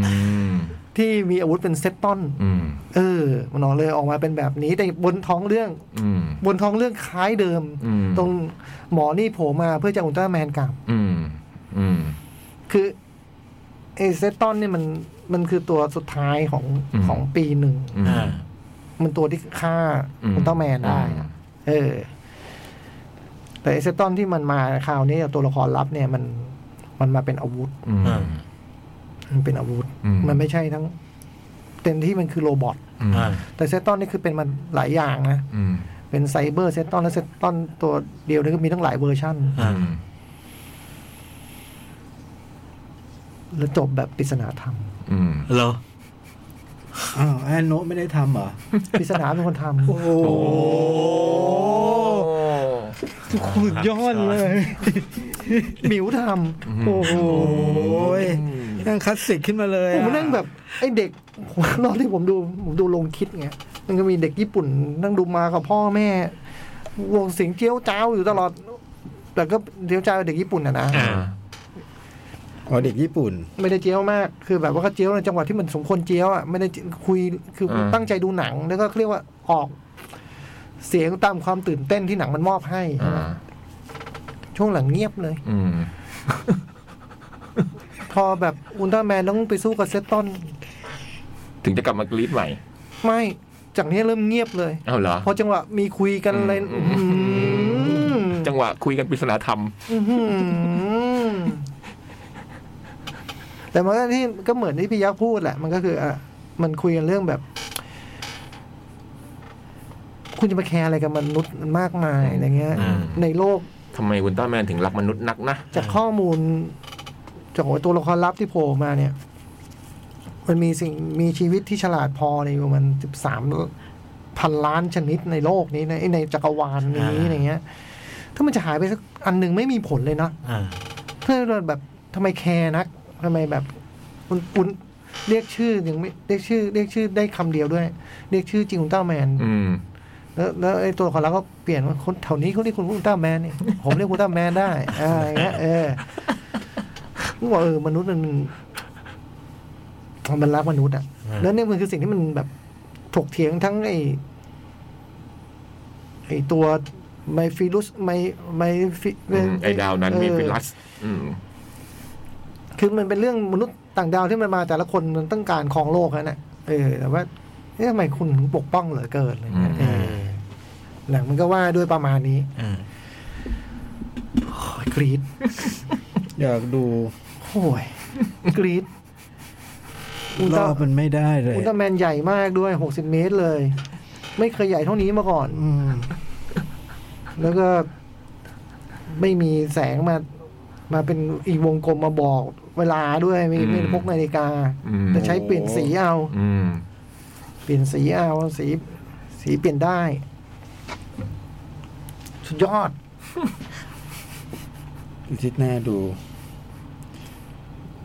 ที่มีอาวุธเป็นเซตตอน อืม เออ มันออกเลยออกมาเป็นแบบนี้ แต่บนท้องเรื่อง อืม บนท้องเรื่องคล้ายเดิม อืม ตรงหมอนี่โผล่มาเพื่อจะอุลตร้าแมนกลับ อืม อืม คือเอเซตตอนเนี่ยมันมันคือตัวสุดท้ายของ อืม ของปีหนึ่ง อืม อ่า มันตัวที่ฆ่า อืม อุลตร้าแมนได้ อืม เออ แต่เอเซตตอนที่มันมาคราวนี้ตัวละครลับเนี่ยมันมันมาเป็นอาวุธ อืม มันเป็นอาวุธ อืม มันไม่ใช่ทั้งเต็มที่มันคือโรบอท อ่า แต่เซตตอนนี่คือเป็นมันหลายอย่างนะ อืม เป็นไซเบอร์เซตตอนและเซตตอนตัวเดียวเนี่ยก็มีทั้งหลายเวอร์ชัน อ่า อืม แล้วจบแบบปริศนาธรรม อืม เหรอ อ้าวแอนโนะไม่ได้ทำเหรอ ปริศนาเป็นคนท โอ้โห สุดยอดเลย ำหมิวทำ โอ้โหยนั่งคลาสสิกขึ้นมาเลย ผม อะ นั่งแบบไอ้เด็ก รอบที่ผมดูผมดูลงคลิดไงมันก็มีเด็กญี่ปุ่นนั่งดูมากับพ่อแม่วงเสียงเจียวจ้าวอยู่ตลอด แต่ก็เจียวจ้าวเด็กญี่ปุ่นอะนะ อ่า อ๋อเด็กญี่ปุ่น ไม่ได้เจียวมาก คือแบบว่าก็เจียวในจังหวะที่มันสมควรเจียวอ่ะ ไม่ได้คุย คือ อ่า ตั้งใจดูหนัง แล้วก็เรียกว่าออก เสียงตามความตื่นเต้นที่หนังมันมอบให้ อ่า ช่วงหลังเงียบเลย อืม พอแบบอุลตร้าแมนต้องไปสู้กับเซตตอน ถึงจะกลับมากรีดใหม่ ไม่ จากนี้เริ่มเงียบเลย เอาเหรอ พอจังหวะมีคุยกันอะไร อื อื้ ม อหือ จังหวะคุยกันปริศนาธรรม อื้อหือแต่มันก็ที่ก็เหมือนที่พี่ยักษ์พูดแหละ มันก็คืออ่ะมันคุยกันเรื่องแบบ คุณจะมาแคร์อะไรกับมนุษย์มากมายอะไรเงี้ย อืม ในโลก ทำไมอุลตร้าแมนถึงรักมนุษย์นักนะ จากข้อมูล จากตัวละครลับที่โผล่มาเนี่ย มันมีสิ่งมีชีวิตที่ฉลาดพอในยประมาณสิบสามพันล้านชนิดในโลกนี้ในในจักรวาลนี้ อ่า อย่างเงี้ย ถ้ามันจะหายไปสักอันหนึ่งไม่มีผลเลยเนาะ อ่า ถ้าเราแบบทำไมแคร์นักทำไมแบบอุนอุนเรียกชื่อยังไม่เรียกชื่อ เรียกชื่อได้คำเดียวด้วย เรียกชื่อจริงอุลตร้าแมน อืม แล้วแล้วไอ้ตัวของเราก็เปลี่ยนว่าคนแถวนี้เขาเรียกคุณอุลตร้าแมนนี่ ผมเรียกอุลตร้าแมนได้อาอะไรเงี้ยเออนึกว่าเออมนุษย์มันมันรักมนุษย์อ่ะ อ่า แล้วเนี่ยมันคือสิ่งที่มันแบบถกเถียงทั้งไอ้ไอ้ตัวไมฟิลุสไมไมฟิ อืมไอ้ดาวนั้นมี เออ ฟิลัส อืม คือมันเป็นเรื่องมนุษย์ต่างดาวที่มันมาแต่ละคนมันต้องการครองโลกนั่นแหละเออแต่ว่าเอ๊ะทำไมคุณถึงปกป้องเหลือเกินอะไรเงี้ย อื เอ ม อหลังมันก็ว่าด้วยประมาณนี้ อ่า โอ้ยกรีด อยากดู โอ้ยกรีดอุล ร ตร้า อบมันไม่ได้เลย อุลตร้าแมนใหญ่มากด้วยหกสิบเมตรเลย ไม่เคยใหญ่เท่านี้มาก่อน อืม แล้วก็ไม่มีแสงมา มาเป็นอีวงกลมมาบอกเวลาด้วยไม่ไม่ อืม พกนาฬิกา อืม แต่ใช้เปลี่ยนสีเอา อืม เปลี่ยนสีเอาสี สีเปลี่ยนได้ สุดยอด อาทิตย์หน้าดู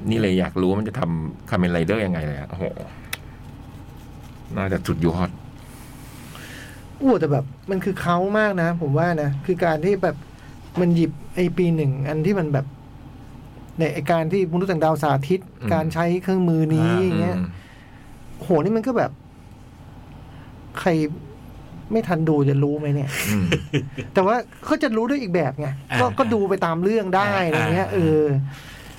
นี่เลยอยากรู้ว่ามันจะทำคาเมนไรเดอร์ยังไงเลยอะโอ้โห น่าจะสุดยอด อ้วแต่แบบมันคือเขามากนะ ผมว่านะ คือการที่แบบมันหยิบไอปีหนึ่งอันที่มันแบบในไอการที่มนุษย์ต่างดาวสาธิต อืม การใช้เครื่องมือนี้ อ่า อย่างเงี้ย อืม โหนี่มันก็แบบ ใครไม่ทันดูจะรู้ไหมเนี่ย อืม แต่ว่าเขาจะรู้ด้วยอีกแบบไงก็ อ่า ก็ดูไปตามเรื่องได้อะไรเงี้ย อ่า เออ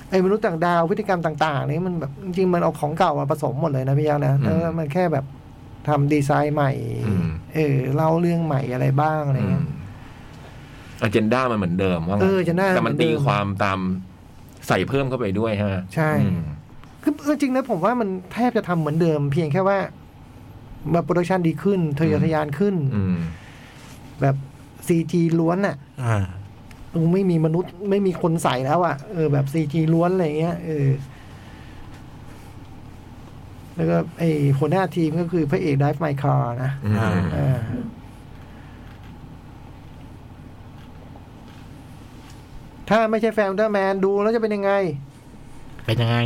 ไอ้มนุษย์ต่างดาวพฤติกรรมต่าง ๆ นี่มันแบบจริงๆมันเอาของเก่ามาผสมหมดเลยนะพี่ยักษ์นะ อืม แล้วมันแค่แบบทำดีไซน์ใหม่ อืม เออเล่าเรื่องใหม่อะไรบ้างอะไรเงี้ย อเจนดามันเหมือนเดิมว่างั้น เออ agenda แต่มันตี เหมือนเดิม ความตามใส่เพิ่มเข้าไปด้วยฮะ ใช่ อืม คือจริงๆนะผมว่ามันแทบจะทำเหมือนเดิม เพียงแค่ว่ามาโปรดักชันดีขึ้นทะเยอทะยานขึ้น อืม แบบซีจีล้วนอ่ะ อ่า ไม่มีมนุษย์ไม่มีคนใส่แล้วอ่ะเออแบบซีจีล้วนอะไรเงี้ยเออแล้วก็ไอหัวหน้าทีมก็คือพระเอกไดฟ์ไมคาร์นะ อืม เออถ้าไม่ใช่แฟนด้าแมนดูแล้วจะเป็นยังไง เป็นยังไง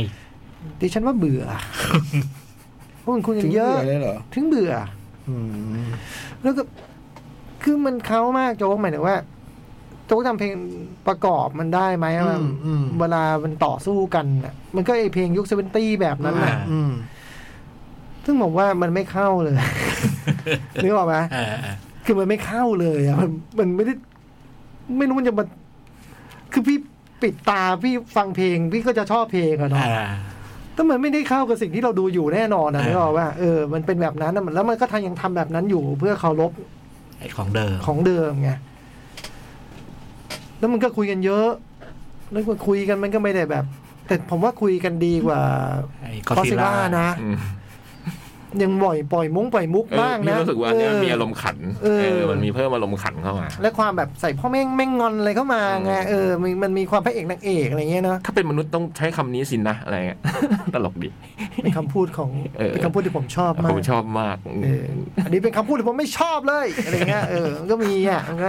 ดิฉันว่าเบื่อ พวกคุณคุยกั ถึง นเยอะ บื่เลยเหรอ ถึงเบื่อ อืม แล้วก็คือมันเขามากโจ๊กหมายถึงว่า โจ๊กทำเพลงประกอบมันได้ไหม อื ว่าม อืม เวลามันต่อสู้กันน่ะ มันก็ไอเพลงยุคเซเวนตี้แบบนั้น อ่า น่ะ อืม ซึ่งบอกว่ามันไม่เข้าเลย นึกออกไหม อ่าอ่า คือมันไม่เข้าเลยอะมันมันไม่ได้ ไม่รู้มันจะมาคือพี่ปิดตาพี่ฟังเพลง พี่ก็จะชอบเพลงอะเนาะ อ่า ถ้ามันไม่ได้เข้ากับสิ่งที่เราดูอยู่แน่นอนนะ อ่า นึกออกว่าเออมันเป็นแบบนั้นนะมันแล้วมันก็ทายังทำแบบนั้นอยู่เพื่อเคารพ ไอของเดิม ของเดิมไงแล้วมันก็คุยกันเยอะแล้วก็คุยกันมันก็ไม่ได้แบบ แต่ผมว่าคุยกันดีกว่า ไอค ค อ อ ส ส ซิ ซิ ล่า ล่านะ อืม ยังบ่อยปล่อยมุ้งปล่อยมุก เออ บ้าง พี่ นะ รู้สึกว่าอันเนี้ย เ มีอารมณ์ขัน เออ มันมีเพิ่มอารมณ์ขันเข้ามา และความแบบใส่พ่อแม่งแม่งงอนอะไรเข้ามาไง อืม เออมันมันมีความพระเอกนางเอกอะไรเงี้ยเนาะ ถ้าเป็นมนุษย์ต้องใช้คำนี้สินะอะไรเงี้ย ตลกดี เป็นคำพูดของ เออ เป็นคำพูดที่ผมชอบมา ผ ก มชอบมาก เอออันนี้เป็นคำพูดที่ผมไม่ชอบเลยอะไรเงี้ยเออมันก็มีอ่ะมันก็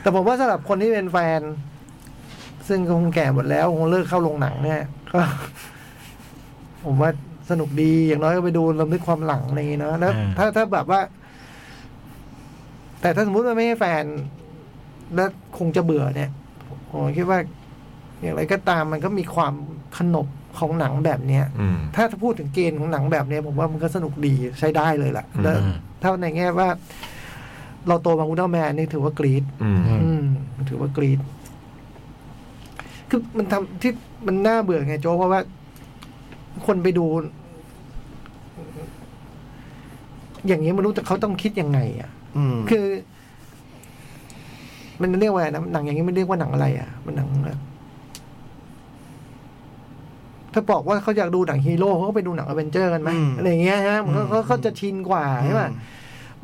แต่ผมว่าสำหรับคนที่เป็นแฟน ซึ่งคงแก่หมดแล้วคงเลิกเข้าโรงหนังเนี่ยก็ ผมว่าสนุกดีอย่างน้อยก็ไปดูลำลึกความหลังอะไรอย่างงี้เนาะแล้ว อ่า ถ้าถ้าแบบว่า แต่ถ้าสมมติว่าไม่ให้แฟน แล้วคงจะเบื่อเนี่ยผมคิดว่า อย่างไรก็ตามมันก็มีความขนบของหนังแบบเนี้ย อืม ถ้าพูดถึงเกณฑ์ของหนังแบบเนี้ยผมว่ามันก็สนุกดีใช้ได้เลยล่ะแล้ว อืม ถ้าในแง่ว่า เราโตมาอุลตร้าแมนนี่ถือว่ากรีด อืม อืมถือว่ากรีดคือมันทำที่มันน่าเบื่อไงโจ้เพราะว่า คนไปดู อย่างนี้ยมันรู้แต่เขาต้องคิดยังไงอ่ะ อืม คือ มันเรียกว่าอะไรนะหนังอย่างนี้มันเรียกว่าหนังอะไร อ่ะ มันหนังแบบถ้าบอกว่าเขาอยากดูหนังฮีโร่เขาก็ไปดูหนังอเวนเจอร์กันไหมอะไรอย่างเงี้ยฮะมันก็เขาเขาจะชินกว่าใช่ป่ะ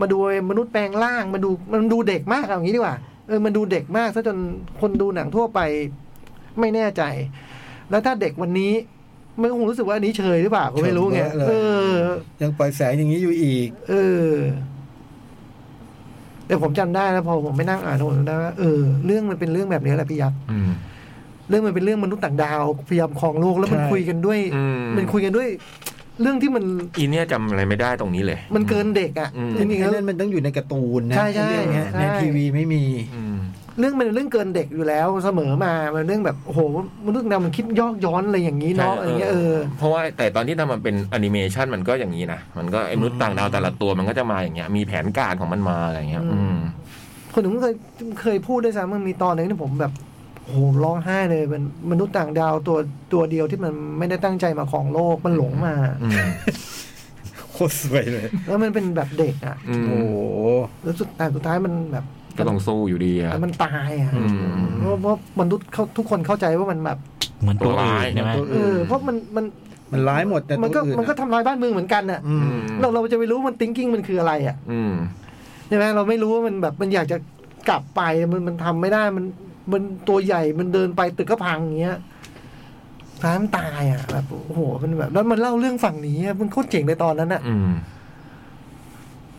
มาดูไอ้มนุษย์แปลงร่างมาดูมันดูเด็กมากเอาอย่างนี้ดีกว่าเออมันดูเด็กมากซะจนคนดูหนังทั่วไป ไม่แน่ใจ แล้วถ้าเด็กวันนี้ มันก็คงรู้สึกว่าอันนี้เฉยหรือเปล่าก็ไม่รู้ไงเออ ยังปล่อยแสงอย่างนี้อยู่อีก เออแต่ผมจำได้นะพอผมไปนั่งอ่านผมจำได้ว่าเออเรื่องมันเป็นเรื่องแบบนี้แหละพี่ยักษ์ อืม เรื่องมันเป็นเรื่องมนุษย์ต่างดาวพยายามครองโลกแล้วมัน ใช่ คุยกันด้วย อืม มันคุยกันด้วย เรื่องที่มัน อีเนี่ยจำอะไรไม่ได้ตรงนี้เลย มันเกินเด็กอ่ะ อืม จ อัน ริ นี้ งๆแล้ว นั่นมันต้องอยู่ในการ์ตูนนะ ใช่ใช่ เรื่องเนี้ย ใช่ ในทีวีไม่มี อืม เรื่องมันเป็นเรื่องเกินเด็กอยู่แล้วเสมอมา มันเรื่องแบบโอ้โหมนุษย์ดาวมันคิดยอกย้อนอะไรอย่างนี้เนาะอะไรเงี้ยเออ เพราะว่าแต่ตอนที่ทำมันเป็นแอนิเมชันมันก็อย่างนี้นะ มันก็ไอ้มนุษย์ต่างดาวแต่ละตัวมันก็จะมาอย่างเงี้ย มีแผนการของมันมาอะไรเงี้ย อื อื ม ม คนหนึ่งเคยเคยพูดด้วยซ้ำมันมีตอนหนึ่งที่ผมแบบโอ้โหร้องไห้เลยเป็นมนุษย์ต่างดาวตัวตัวเดียวที่มันไม่ได้ตั้งใจมาของโลกมันหลงมา อืม โคตรสวยเลย แล้วมันเป็นแบบเด็กอ่ะ อืม โอ้โห แล้วสุดแต่สุดท้ายมันแบบ ก็ต้องสู้อยู่ดีอะ แต่มันตายอ่ะ อืม เพราะเพราะมนุษย์เขาทุกคนเข้าใจว่ามันแบบ เหมือนตัวอื่นใช่ไหม ตัว เออเพราะมันมัน มันร้ายหมดแต่ มันก็ ตัวอื่น มันก็ทำลายบ้านเมืองเหมือนกันอ่ะ อืม เราเราจะไปรู้มัน thinking มันคืออะไรอ่ะ อืม ใช่ไหมเราไม่รู้ว่ามันแบบมันอยากจะกลับไปมันมันทำไม่ได้มันมันตัวใหญ่มันเดินไปตึกก็พังอย่างเงี้ยท้ายมันตายอ่ะแบบโอ้โหมันแบบ แล้วมันเล่าเรื่องฝั่งนี้อะมันโคตรเจ๋งในตอนนั้นอ่ะ อืม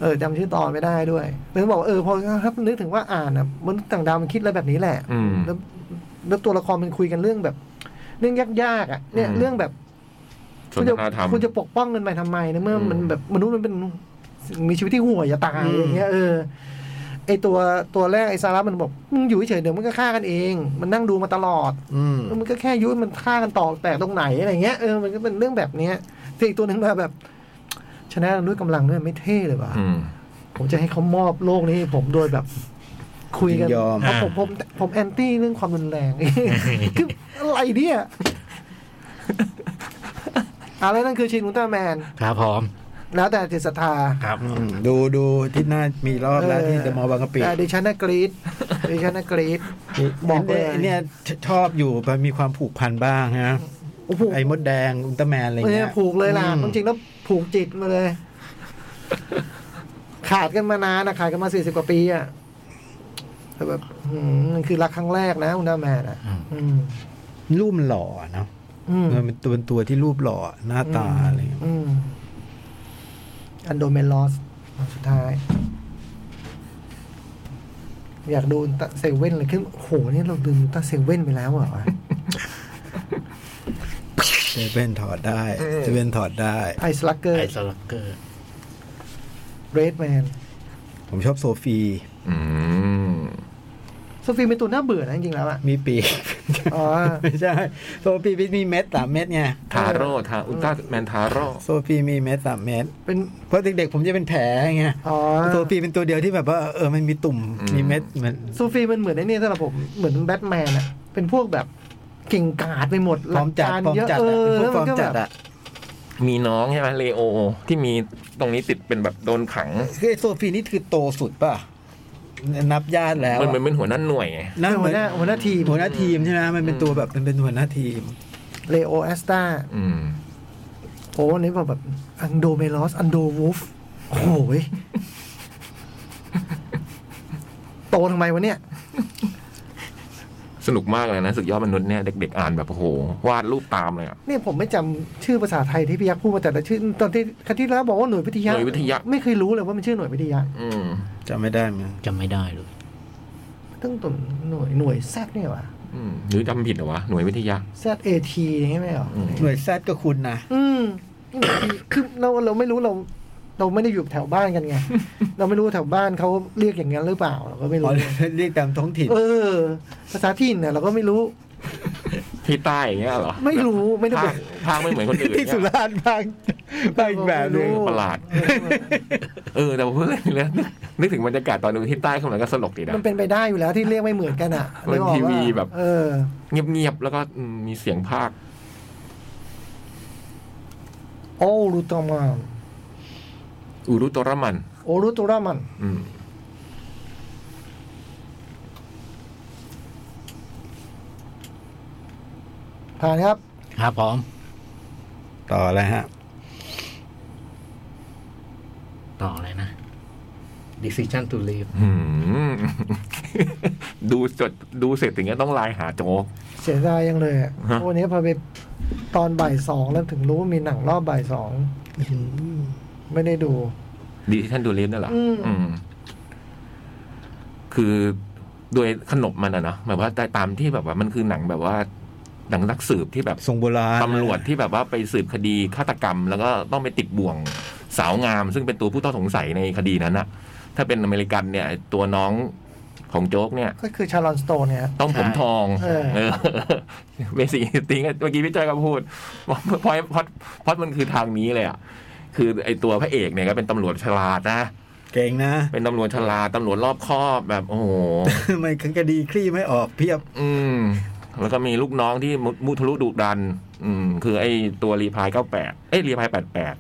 เออจำชื่อตอนไม่ได้ด้วยแล้วบอกว่าเออพอถ้านึกถึงว่าอ่านอ่ะมนุษย์ต่างดาวมันคิดอะไรแบบนี้แหละ อืม แล้วแล้วตัวละครมันคุยกันเรื่องแบบ เรื่องยากๆอ่ะ เนี่ย อืม เรื่องแบบ ส คุ น ณจะ ทนาธรรม คุณจะปกป้องกันไปทำไมนะเมื่ออ ม มันแบบมนุษย์มันเป็นสิ่งมีชีวิตที่ห่วยอย่าตายอย่างเงี้ยเออ ไอตัวตัวแรกไอซาร่ามันบอกมึงอยู่เฉยๆเดี๋ยวมันก็ฆ่ากันเอง มันนั่งดูมาตลอด อืม แล้วมันก็แค่ยุ้ยมันฆ่ากันต่อแตกตรงไหนอะไรเงี้ยเออมันก็เป็นเรื่องแบบเนี้ยแต่อีกตัวหนึ่งมาแบบ ชนะด้วยกำลังด้วยไม่เท่เลยว่ะ อืม ผมจะให้เขามอบโลกนี้ให้ผมโดยแบบ คุยกัน ยินยอม เพราะผมผมผมแอนตี้เรื่องความรุนแรง คืออะไรเนี่ยอะไรนั่นคือชินอุลตร้าแมน ครับพร้อม แล้วแต่จิตศรัทธา ครับ อืมดูดูที่หน้ามีรอบแล้วที่เดอะมอลล์บางกะปิ แต่ดิฉันน่ะกรีดดิฉันน่ะกรีด บอกเลย นี่เนี่ยชอบอยู่มันมีความผูกพันบ้างฮะ โอ้โห ไอ้มดแดงอุลตร้าแมนอะไร เนี่ เงี้ ย ย ผูกเลยล่ะ อืม จริงๆแล้วผูกจิตมาเลย ขาดกันมานานนะขาดกันมาสี่สิบกว่าปีอ่ะแต่แบบอืมมันคือรักครั้งแรกนะอุลตร้าแมนอ่ะ อืม รูปมันหล่อเนาะ อืม มันเป็นตัวเป็นตัวที่รูปหล่อหน้าตาอะไรเงี้ย อืมอันโดเมนลอสสุดท้าย อยากดูอุลตร้าเซเว่นเลยขึ้นโหนี่เราดูอุลตร้าเซเว่นไปแล้วเหรอ วะ เซเว่นถอดได้เซเว่นถอดได้ ไอซ์ลักเกอร์ ไอซ์ลักเกอร์ เรดแมน ผมชอบโซฟี อืม โซฟีเป็นตัวน่าเบื่อนะจริงๆแล้วอ่ะ มีปีก อ๋อ ไม่ใช่โซฟีมีเม็ดสามเม็ดไง ทาโร่ทาอุลตร้าแมนทาโร่ โซฟีมีเม็ดสามเม็ด เป็น เพราะเด็กๆผมจะเป็นแผลไง อ๋อ โซฟีเป็นตัวเดียวที่แบบว่าเออมันมีตุ่ม อืม มีเม็ดมัน โซฟีมันเหมือนไอ้นี่สำหรับผมเหมือนแบทแมนอะเป็นพวกแบบเก่งกาจไปหมด พร้อมจัด หลักการ พร้อม เยะ จัด เอ อะเป็น อ พวกพร้ มั อม นก็ จัด แบบ อะ มีน้องใช่ไหมเลโอ ที่มีตรงนี้ติดเป็นแบบโดนขัง คือไอ้โซฟีนี่คือโตสุดป่ะ นับญาติแล้ว มัน อะ เหมือนเป็นหัวหน้าหน่วยไง ะ เป็นหัวหน้า มั หัวหน้าทีม หัวหน้าทีมใช่ไหมมันเป็นตัวแบบมันเป็นหัวหน้าทีม เลโอแอสตา อืม โอ้อันนี้แบบแบบอันโดเมลอส อันโดวูฟ โอ้โหยโตทำไมวะเนี่ย สนุกมากเลยนะศึกยอดมนุษย์เนี่ยเด็กๆอ่านแบบโอ้โหวาดรูปตามเลยอะ เนี่ยผมไม่จำชื่อภาษาไทยที่พี่ยักษ์พูดมาแต่ละชื่อ ตอนที่ครั้งที่แล้วบอกว่าหน่วยวิทยา หน่วยวิทยะ ไม่เคยรู้เลยว่ามันชื่อหน่วยวิทยา อืม จำไม่ได้มั้ง จำไม่ได้เลย ตั้งแตุ่หน่วยหน่วยแซดเนี่ยวะ อืมหรือจำผิดเหรอวะหน่วยวิทยา แซดเอทีใช่ไหมเหรอ อืม หน่วยแซดก็คุณนะ อืมนี่หน่วย T คือเราเราไม่รู้เรา เราไม่ได้อยู่แถวบ้านกัน ไง เราไม่รู้ว่าแถวบ้านเขาเรียกอย่างนั้นหรือเปล่า เราก็ไม่ อ๋อ รู้ เรียกตามท้องถิ่น เออ ภาษาถิ่นเนี่ยเราก็ไม่รู้ ที่ใต้อย่างเงี้ยเหรอ ไม่รู้ไม่ได้ ภา บอ ค ก ภาคไม่เหมือนคนอื่น ที่สุ เนี่ย ราษฎร์ บ้างบ้างอีกแบบหนึง ไม่รู้ ประหลาด เออแต่พอเพื่อนเลยนึกนึกถึงบรรยากาศตอนดูที่ใต้เขาเหมือนก็สลกดีนะ มันเป็นไปได้อยู่แล้วที่เรียกไม่เหมือนกันอ่ะ มัน กออก ทีวี ว่า แบบ เออ เงียบๆ แล้วก็อืมมีเสียงภาค โอรุตมาน อูรุโตระมัน โอรุตุรามัน อืม ผ่านครับ ครับพร้อม ต่อแล้วฮะ ต่อเลยนะ decision to leave หืม ดูจดดูเสร็จถึงก็ต้องไลน์หาโจ๊ก เสียดายยังเลยอะ ฮะ วันนี้พอไปตอนบ่ายสองแล้วถึงรู้ว่ามีหนังรอบบ่ายสอง ไม่ได้ดู ดีที่ท่านดูเล่นนั่นเหรอ อืม อืม คือโดวยขนบมันอะเนาะแบบว่าตามที่แบบว่ามันคือหนังแบบว่า หนังนักสืบที่แบบ ทรงโบราณ ตำรวจที่แบบว่าไปสืบคดีฆาตกรรม แล้วก็ต้องไปติดบ่วงสาวงาม ซึ่งเป็นตัวผู้ต้องสงสัยในคดีนั้นอะถ้าเป็นอเมริกันเนี่ยไอ้ตัวน้องของโจ๊กเนี่ย ก็คือชาลอนสโตนเนี่ย ต้องผมทอง ใช่ เออ เบสิกติ้งเมื่อกี้พี่จ้อยก็พูด ว่าพอยพอดพอดมันคือทางนี้เลยอ่ะ คือไอตัวพระเอกเนี่ยก็เป็นตำรวจฉลาดนะ เก่งนะ เป็นตำรวจฉลาดตำรวจรอบคอบแบบ โอ้โห ไม่คันคดีคลี่ไม่ออกเพียบ อืม แล้วก็มีลูกน้องที่มุมุทะลุดุดัน อืม คือไอตัวรีพายเก้าแปดเอ้ยรีพายแปดแปด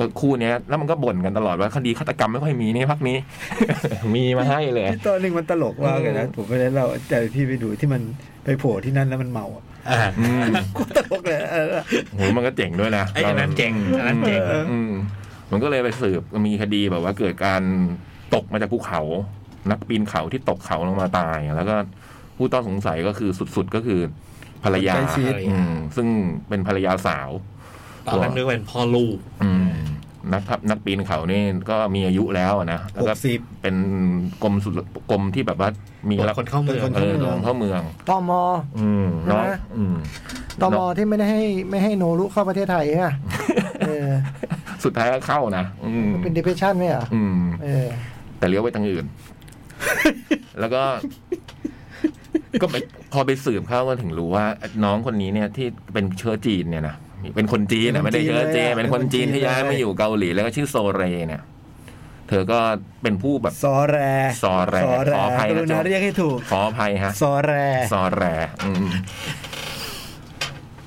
ก็คู่เนี้ย แล้วมันก็บ่นกันตลอดว่าคดีฆาตกรรมไม่ค่อยมีนี่พักนี้ มีมาให้เลย ที่ตอนหนึ่งมันตลกมากเลยนะ อืม ผมไม่ได้เล่าแต่พี่ไปดูที่มันไปโผล่ที่นั่นแล้วมันเมาอะ อ่า อืม โคตรตลกเลยเออ โหมันก็เจ๋งด้วยนะ ไอ้อันนั้นเจ๋งอันนั้นเจ๋ง อืมมันก็เลยไปสืบมีคดีแบบว่าเกิดการตกมาจากภูเขา นักปีนเขาที่ตกเขาลงมาตาย แล้วก็ผู้ต้องสงสัยก็คือสุดๆก็คือภรรยาอืมซึ่งเป็นภรรยาสาว ตอนนั้นนึกว่าเป็นพ่อลูก อืมนักทับนักปีนเขานี่ก็มีอายุแล้วอะนะแล้ว ห ก็ กสิบ เป็นกรมสุดกรมที่แบบว่ามีรับ คนเข้าเมือง คน เออเข้าเมือง ลงเข้าเมือง ตอมอ อืมน้อง ใช่ไหม อืม ตอมอที่ไม่ได้ให้ไม่ให้โนรุเข้าประเทศไทยอ่ะ เออ สุดท้ายก็เข้านะอืม เป็นดิเพชันไหมอ่ะ อืม เออ แต่เลี้ยวไปทางอื่น แล้วก็ ก็ไปพอไปสืบเข้าก็ถึงรู้ว่า น้องคนนี้เนี่ยที่เป็นเชื้อจีนเนี่ยนะ เป็นคนจีนนะไม่ได้เชื้อเจนเป็นคนจีนที่ย้ายมาอยู่เกาหลีแล้วก็ชื่อโซเรเนี่ย เธอก็เป็นผู้แบบ ซอแร ซอแร ซอแร ขออภัย ก นะ รุณา โจ๊ก เรียกให้ถูก ขออภัยฮะ ซอแร ซอแรอืม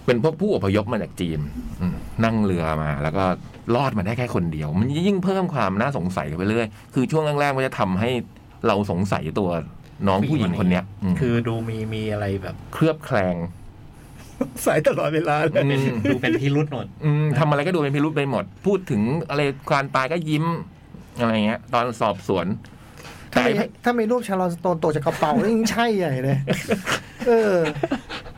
เป็นพวกผู้อพยพมาจากจีนอืมนั่งเรือมา แล้วก็รอดมาได้แค่คนเดียว มันยิ่งเพิ่มความน่าสงสัยไปเรื่อยคือช่วงแรกๆมันจะทำให้เราสงสัยตัวน้องผู้หญิงคนเนี้ยม คือดูมีมีอะไรแบบ เครือบแคลง สายตลอดเวลาเลย อื เป็น ม ดูเป็นพิรุษหน่อย อืมทำอะไรก็ดูเป็นพิรุธไปหมด พูดถึงอะไรการตายก็ยิ้ม อะไรเงี้ย ตอนสอบสวน ถ้า แต่ไอ้ มีถ้ามีรูปชาลอนสโตนตกจากกระเป๋านี่ยิ่งใช่ใหญ่เลย เออ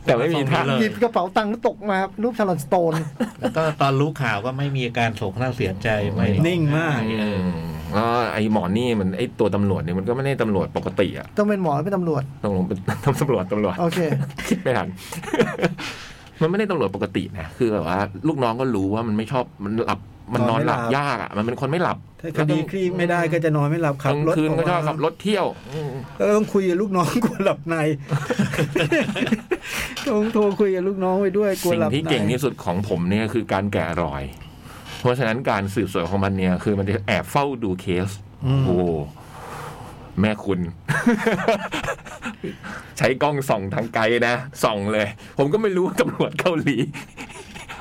แต่ไม่มีท่า เออ หยิบกระเป๋าตังค์ตกมารูปชาลอนสโตน แล้วก็ตอนรู้ข่าวก็ไม่มีอาการโศกเศร้าเสียใจไม่ นิ่งมาก อืมแล้วไอ้หมอนี่มันไอ้ตัวตำรวจเนี่ยมันก็ไม่ได้ตำรวจปกติอะ ต้องเป็นหมอเป็นตำรวจ ตกลงเป็น ตำรวจตำรวจ โอเค คิดไม่ทัน มันไม่ได้ตำรวจปกตินะคือแบบว่า ลูกน้องก็รู้ว่ามันไม่ชอบมันหลับ มันนอนหลับ นอนไม่หลับ ยากอ่ะมันเป็นคนไม่หลับ ถ้าคดีคลี่ไม่ได้ก็จะนอนไม่หลับ ก ขับ ลาง รถ คืนก็ชอบ มา ขับรถเที่ยวอืม แล้วก็ต้องคุยกับลูกน้อง กลัวหลับ ใน ต้องโทรคุยกับลูกน้องไปด้วยกลัว สิ่ง หลับใน ที่เก่งที่สุดของผมเนี่ยคือการแกะรอย เพราะฉะนั้นการสืบสวนของมันเนี่ย คือมันจะแอบเฝ้าดูเคส อืม โอ้แม่คุณ ใช้กล้องส่องทางไกลนะส่องเลย ผมก็ไม่รู้ว่าตำรวจเกาหลี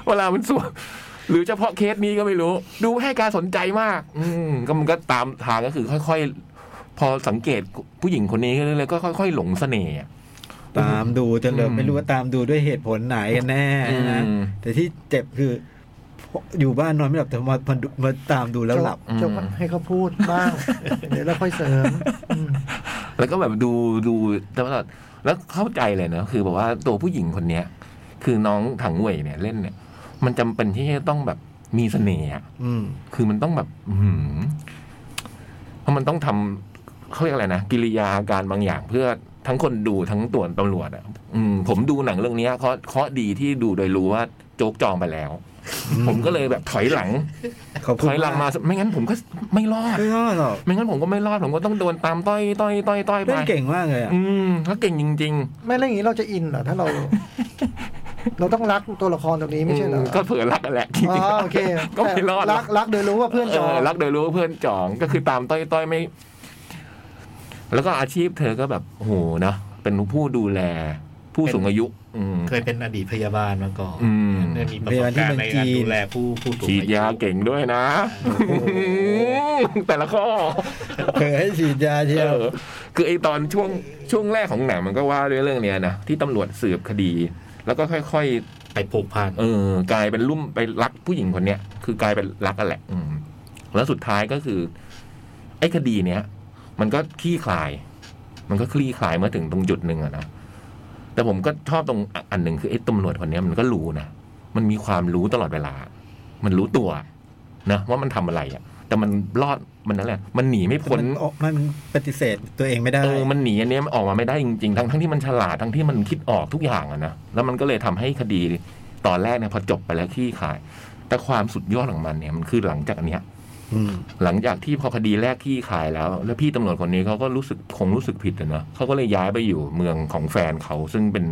เวลามันสวนหรือเฉพาะเคสนี้ก็ไม่รู้ ดูให้การสนใจมาก อืมก็มันก็ตามทางก็คือ ค่อยๆ พอสังเกตผู้หญิงคนนี้เรื่อยๆก็ค่อยๆ หลงเสน่ห์อะ ตามดูจนเหลย อืม ไม่รู้ว่าตามดูด้วยเหตุผลไหนกันแน่นะ อืม แต่ที่เจ็บคือ อยู่บ้านนอนไม่หลับแต่มามาดูมาตามดูแล้วหลับ จะจะให้เขาพูดบ้าง เดี๋ยวเราค่อยเสริมอืม แล้วก็แบบดูดูตลอดแล้วเข้าใจเลยนะคือแบบว่าตัวผู้หญิงคนเนี้ย คือน้องถังเว่ยเนี่ยเล่นเนี่ย มันจำเป็นที่จะต้องแบบมีเสน่ห์อะ อืม คือมันต้องแบบ อื้อหือเพราะมันต้องทำเขาเรียกอะไรนะกิริยาการบางอย่างเพื่อทั้งคนดูทั้งตัวตำรวจอ่ะอืมผมดูหนังเรื่องเนี้ยเคาะเคาะดีที่ดูโดยรู้ว่าโจ๊กจองไปแล้ว ผมก็เลยแบบถอยหลัง ขอบ ถ คุณ อยหลังมา ไม่งั้นผมก็ไม่รอด ไม่รอดหรอก ไม่งั้นผมก็ไม่รอด ผมก็ต้องโดนตามต้อยต้อยต้อยต้อยไป เล่นเก่งมากเลยอ่ะ อืมเขาเก่งจริง ไม่เรื่องนี้เราจะอินเหรอถ้าเรา เราต้องรักตัวละครตัวนี้ ๆ ไม่ใช่เหรอ อืมก็เผลอรักกันแหละจ อ๋ ริง อ ๆ โอเค ก็ไม่รอดหร รั อก กรักโดยรู้ว่าเพื่อนจ เอ อง อรักโดยรู้ว่าเพื่อนจ่องก็คือตามต้อยต้อยไม่ แล้วก็อาชีพเธอก็แบบโอ้โหเนอะเป็นผู้ดูแล ผู้สูงอายุ อืม เคยเป็นอดีตพยาบาลมาก่อน อืม ได้มีประสบการณ์ในการดูแลผู้ผู้สูง ฉีด อายุ ยาเก่งด้วยนะแต่ละข้อ เคยให้ฉีดยาเชี เอ ยว อคือไอตอนช่วงช่วงแรกของหนังมันก็ว่าด้วยเรื่องเนี้ยนะที่ตำรวจสืบคดี แล้วก็ค่อย ไปผูกพัน ๆเออกลายเป็นลุ่มไปรักผู้หญิงคนเนี้ยคือกลายเป็นรักกันแหละอืมแล้วสุดท้ายก็คือ ไอ้คดีเนี้ยมันก็คลี่คลาย มันก็คลี่คลายเมื่อถึงตรงจุดหนึ่งอะนะแต่ผมก็ชอบตรงอ่ะอันหนึ่งคือไอ้ตำรวจคนเนี้ยมันก็รู้นะมันมีความรู้ตลอดเวลา มันรู้ตัวนะว่ามันทำอะไรอะแต่มันรอดมันนั่นแหละ มันหนีไม่พ้น มันออกมันปฏิเสธตัวเองไม่ได้ เออ มันหนีอันเนี้ยมันออกมาไม่ได้จริงๆ ทั้งทั้งที่มันฉลาดทั้งที่มันคิดออกทุกอย่างอะนะ แล้วมันก็เลยทำให้คดีตอนแรกเนี่ยพอจบไปแล้วขี้ขาย แต่ความสุดยอดของมันเนี่ยมันคือหลังจากเนี้ย อืม หลังจากที่พอคดีแรกขี้ขายแล้ว แล้วพี่ตำรวจคนนี้เขาก็รู้สึกคงรู้สึกผิดอะเนอะเขาก็เลยย้ายไปอยู่เมืองของแฟนเขาซึ่งเป็น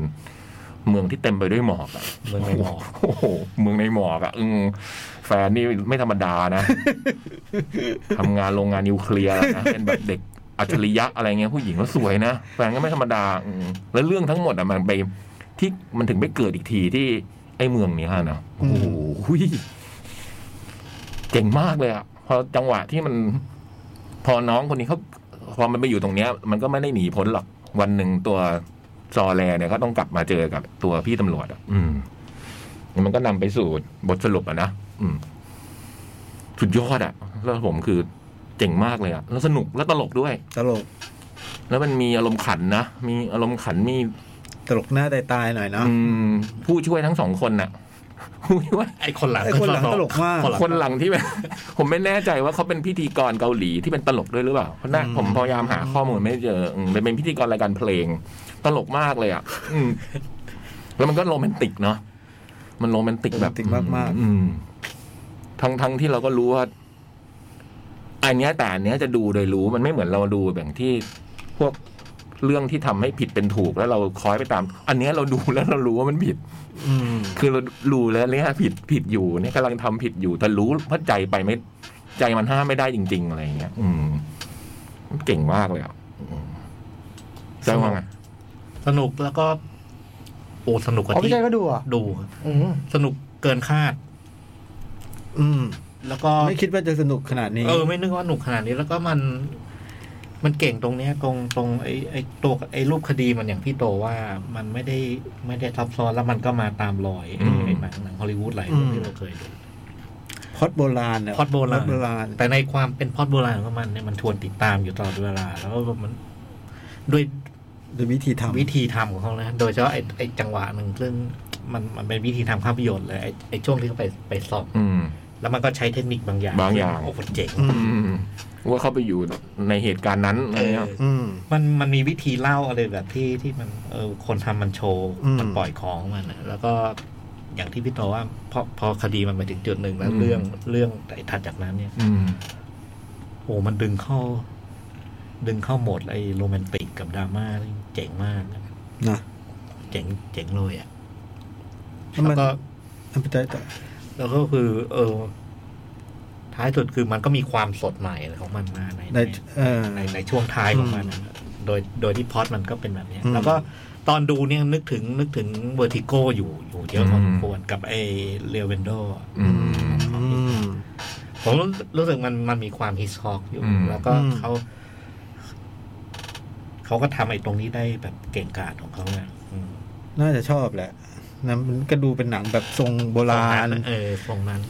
เมืองที่เต็มไปด้วยหมอกอะ เมืองในหมอก โอ้โหเมืองในหมอกอะอืมแฟนนี่ไม่ธรรมดา นะ ทำงานโรงงานนิวเคลียร์นะเป็นแบบเด็กอัจฉริยะอะไรเงี้ยผู้หญิงก็สวยนะแฟนก็ไม่ธรรมดาอืมแล้วเรื่องทั้งหมดอะมันไปที่มันถึงไปเกิดอีกทีที่ไอ้เมืองเนี้ยนะโอ้โหเจ๋งมากเลยอะพอจังหวะที่มัน พอน้องคนนี้เขาพอมันไปอยู่ตรงเนี้ย มันก็ไม่ได้หนีพ้นหรอก วันหนึ่งตัวซอแลเนี่ยก็ต้องกลับมาเจอกับตัวพี่ตำรวจอะอืม มันก็นำไปสู่บทสรุปอะนะอืม สุดยอดอะแล้วผมคือเจ๋งมากเลยอะแล้วสนุกแล้วตลกด้วย ตลก แล้วมันมีอารมณ์ขันนะ มีอารมณ์ขันมี ตลกหน้าตายตายๆหน่อยเนาะ อืมผู้ช่วยทั้งสองคนน่ะ ผู้ช่วย ไอ้คนหลัง ไอ้คนหลังตลกมาก คนหลัง คนหลังที่เป็น ผมไม่แน่ใจว่าเขาเป็นพิธีกรเกาหลีที่เป็นตลกด้วยหรือเปล่าเพราะน่าผมพยายามหาข้อมูลไม่เจออืมเป็นเป็นพิธีกรรายการเพลง ตลกมากเลยอ่ะ อืมแล้วมันก็โรแมนติกเนาะมันโรแมนติกแบบ โรแมนติกมากๆ อืมทั้งทั้งที่เราก็รู้ว่า อันเนี้ยแต่อันเนี้ยจะดูโดยรู้มันไม่เหมือนเราดูแบบที่พวกเรื่องที่ทำให้ผิดเป็นถูกแล้วเราคล้อยไปตาม อันเนี้ยเราดูแล้วเรารู้ว่ามันผิด อืม คือเรารู้แล้วเนี่ยผิดผิดอยู่เนี่ยกำลังทำผิดอยู่ แต่รู้ว่าใจไปไม่ใจมันห้ามไม่ได้จริง ๆ อะไรอย่างเงี้ย อืมเก่งมากเลยอ่ะอืมใช่ว่าไง สนุกแล้วก็ โอ้สนุกกว่า อ๋อพี่ ที่ ชายก็ดูเหรอ่ะ ดู สนุกเกินคาด อืม แล้วก็ ไม่คิดว่าจะสนุกขนาดนี้ เออไม่นึกว่าหนุกขนาดนี้ แล้วก็มัน มันเก่งตรงเนี้ย ตรงตรงไอ้ไอ้ตัวไอ้รูปคดีมันอย่างพี่โตว่ามันไม่ได้ไม่ได้ซับซ้อนแล้วมันก็มาตามรอยไอ้ไอ้หนังหนังฮอลลีวูดหลายเรื่องที่เราเคยดู พอดโบราณเนี่ย พล็อดโบราณ พล็อตโบราณ แต่ในความเป็นพล็อดโบราณของมันเนี่ยมันทวนติดตามอยู่ตลอดเวลา แล้วก็มันด้วย โดยวิธีทำ วิธีทำของเขานะโดยเฉพาะไอ้ไอ้จังหวะหนึ่งซึ่งมันมันเป็นวิธีทำภาพยนตร์เลยไอ้ไอ้ช่วงที่เขาไปไปสอบ อืม แล้วมันก็ใช้เทคนิคบางอย่าง บางอย่าง โอ้โหเจ๋ง อื อื ม มว่าเขาไปอยู่ในเหตุการณ์นั้นอะไรเงี้ย อืม มันมันมีวิธีเล่าอะไรแบบที่ที่มันเออคนทำมันโชว์ อืม มันปล่อยของมันอะแล้วก็อย่างที่พี่โตว่าพอพอคดีมันไปถึงจุดหนึ่งแล้ว อืม เรื่องเรื่องไอ้ถัดจากนั้นเนี่ย อืม โอ้มันดึงเข้า ดึงเข้าโหมดไอ้โรแมนติกกับดราม่านี่เจ๋งมากอะ นะ เจ๋งเจ๋งเลยอ่ะ แล้วมัแล้นวก็ อันเป็นใจต่อ แล้วก็คือ เออ ท้ายสุดคือมันก็มีความสดใหม่ของมันมาใน ในเออ ในในช่วงท้ายของมันอะโดยโดยที่พล็อดมันก็เป็นแบบเนี้ย อืม แล้วก็ตอนดูเนี่ยนึกถึงนึกถึงเวอร์ติโกอยู่อยู่เยอะพอสมควรกับไอเรียวเวนโด อืม อืม ผมรู้รู้สึกมันมันมีความฮิสฮอกอยู่ อืม แล้วก็ อืม เขาเขาก็ทำไอ้ตรงนี้ได้แบบเก่งกาจของเขาเนี่ยอืม น่าจะชอบแหละนะมันก็ดูเป็นหนังแบบทรงโบราณ เออทรงนั้น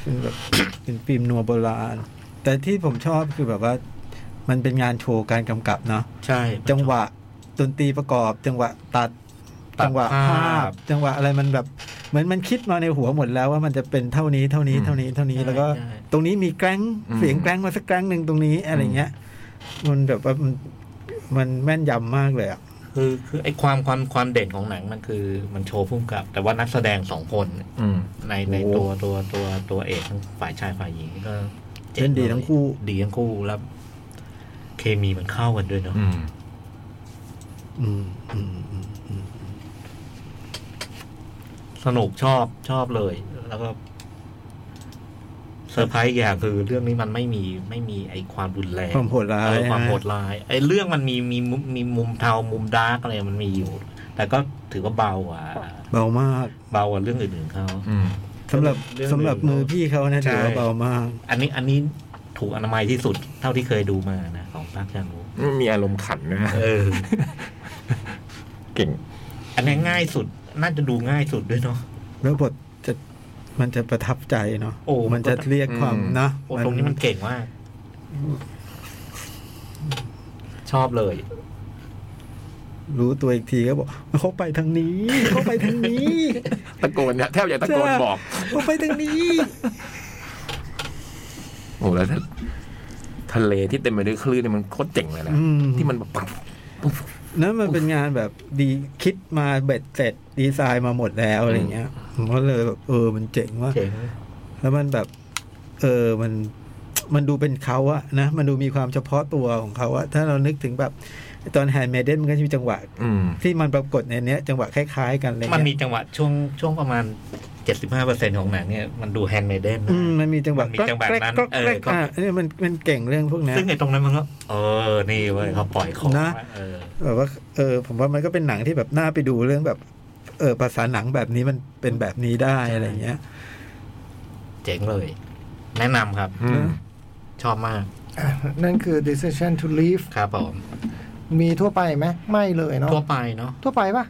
เป็นแบบ เป็นฟิล์มนัวโบราณ แต่ที่ผมชอบคือแบบว่า มันเป็นงานโชว์การกำกับเนาะ ใช่ จังหวะดนตรีประกอบ จังหวะตัด ตัด จังหวะ ภาพ ภาพ จังหวะอะไรมันแบบ เหมือนมันคิดมาในหัวหมดแล้วว่ามันจะเป็นเท่านี้เท่านี้เท่านี้เท่านี้แล้วก็ ใช่ ตรงนี้มีแกล้ง อืม เสียงแกล้งมาสักแกล้งหนึ่งตรงนี้อะไรเงี้ย มันแบบว่ามันมันแม่นยำมากเลยอ่ะ คือคือไอ้ความความความเด่นของหนังมันคือมันโชว์พุ่มกับ แต่ว่านักแสดงสองคน อืม ในใน โอ้ ตัวตัวตัวตัวเอกทั้งฝ่ายชายฝ่ายหญิงก็จ๋ เล่นดี ลย ทั้งคู่ ดีทั้งคู่แล้ว เคมีมันเข้ากันด้วยเนาะ อืม อืมอืมอืมอืม สนุกชอบชอบเลย แล้วก็เซอร์ไพรส์อย่างคือเรื่องนี้มันไม่มีไม่มีไอ้ความรุนแรง ความโหดร้าย เออความโหดร้ายไอ้เรื่องมันมีมีมุมมีมุมเทามุมดาร์กอะไรมันมีอยู่ แต่ก็ถือว่าเบากว่า เบามาก เบากว่าเรื่องอื่นๆเขา อืม สำหรับ เรื่อง สำหรับ หนึ่ง มือพี่เขานะ ใช่ ถือว่าเบามาก อันนี้อันนี้ถูกอนามัยที่สุดเท่าที่เคยดูมานะ ของพักชานุ มีอารมณ์ขันนะ เออ เก่ง อันนี้ง่ายสุด น่าจะดูง่ายสุดด้วยเนาะ แล้วบทจะมันจะประทับใจเนาะ โอ้ มันจะเรียกความ อืม นะ โอ้ตรงนี้มันเก่งมาก ชอบเลย รู้ตัวอีกทีก็บอกเขาไปทางนี้เขาไปทางนี้ ตะโกนเนี่ยแทบอยากตะโกนบอก เขาไปทางนี้ โอ้โหแล้วทะทะเลที่เต็มไปด้วยคลื่นเนี่ยมันโคตรเจ๋งเลยนะ อืม ที่มันแบบปั๊บปุ๊บ นั่นมันเป็นงานแบบดีคิดมาเบ็ดเสร็จดีไซน์มาหมดแล้วอะไรเงี้ยผมก็เลยแบบเออมันเจ๋งว่ะ เจ๋ง แล้วมันแบบ เออมันมันดูเป็นเขาอะนะ มันดูมีความเฉพาะตัวของเขาอะถ้าเรานึกถึงแบบตอนแฮนด์เมดเดนมันก็จะมีจังหวะ อืม ที่มันปรากฏในเนี้ย จังหวะคล้ายๆกันอะไร มันมี เงี้ย จังหวะช่วงช่วงประมาณเจ็ดสิบห้าเปอร์เซ็นของหนังเนี่ย มันดูแฮนด์เมดเด้น อืมมันมีจังหวะ มันมีจังหวะนั้น กรกๆ เออ กรกๆอ่ะเนี่ยมันมันเก่งเรื่องพวกเนี้ย ซึ่งไอ้ตรงนั้นมันก็ เออ นี่เว้ยเขาปล่อยของ นะ ว่าเออ แบบว่าเออผมว่ามันก็เป็นหนังที่แบบน่าไปดูเรื่องแบบ เออภาษาหนังแบบนี้มันเป็นแบบนี้ได้อะไรเงี้ย เจ๋งเลย แนะนำครับ อืม ชอบมาก นั่นคือ decision to leave ครับผม มีทั่วไปไหมไม่เลยเนาะ ทั่วไปเนาะ ทั่วไปปะ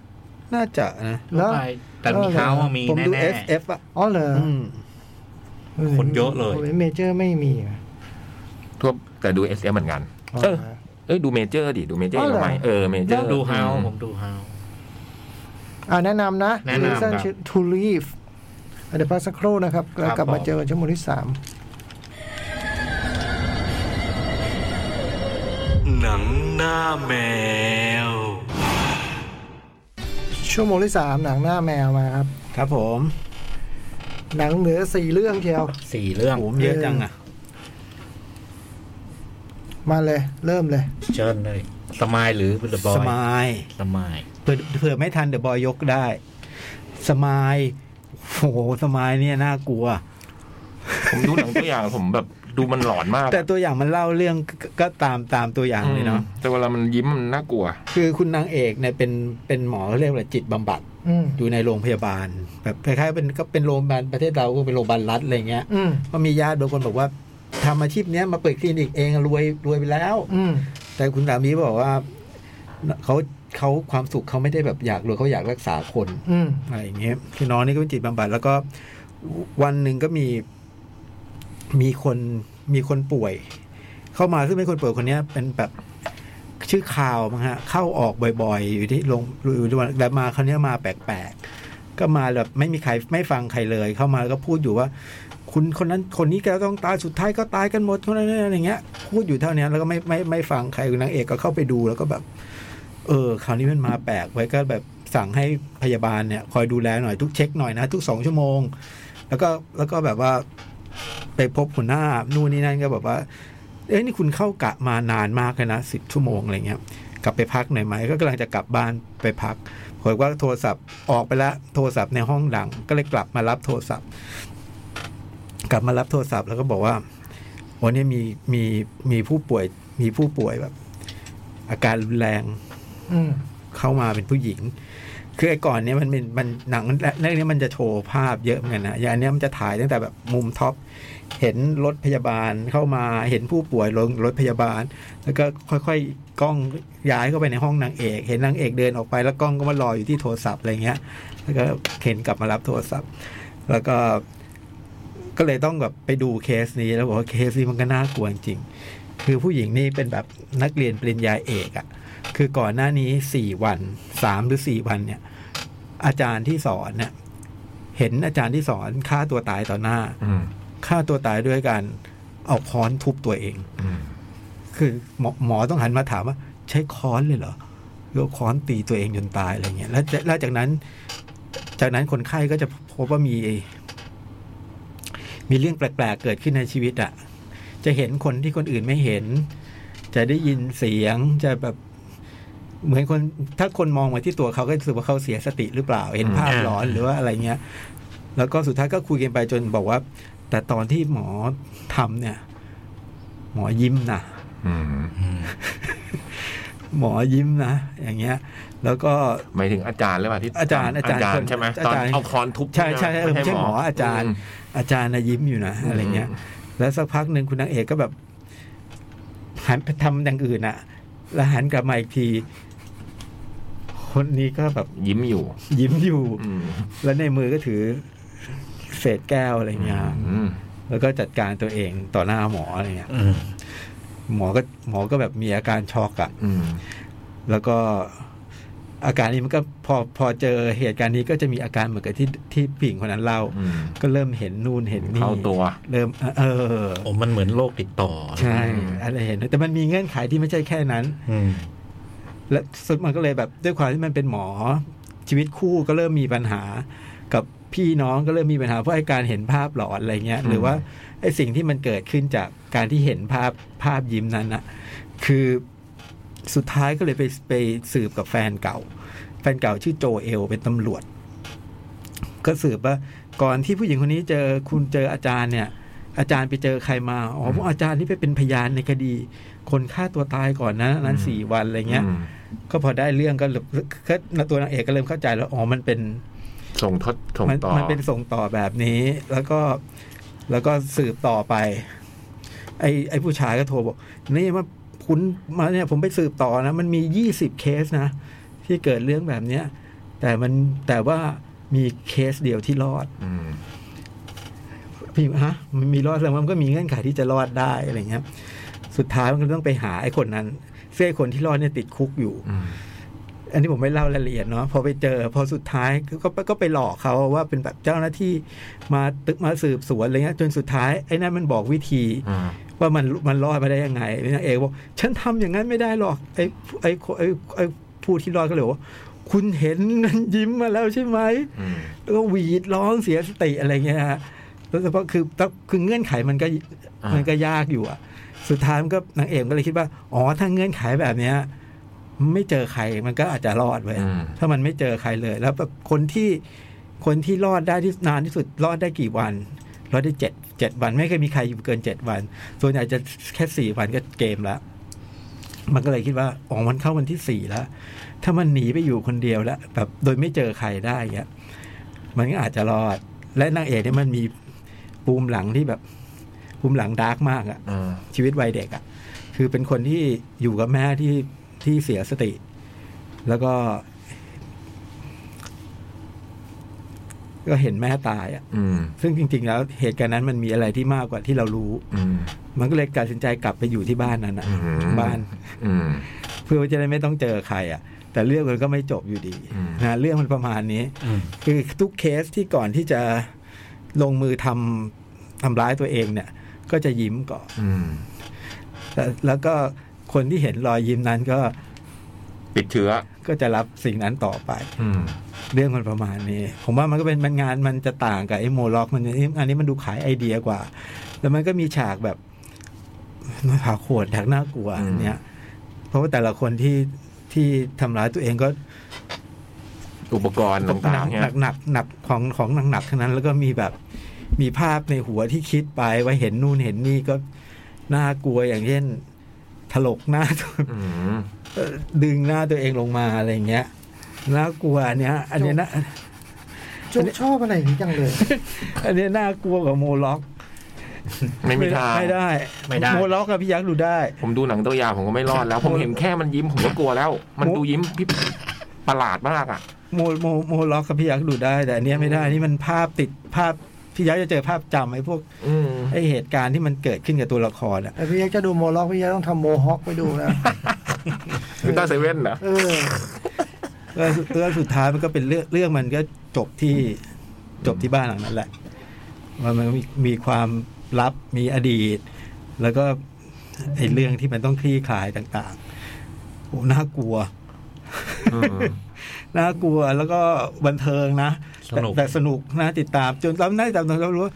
น่าจะนะ ทั่ว แล้ว ไปแต่มีเขาอะมี ผมดู แน่ FF อ่ะ อ๋อเหรอ ม คนเยอะเลย เมเจอร์ไม่มี ทั่วแต่ดูเอสเอเหมือนกัน อ๋อ เออ เอ้ยดูเมเจอร์ดิ ดูเมเจอร์ อ๋อเหรอ ทำไมเออเมเจอร์ ๆดูเฮา อืม ผมดูเฮา อ่าแนะนำนะ แนะนำครับ decision to leave อ่ะเดี๋ยวพักสักครู่นะครับแล้วกลับมาเจอกันชั่วโมงที่สาม หนังหน้าแมว ชั่วโมงที่สามหนังหน้าแมวมาครับ ครับผม หนังเหนือสี่เรื่องเชียว สี่เรื่อง ผมเยอะจังอ่ะ มาเลยเริ่มเลย เชิญเลย สมายหรือเดอะบอย สมาย สมาย เผื่อเผื่อไม่ทันเดี๋ยวบอยยกได้ สมายโอ้โหสมายเนี่ยน่ากลัว ผมดูหนังตัวอย่างผมแบบดูมันหลอนมาก แต่ตัวอย่างมันเล่าเรื่องก็ก็ตามตามตัวอย่างเลยเนาะ แต่เวลามันยิ้มมันน่ากลัว คือคุณนางเอกเนี่ยเป็นเป็นหมอเรียกว่าจิตบำบัด อืม อยู่ในโรงพยาบาล แบบคล้ายๆเป็นก็เป็นโรงพยาบาลประเทศเราก็เป็นโรงพยาบาลรัฐอะไรเงี้ย อืม ก็มีญาติบางคนบอกว่าทำอาชีพเนี้ยมาเปิดคลินิกเองรวยรวยไปแล้ว อืม แต่คุณสามีบอกว่าเขาเขาความสุขเขาไม่ได้แบบอยากรวยเขาอยากรักษาคน อืม อะไรอย่างเงี้ยคือน้องนี่ก็เป็นจิตบำบัดแล้วก็วันหนึ่งก็มีมีคนมีคนป่วย เข้ามาซึ่งเป็นคนป่วยคนเนี้ย เป็นแบบชื่อข่าวมั้งฮะ เข้าออกบ่อยๆ อยู่ที่โรงอยู่ที่วันแต่มาคราวเนี้ยมาแปลกๆ ก็มาแบบไม่มีใครไม่ฟังใครเลย เข้ามาแล้วก็พูดอยู่ว่า คุณคนนั้นคนนี้ก็ต้องตายสุดท้ายก็ตายกันหมดคนนั้นอะไรเงี้ย พูดอยู่เท่านี้แล้วก็ไม่ไม่ไม่ฟังใครนางเอกก็เข้าไปดูแล้วก็แบบ เออคราวนี้มันมาแปลกไว้ก็แบบสั่งให้พยาบาลเนี่ย คอยดูแลหน่อยทุกเช็คหน่อยนะ ทุกสองชั่วโมง แล้วก็แล้วก็แบบว่าไปพบหัวหน้านู่นนี่นั่นก็แบบว่า เอ้ยนี่คุณเข้ากะมานานมากเลยนะสิบชั่วโมงอะไรเงี้ยกลับไปพักหน่อยไหมก็กำลังจะกลับบ้านไปพักปรากฏว่าโทรศัพท์ออกไปแล้วโทรศัพท์ในห้องดัง ก็เลยกลับมารับโทรศัพท์ กลับมารับโทรศัพท์แล้วก็บอกว่าวันนี้มีมีมีผู้ป่วยมีผู้ป่วยแบบ อาการรุนแรง อืม เข้ามาเป็นผู้หญิง คือไอ้ก่อนเนี้ยมันเป็นมันหนังเรื่องนี้มันจะโชว์ภาพเยอะเหมือนกันนะ อย่างอันเนี้ยมันจะถ่ายตั้งแต่แบบมุมท็อป เห็นรถพยาบาลเข้ามา เห็นผู้ป่วยลงรถพยาบาล แล้วก็ค่อยๆกล้องย้ายเข้าไปในห้องนางเอก เห็นนางเอกเดินออกไปแล้วกล้องก็มารออยู่ที่โทรศัพท์อะไรเงี้ย แล้วก็เข็นกลับมารับโทรศัพท์ แล้วก็ ก็เลยต้องแบบไปดูเคสนี้แล้วบอกว่าเคสนี้มันก็น่ากลัวจริง คือผู้หญิงนี่เป็นแบบนักเรียนปริญญาเอกอะ่ะ คือก่อนหน้านี้สี่วันสามหรือสี่วันเนี่ย อาจารย์ที่สอนเนี่ยเห็นอาจารย์ที่สอนฆ่าตัวตายต่อหน้า อืม ฆ่าตัวตายด้วยการเอาค้อนทุบตัวเอง อืม คือหมอหมอต้องหันมาถามว่า ใช้ค้อนเลยเหรอหรือเอาค้อนตีตัวเองจนตายอะไรเงี้ยแล้วแล้วจากนั้น จากนั้นคนไข้ก็จะพบว่ามี มีเรื่องแปลกๆเกิดขึ้นในชีวิตอะ่ะ จะเห็นคนที่คนอื่นไม่เห็น จะได้ยินเสียงจะแบบ เหมือนคน ถ้าคนมองมาที่ตัวเขาก็รู้สึกว่าเขาเสียสติหรือเปล่า เห็นภาพหลอนหรือว่าอะไรเงี้ย แล้วก็สุดท้ายก็คุยกันไปจนบอกว่า แต่ตอนที่หมอทำเนี่ย หมอยิ้มนะ อืม หมอยิ้มนะ อย่างเงี้ย แล้วก็ หมายถึงอาจารย์หรือเปล่าที่ อาจารย์อาจารย์คน ใช่ไหม อา ตอน จารย์ เอาค้อนทุบ ใช่ใช่เอห้อไม่ใช่หมออาจารย์ ม อาจารย์นะยิ้มอยู่นะอะไรเงี้ย แล้วสักพักหนึ่งคุณนางเอกก็แบบ หันไปทำอย่างอื่นอะแล้วหันกลับมาอีกที คนนี้ก็แบบ ยิ้มอยู่ ยิ้มอยู่ อืม แล้วในมือก็ถือเศษแก้วอะไรเงี้ย อืม แล้วก็จัดการตัวเองต่อหน้าหมออะไรเงี้ย อืม หมอก็หมอก็แบบมีอาการช็อกอะ อืม แล้วก็อาการนี้มันก็พอพอเจอเหตุการณ์นี้ก็จะมีอาการเหมือนกับที่ที่ผู้หญิงคนนั้นเล่า อืม ก็เริ่มเห็นนู่นเห็นนี่ เข้าตัว เริ่มเออ โอ้มันเหมือนโรคติดต่อ ใช่อะไรเห็นแต่มันมีเงื่อนไขที่ไม่ใช่แค่นั้น อืม และสุดมันก็เลยแบบด้วยความที่มันเป็นหมอ ชีวิตคู่ก็เริ่มมีปัญหา กับพี่น้องก็เริ่มมีปัญหาเพราะไอ้การเห็นภาพหลอนอะไรเงี้ย หรือว่าไอ้สิ่งที่มันเกิดขึ้นจากการที่เห็นภาพภาพยิ้มนั้นนะคือสุดท้ายก็เลยไปไปสืบกับแฟนเก่า แฟนเก่าชื่อโจเอลเป็นตำรวจ ก็สืบว่าก่อนที่ผู้หญิงคนนี้เจอคุณเจออาจารย์เนี่ย อาจารย์ไปเจอใครมาอ๋อพวกอาจารย์ที่ไปเป็นพยานในคดี คนฆ่าตัวตายก่อนนะนั้นสี่วันอะไรเงี้ย อืม ก็พอได้เรื่องก็เลยก็ตัวนางเอกก็เริ่มเข้าใจแล้วอ๋อมันเป็น ส่งทดส่ง มั ต่อ มันเป็นส่งต่อแบบนี้ แล้วก็แล้วก็สืบต่อไป ไอ้ไอ้ผู้ชายก็โทรบอกนี่ว่าคุณมาเนี่ยผมไปสืบต่อนะ มันมียี่สิบเคสนะ ที่เกิดเรื่องแบบเนี้ย แต่มันแต่ว่ามีเคสเดียวที่รอด อืม พี่ฮะมันมีรอดแล้วามันก็มีเงื่อนไขที่จะรอดได้อะไรเงี้ย สุดท้ายมันก็ต้องไปหาไอ้คนนั้นเสื้อไอ้คนที่รอดเนี่ยติดคุกอยู่ อืม อันนี้ผมไม่เล่ารายละเอียดเนาะพอไปเจอ พอสุดท้ายก็ก็ก็ไปหลอกเขาว่าเป็นแบบเจ้าหน้าที่มาตึกมาสืบสวนอะไรเงี้ยจนสุดท้ายไอ้นั่นมันบอกวิธี อืม ว่ามันมันรอดมาได้ยังไงนางเอกบอกฉันทำอย่างนั้นไม่ได้หรอกไอ้ไอ้ไอ้ไอ้ผู้ที่รอดก็เลยบอกว่าคุณเห็นมันยิ้มมาแล้วใช่ไหม อืม แล้วก็หวีดร้องเสียสติอะไรเงี้ยฮะแล้วเฉพาะคือต้องคือเงื่อนไขมันก็ ามั มันก็ยากอยู่อะสุดท้ายมันก็นางเอกก็เลยคิดว่า อ๋อ ถ้าเงื่อนไขแบบเนี้ย ไม่เจอใครมันก็อาจจะรอดเว้ย อืม ถ้ามันไม่เจอใครเลย แล้วแบบคนที่คนที่รอดได้ที่นานที่สุดรอดได้กี่วัน รอดได้เจ็ดเจ็ดวันไม่เคยมีใครอยู่เกินเจ็ดวัน ส่วนใหญ่จะแค่สี่วันก็เกมละมันก็เลยคิดว่าอ๋อมันเข้าวันที่สี่แล้ว ถ้ามันหนีไปอยู่คนเดียวแล้วแบบโดยไม่เจอใครได้เงี้ย มันก็อาจจะรอด และนางเอกเนี่ยมันมีปูมหลังที่แบบ ปูมหลังดาร์กมากอะ อืม ชีวิตวัยเด็กอะคือเป็นคนที่อยู่กับแม่ที่ที่เสียสติ แล้วก็ ก็เห็นแม่ตายอะ อืม ซึ่งจริง ๆ แล้วเหตุการณ์นั้นมันมีอะไรที่มากกว่าที่เรารู้ อืม มันก็เลยตัดสินใจกลับไปอยู่ที่บ้านนั้นอะ อืม บ้าน อืม เพื่อว่าจะได้ไม่ต้องเจอใครอ่ะ แต่เรื่องมันก็ไม่จบอยู่ดี อืม นะเรื่องมันประมาณนี้ คือทุกเคสที่ก่อนที่จะลงมือทำทำร้ายตัวเองเนี่ย ก็จะยิ้มก่อน อืม แต่แล้วก็คนที่เห็นรอยยิ้มนั้นก็ ติดเชื้อ ก็จะรับสิ่งนั้นต่อไป อืม เรื่องมันประมาณนี้ ผมว่ามันก็เป็นมันงานมันจะต่างกับไอ้โมล็อกมันอันนี้มันดูขายไอเดียกว่า แล้วมันก็มีฉากแบบฉากโหดฉากน่ากลัวอันเนี้ย เพราะว่าแต่ละคนที่ที่ทำร้ายตัวเองก็ อุปกรณ์ต่างๆเนี่ย หนักหนักหนักของของหนักหนักทั้งนั้นแล้วก็มีแบบมีภาพในหัวที่คิดไปว่าเห็นนู่นเห็นนี่ก็น่ากลัวอย่างเช่นถลกหน้า อืม เอ่อดึงหน้าตัวเองลงมาอะไรอย่างเงี้ยน่ากลัวอันเนี้ย อันเนี้ยนะ จงชอบอะไรอย่างนี้จังเลย อันเนี้ยน่ากลัวกว่าโมล็อก ไม่มีทาง ไม่ได้ ไม่ได้ โมล็อกกับพี่ยักษ์ดูได้ ผมดูหนังตัวอย่างผมก็ไม่รอดแล้ว ผมเห็นแค่มันยิ้มผมก็กลัวแล้ว มันดูยิ้มพี่ประหลาดมากอ่ะ โมโมโมล็อกกับพี่ยักษ์ดูได้ แต่อันเนี้ยไม่ได้นี่มันภาพติดภาพ พี่ยักษ์จะเจอภาพจำไอ้พวก อืม ไอ้เหตุการณ์ที่มันเกิดขึ้นกับตัวละครอะ แต่พี่ยักษ์จะดูโมล็อกพี่ยักษ์ต้องทำโมฮอคไปดูนะ คือต้าเซเว่นนะ เออ แล้วสุดแล้วสุดท้ายมันก็เป็นเรื่องเรื่องมันก็จบที่จบที่บ้านหลังนั้นแหละว่ามันมีมีความลับมีอดีต แล้วก็ไอ้เรื่องที่มันต้องคลี่คลายต่างๆโอ้น่ากลัว อืม น่ากลัวแล้วก็บันเทิงนะ สนุก แต่แต่สนุกนะติดตามจนเราได้ตามตอนเรารู้ว่า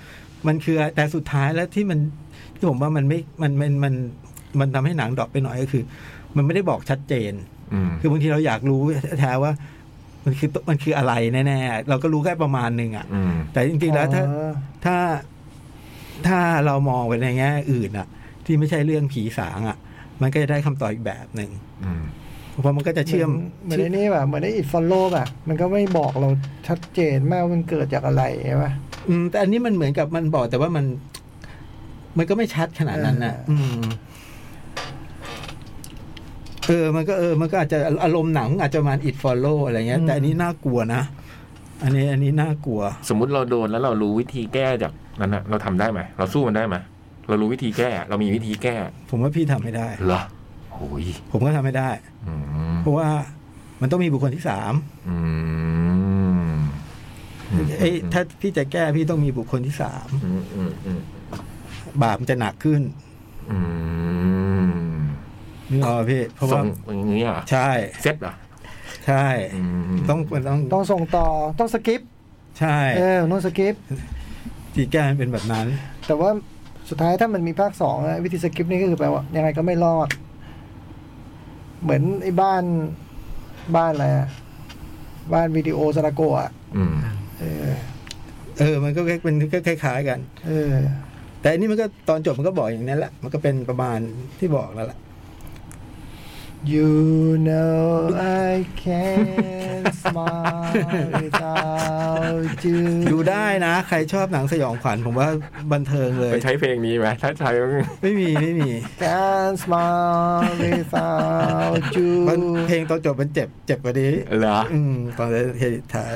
มันคือแต่สุดท้ายแล้วที่มันที่ผมว่ามันไม่มันมันมันมันทำให้หนังดรอปไปหน่อยก็คือ มันไม่ได้บอกชัดเจน อืม คือบางทีเราอยากรู้ แท้ๆว่า มันคือมันคืออะไรแน่ๆเราก็รู้แค่ประมาณหนึ่งอะ อืม แต่จริงๆแล้วถ้า อ๋อ ถ้าถ้าเรามองไปในแง่อื่นอะที่ไม่ใช่เรื่องผีสางอะมันก็จะได้คำตอบอีกแบบหนึ่ง อืม เพราะมันก็จะเชื่อม เหมือนเหมือนไอ้นี่แบบเหมือนไอ้อิฟอลโล่แบบมันก็ไม่บอกเราชัดเจนมากว่ามันเกิดจากอะไรใช่ปะ อืมแต่อันนี้มันเหมือนกับมันบอกแต่ว่ามัน มันก็ไม่ชัดขนาดนั้นนะ เอออื มเออ มันก็เออ มันก็อาจจะอารมณ์หนังอาจจะประมาอิดฟอลโล่อะไรเงี้ย แต่อันนี้น่ากลัวนะอันนี้ อันนี้น่ากลัว สมมุติเราโดนแล้วเรารู้วิธีแก้จากนั้นนะเราทำได้ไหมเราสู้มันได้ไหมเรารู้วิธีแก้ เรามีวิธีแก้ ผมว่าพี่ทำไม่ได้ เหรอโอ้ย ผมก็ทำไม่ได้ อืม เพราะว่ามันต้องมีบุคคลที่สาม อืม เอ้ยถ้าพี่จะแก้พี่ต้องมีบุคคลที่สาม อืมอืมอืม บาปมันจะหนักขึ้น อืม นึกออกไหมพี่เพราะ ส่ ว่าง อย่างเงี้ยเหรอ ใช่ เซ็ตเหรอ ใช่ อืม ต้องมันต้อง ต้องส่งต่อต้องสกิป ใช่ เออต้องสกิป ทีแก้มันเป็นแบบนั้น แต่ว่าสุดท้ายถ้ามันมีภาคสองนะวิธีสกิปนี่ก็คือแปลว่ายังไงก็ไม่รอด เหมือนไอ้บ้านบ้านอะไรอะบ้านวิดีโอสระโกะอะ อืม เออ มันก็แค่เป็นก็คล้ายๆกัน เออ แต่อันนี้มันก็ตอนจบมันก็บอกอย่างนั้นแหละมันก็เป็นประมาณที่บอกแล้วล่ะ You know I can't smile without you ดูได้นะ ใครชอบหนังสยองขวัญผมว่าบันเทิงเลย ไปใช้เพลงนี้ไหมถ้าใช้ ไม่มีไม่มี Can't smile without you มันเพลงตอนจบมันเจ็บเจ็บกว่านี้ เหรอ อืมตอนเฮดิทาย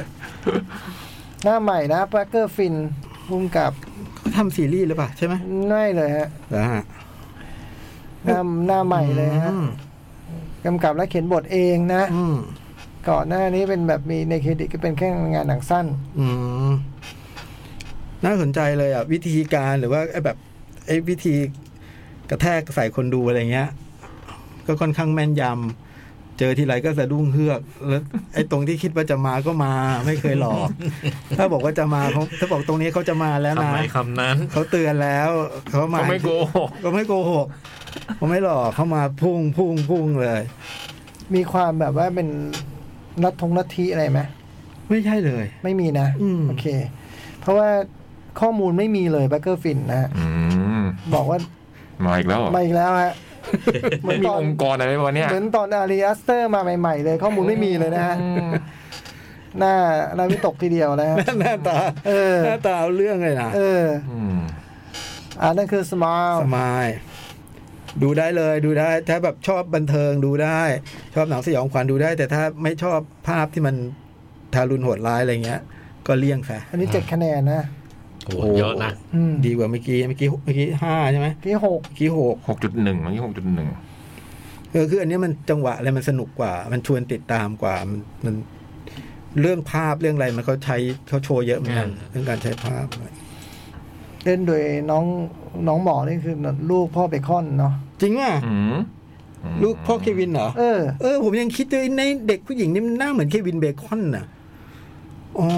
หน้าใหม่นะแบล็กเกอร์ฟินพุ่มกับ เขาทำซีรีส์หรือเปล่าใช่ไหม ง่ายเลยฮะ นะฮะ หน้าหน้าใหม่เลยฮะ อืม กำกับและเขียนบทเองนะ อืม ก่อนหน้านี้เป็นแบบมีในเครดิตก็เป็นแค่งานหนังสั้น อืมน่าสนใจเลยอ่ะ วิธีการหรือว่าไอ้แบบไอ้วิธีกระแทกใส่คนดูอะไรเงี้ย ก็ค่อนข้างแม่นยำเจอทีไรก็สะดุ้งเฮือก แล้วไอ้ตรงที่คิดว่าจะมาก็มาไม่เคยหลอก ถ้าบอกว่าจะมาเขาถ้าบอกตรงนี้เขาจะมาแล้ว คำ นะ ไหนคำนั้น เขาเตือนแล้วเขามา ก็ไม่โกหก ก็ไม่โกหกเขาไม่หลอกเขามาพุ่งพุ่งพุ่งเลย มีความแบบว่าเป็นนัดทงนัดทีอะไรไหม ไม่ใช่เลย ไม่มีนะ อืม โอเค เพราะว่าข้อมูลไม่มีเลยแบล็กเกอร์ฟินนะฮะ อืม บอกว่า มาอีกแล้วเหรอ มาอีกแล้ว ฮะ เหมื มั อน นมี ตอน องค์กรอะไรวะเนี่ย เหมือนตอนอารีอัสเตอร์มาใหม่ ๆ เลย ข้อมูลไม่มีเลยนะฮะหน้าหน้าวิตกทีเดียว นะฮะ หน้าตา เออ หน้าตาเอาเรื่องเลยนะ เออ อืม อ่านั่นคือสม l ล สมายดูได้เลยดูได้ ถ้าแบบชอบบันเทิงดูได้ ชอบหนังสยองขวัญดูได้ แต่ถ้าไม่ชอบภาพที่มันทารุณโหดร้ายอะไรเงี้ย ก็เลี่ยงซะ อันนี้เจ็ดคะแนนนะ โอ้โหเยอะนะ อืม ดีกว่าเมื่อกี้เมื่อกี้เมื่อกี้ห้าใช่ไหม ที่หก เมื่อกี้หก หกจุดหนึ่งเมื่อกี้หกจุดหนึ่ง เออคืออันเนี้ยมันจังหวะอะไรมันสนุกกว่า มันชวนติดตามกว่ามันมันเรื่องภาพเรื่องอะไรมันเขาใช้เขาโชว์เยอะเหมือนกัน อืม เรื่องการใช้ภาพ เล่นโดยน้องน้องหมอนี่คือลูกพ่อเบคอนเนาะ จริงอ่ะ อืมม ลูกพ่อเควินเหรอ เออ เออผมยังคิดด้วยในเด็กผู้หญิงนี่มันหน้าเหมือนเควินเบคอนน่ะ อ๋อ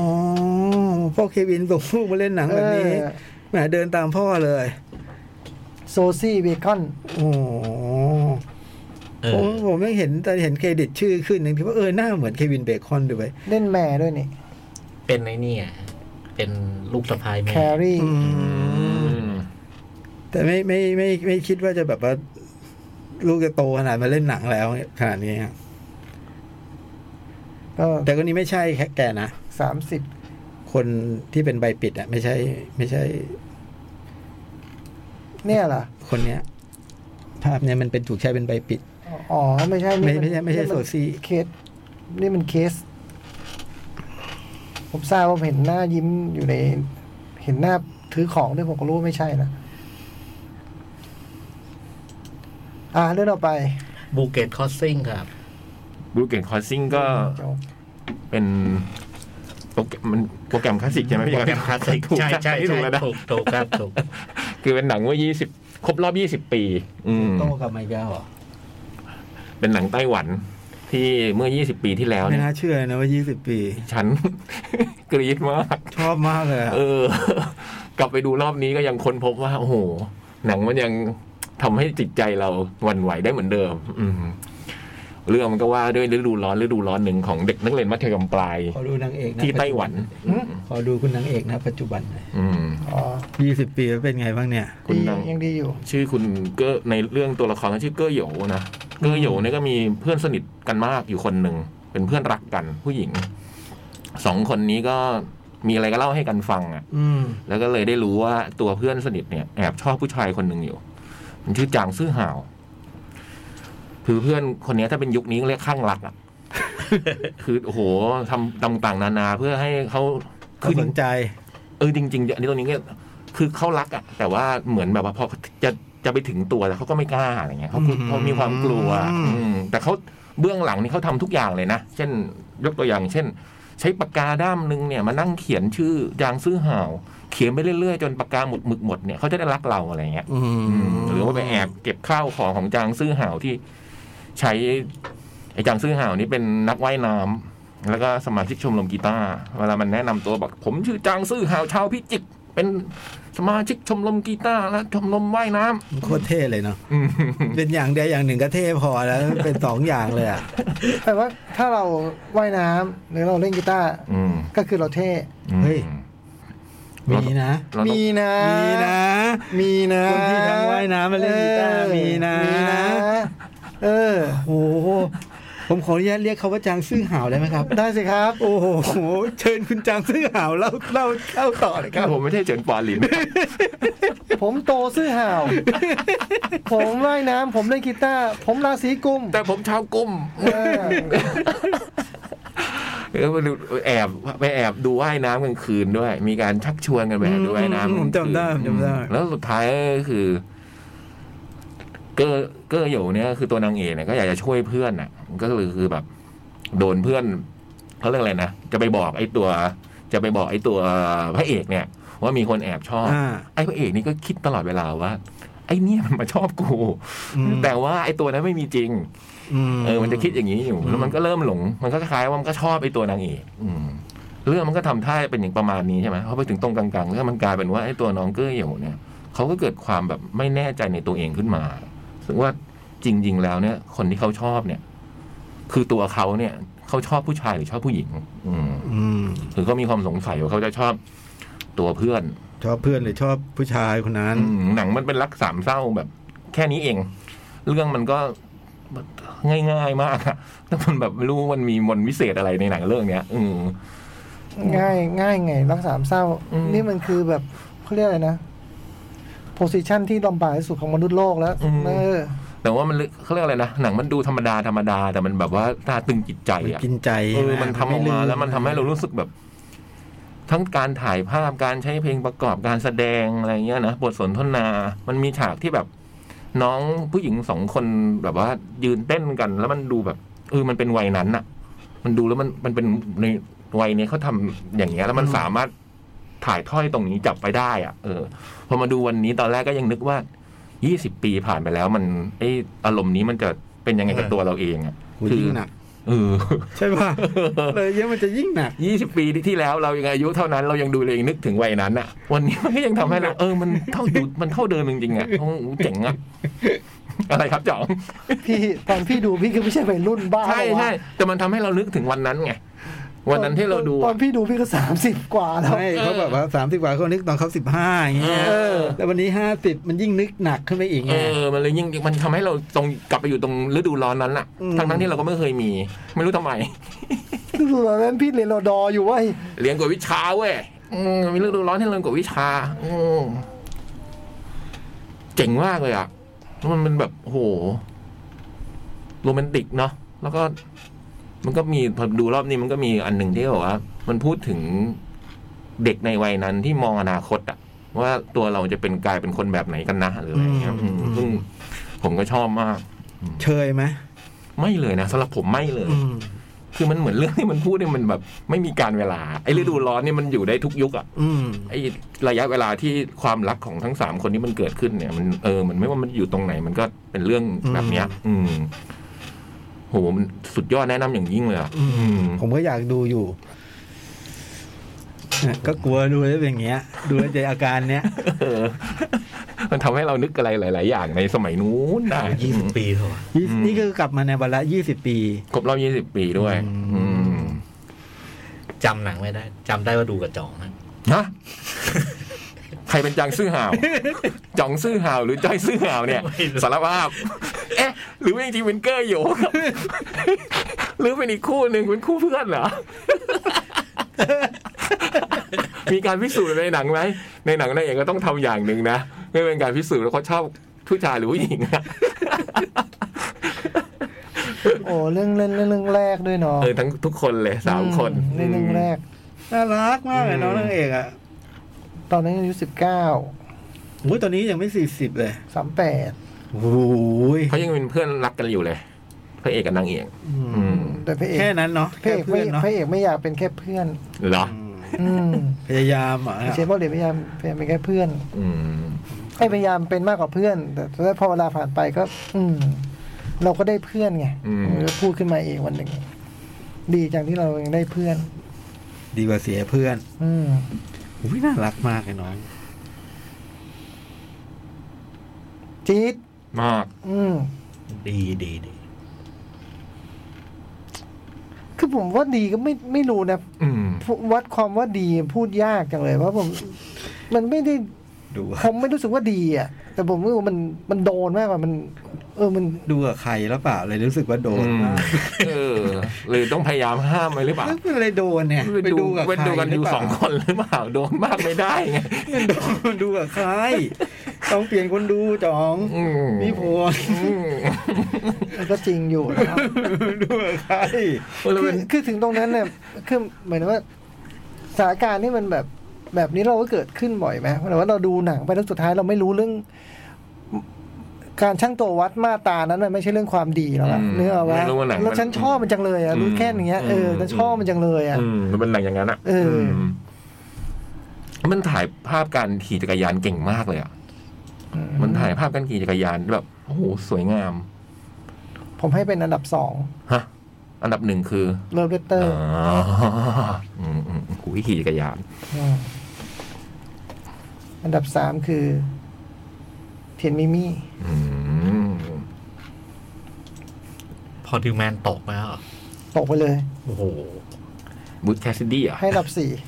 พ่อเควินส่งลูกมาเล่นหนังแบบนี้ เออ แหมเดินตามพ่อเลย โซซี่เบคอน โอ้ เอ ผม อ ผมยังเห็นแต่เห็นเครดิตชื่อขึ้นหนึ่งที่ว่าเออหน้าเหมือนเควินเบคอนด้วยไป เล่นแม่ด้วยนี่ เป็นไอ้นี่อ่ะเป็นลูกสะพายแม่ แครี่ อืม แต่ไม่ไม่ไม่ไม่ไม่คิดว่าจะแบบว่า ลูกจะโตขนาดมาเล่นหนังแล้วขนาดนี้ครับ ก็ แต่คนนี้ไม่ใช่แค่แกนะ สามสิบ คนที่เป็นใบปิดอ่ะ ไม่ใช่ ไม่ใช่ เนี่ยเหรอ คนเนี้ย ภาพเนี้ยมันเป็นถูกใช้เป็นใบปิด อ๋อ ไม่ใช่นี่น ไม่ไม่ใช่ไม่ใช่ นี่น โซซี่ เคส นี่มันเคส ผมทราบว่าผมเห็นหน้ายิ้มอยู่ในเค ห็นหน้าถือของด้วยผมก็รู้ว่าไม่ใช่นะอ่าเรื่องต่อไป บูเกตคอสซิ่งครับ บูเกตคอสซิ่งก็ จบ เป็นโปรแกรมมันโปรแกรมคลาสสิกใช่ไหมพี่ โปรแกรมคลาสสิก ถูก ใช่ใช่ ถู ใช่ กแล้วนะ ถูกถูกครับถูก คือเป็นหนังเมื่อยี่สิบครบรอบยี่สิบปี อืม โตกลับมาอีกแล้วเหรอ เป็นหนังไต้หวันที่เมื่อ 20 ปีที่แล้ว ไม่ เนี่ย น่าเชื่อนะว่า 20 ปี ฉัน กรี๊ดมาก ชอบมากเลยอะ เออ กลับไปดูรอบนี้ก็ยังค้นพบว่า โอ้โห หนังมันยังทำให้จิตใจเราหวั่นไหวได้เหมือนเดิม อืมเรื่องมันก็ว่าด้วยฤดูร้อนฤดูร้อนหนึ่งของเด็กนักเรียนมัธยมปลาย ขอดูนางเอกนะ ที่ไต้หวัน ขอดูคุณนางเอกนะปัจจุบันหน่อย อืม อ๋อ 20 ปีแล้วเป็นไงบ้างเนี่ย คุณ ดี นาง ยังดีอยู่ ชื่อคุณเก้อในเรื่องตัวละครเขาชื่อเก้อเหยวนะเก้อเหยวเนี่ยก็มีเพื่อนสนิทกันมากอยู่คนหนึ่งเป็นเพื่อนรักกันผู้หญิงสองคนนี้ก็มีอะไรก็เล่าให้กันฟังอ่ะ อืม แล้วก็เลยได้รู้ว่าตัวเพื่อนสนิทเนี่ยแอบชอบผู้ชายคนหนึ่งอยู่ มันชื่อจางซื่อห่าวคือเพื่อนคนเนี้ยถ้าเป็นยุคนี้เรียกข้างรักอ่ะ คือโอ้โหทำต่างๆ นานาเพื่อให้เขา คือสนใจ เออจริงๆอันนี้ตรงนี้ก็คือเขารักอ่ะ แต่ว่าเหมือนแบบว่าพอจะจะไปถึงตัวแล้วเขาก็ไม่กล้าอะไรเงี้ยเขา อืม เขามีความกลัว อืม อืมแต่เขาเบื้องหลังนี่เขาทำทุกอย่างเลยนะเช่น ยกตัวอย่าง เช่น ใช้ปากกาด้ามหนึงเนี่ยมานั่งเขียนชื่อยางซื่อห่าว เขียนไปเรื่อยๆ จนปากกาหมดหมึกหมดเนี่ยเขาจะได้รักเราอะไรเงี้ย อืม หรือว่าไปแอบเก็บข้าวของของจางซื่อห่าวที่ใช้ไอ้จางซื่อห่าวนี่เป็นนักว่ายน้ำแล้วก็สมาชิกชมรมกีตาร์เวลามันแนะนำตัวบอกผมชื่อจางซื่อห่าวชาวพิจิตรเป็นสมาชิกชมรมกีตาร์และชมรมว่ายน้ำ โคตรเท่เลยเนาะ อืม เป็นอย่างเดียวอย่างหนึ่งก็เท่พอแล้ว เป็นสองอย่างเลยอ่ะ แปลว่าถ้าเราว่ายน้ำหรือเราเล่นกีตาร์ อืม ก็คือเราเท่ เฮ้ย มีนะ เราต้อง มีนะ มีนะ มีนะ คนที่ทั้งว่ายน้ำมาเล่นกีตาร์ เออ มีนะ มีนะ เออ โอ้โห ผมขออนุญาตเรียกเขาว่าจางซื่อหาวได้ไหมครับ ได้สิครับ โอ้โห เชิญคุณจางซื่อหาวเล่าเล่าเล่าต่อเลยครับ ผมไม่ใช่เฉินปอหลิน ผมโตซื่อห่าว ผมว่ายน้ำผมเล่นกีตาร์ผมราศีกุม แต่ผมชาวกุ้ม เออ เออไปดูแอบไปแอบดูว่ายน้ำกลางคืนด้วย มีการชักชวนกันไปแอบดูว่ายน้ำกลางคืน ผมจำได้ผมจำได้ แล้วสุดท้ายก็คือ เกอเกอหยู่เนี่ยคือตัวนางเอกเนี่ยก็อยากจะช่วยเพื่อนน่ะก็คือคือแบบ โดนเพื่อนเขาเรียกอะไรนะจะไปบอกไอ้ตัว จะไปบอกไอ้ตัวพระเอกเนี่ย ว่ามีคนแอบชอบ อ่า ไอ้พระเอกนี่ก็คิดตลอดเวลาว่า ไอ้เนี่ยมันมาชอบกู อืม แต่ว่าไอ้ตัวนั้นไม่มีจริง เออ มันจะคิดอย่างนี้อยู่ แล้วมันก็เริ่มหลง มันก็คล้ายๆว่ามันก็ชอบไอ้ตัวนางเอกอืมเรื่องมันก็ทำท่าเป็นอย่างประมาณนี้ใช่ไหมพอไปถึงตรงกลางๆ แล้วมันกลายเป็นว่าไอ้ตัวน้องเกื้อหยู่เนี่ย เขาก็เกิดความแบบไม่แน่ใจในตัวเองขึ้นมาถึงว่าจริง ๆ แล้วเนี่ย คนที่เขาชอบเนี่ย คือตัวเขาเนี่ย เขาชอบผู้ชายหรือชอบผู้หญิง อืม อืม คือเขามีความสงสัยว่าเขาจะชอบตัวเพื่อน ชอบเพื่อนหรือชอบผู้ชายคนนั้น อืมหนังมันเป็นรักสามเศร้าแบบ แค่นี้เอง เรื่องมันก็ง่ายๆมากอะแต่มันแบบไม่รู้ว่ามันมีมนต์วิเศษอะไรในหนังเรื่องเนี้ย อืม ง่ายง่ายไงรักสามเศร้า อืม นี่มันคือแบบเขาเรียกอะไรนะโพสิชันที่ลำบากที่สุดของมนุษย์โลกแล้วเออ แต่ว่ามันลึกเขาเรียกอะไรนะ หนังมันดูธรรมดาธรรมดา แต่มันแบบว่าตาตึงจิตใจ มัน อ่ะ กินใจ เออมันทำออกมา ไลื แล้วมันทำให้เรารู้สึกแบบ ทั้งการถ่ายภาพการใช้เพลงประกอบการแสดงอะไรเงี้ยนะบทสนทนา มันมีฉากที่แบบ น้องผู้หญิงสองคนแบบว่า ยืนเต้นกัน แล้วมันดูแบบเออมันเป็นวัยนั้นอ่ะ มันดูแล้วมันมันเป็นในวัยเนี้ยเขาทำอย่างเงี้ยแล้วมันสามารถถ่ายท้อยตรงนี้จับไปได้อ่ะเออพอมาดูวันนี้ตอนแรกก็ยังนึกว่า ยี่สิบปีผ่านไปแล้วมันไออารมณ์นี้มันจะเป็นยังไงกับ เออ ตัวเราเองอ่ะ โหยิ่งหนัก เออ ใช่ ป่ะ เลยเยอะมันจะยิ่งหนัก ยี่สิบปีที่แล้วเรายังอายุเท่านั้นเรายังดูเลยยังนึกถึงวัยนั้นอ่ะ วันนี้มันก็ยังทำให้ เราเออมันเท่าดูมันเท่าเดิมจริงๆอ่ะโอ้โหเจ๋งอ่ะอะไรครับจ๋อง พี่ตอนพี่ดูพี่ก็ไม่ใช่วัยรุ่นบ้า ใช่ หรอวะ ใช่แต่มันทำให้เรานึกถึงวันนั้นไงวันนั้นที่เราดู ตอนอะพี่ดูพี่ก็สามสิบกว่าแล้ว ไม่เขาแบบว่าสามสิบกว่าเขานึกตอนเขาสิบห้าอย่างเงี้ย เออ แต่วันนี้ห้าสิบมันยิ่งนึกหนักขึ้นไปอีก เอ ไง อมันเลยยิ่งมันทำให้เราตรงกลับไปอยู่ตรงฤดูร้อนนั้นอ่ะ อืม ทั้งทั้งๆที่เราก็ไม่เคยมี ไม่รู้ทำไม ดูตอนนั้นพี่เรียนรอดออยู่เว้ย เรียนกวดวิชาเว้ยอืมมีฤดูร้อนที่เรียนกวดวิชา อืมเจ๋งมากเลยอ่ะแล้วมันเป็นแบบโอ้โหโรแมนติกเนาะ แล้วก็ มันก็มีพอดูรอบนี้มันก็มีอันหนึ่งที่แบอกว่า มันพูดถึง เด็กในวัยนั้นที่มองอนาคตอะว่าตัวเราจะเป็นกลายเป็นคนแบบไหนกันนะหรืออะไรเงี้ย อืม อืมซึ่งผมก็ชอบมาก เชยไหม ไม่เลยนะสำหรับผมไม่เลย อืม คือมันเหมือนเรื่องที่มันพูดเนี่ยมันแบบ ไม่มีการเวลาไอ้ฤดูร้อนเนี่ยมันอยู่ได้ทุกยุคอะ อืม ไอ้ระยะเวลาที่ความรักของทั้งสามคนนี้มันเกิดขึ้นเนี่ย มันเออมันไม่ว่ามันอยู่ตรงไหน มันก็เป็นเรื่องแบบเนี้ย อืมโหมันสุดยอดแนะนำอย่างยิ่งเลยอะ อื อืม ผมก็อยากดูอยู่เนี่ยก็กลัวดูแล้วเป็นอย่างเงี้ย ดูแล้วเจออาการเนี้ย เออมันทำให้เรานึกอะไรหลาย ๆ อย่างในสมัยนู้นได้ ยี่สิบปีเถอะวะ นี่ อืม นี่คือกลับมาในวันละยี่สิบปี ครบรอบยี่สิบปีด้วย อืม จำหนังไม่ได้จำได้ว่าดูกระจองนะ ฮะใครเป็นจางซื่อ ห่าว จองซื่อห่าวหรือจ้อยซื่อห่าวเนี่ย สารภาพ เอ๊ะ หรือว่าจริงๆเป็นเกอร์อยู่ หรือเป็นอีกคู่หนึ่งเป็นคู่เพื่อนเหรอ มีการพิสูจน์ในหนังไหมในหนังนายเอกก็ต้องทำอย่างหนึ่งนะไม่เป็นการพิสูจน์ว่าเขาชอบผู้ชายหรือผู้หญิงอะ โอ้เรื่องเล่นเรื่องแรกด้วยเนาะ เออทั้งทุกคนเลยสามคน เล่นเรื่องแรก น่ารักมากเลยน้อง อืม นางเอกอ่ะ ตอนนั้นอายุสิบเก้า โอ้ยตอนนี้ยังไม่สี่สิบเลย สามแปด โอ้ย เขายังเป็นเพื่อนรักกันอยู่เลยพระเอกกับนางเอกอืม แต่พระเอก แค่นั้นเนาะ พระ แค่ เอก เพื่ ไม่ อนเนาะ พระเอกไม่อยากเป็นแค่เพื่อน เหรอ อืม อืม พยายามอ่ะ เชฟบอลเลยพยายามพยายามเป็นแค่เพื่อน อืม ไอ้ยพยายามเป็นมากกว่าเพื่อน แต่แต่พอเวลาผ่านไปก็ อืม เราก็ได้เพื่อนไงเราพูดขึ้นมาเองวันหนึ่งดีจังที่เรายังได้เพื่อน ดีกว่าเสียเพื่อน อืม อุ้ยน่ารักมากเลยน้อง จี๊ด มาก อืม ดีดีดี คือผมว่าดีก็ไม่ไม่รู้นะ อืม วัดความว่าดีพูดยากจังเลยเพราะผม มันไม่ได้ ดูว่า ผมไม่รู้สึกว่าดีอ่ะ แต่ผมรู้สึกว่ามันมันโดนมากกว่ามัน เออมัน ดูกับใครแล้วเปล่าเลยรู้สึกว่าโดนมาก เออหรือต้องพยายามห้ามไหมหรือเปล่า แล้วเป็นอะไรโดนเนี่ยไปดูกับ ไป ใคร ดูกัน หรื อยู่ เปล่า สองคนหรือเปล่าโดนมากไม่ได้ไง มันโดนมันดูกับใครต้องเปลี่ยนคนดูจ๋อง อืม มีผัว อืม ก็จริงอยู่นะครับ ดูกับใคร แล้ว คื เป็ อน คือถึงตรงนั้นเนี่ยคือเหมือนว่าสถานการณ์ที่มันแบบแบบนี้เราก็เกิดขึ้นบ่อยไหมแต่ว่าเราดูหนังไปแล้วสุดท้ายเราไม่รู้เรื่อง การช่างตัววัดมาตรานั้นมันไม่ใช่เรื่องความดีแล้วล่ะเนื้อว่า ไม่รู้ว่าหนังมั แล้วฉันชอบมันจังเลยอ่ะรู้ อืม แค่อย่างเงี้ยเออ อืม ฉันชอบมันจังเลยอ่ะ อืมมันเป็นหนังอย่างนั้นอ่ะ เอออื มมันถ่ายภาพการขี่จักรยานเก่งมากเลยอ่ะมันถ่ายภาพการขี่จักรยานแบบโอ้โหสวยงาม ผมให้เป็นอันดับสอง ฮะ อันดับหนึ่งคือ เลิฟเลเตอ อ๋ ร์ ออืมอืมหูยขี่จักรยาน อันดับสามคือ เทียนมิมี่ อืม พอดิวแมนตกแล้วเหรอ ตกไปเลย โอ้โห บูธแคสซิดี้อ่ะ ให้อันดับสี่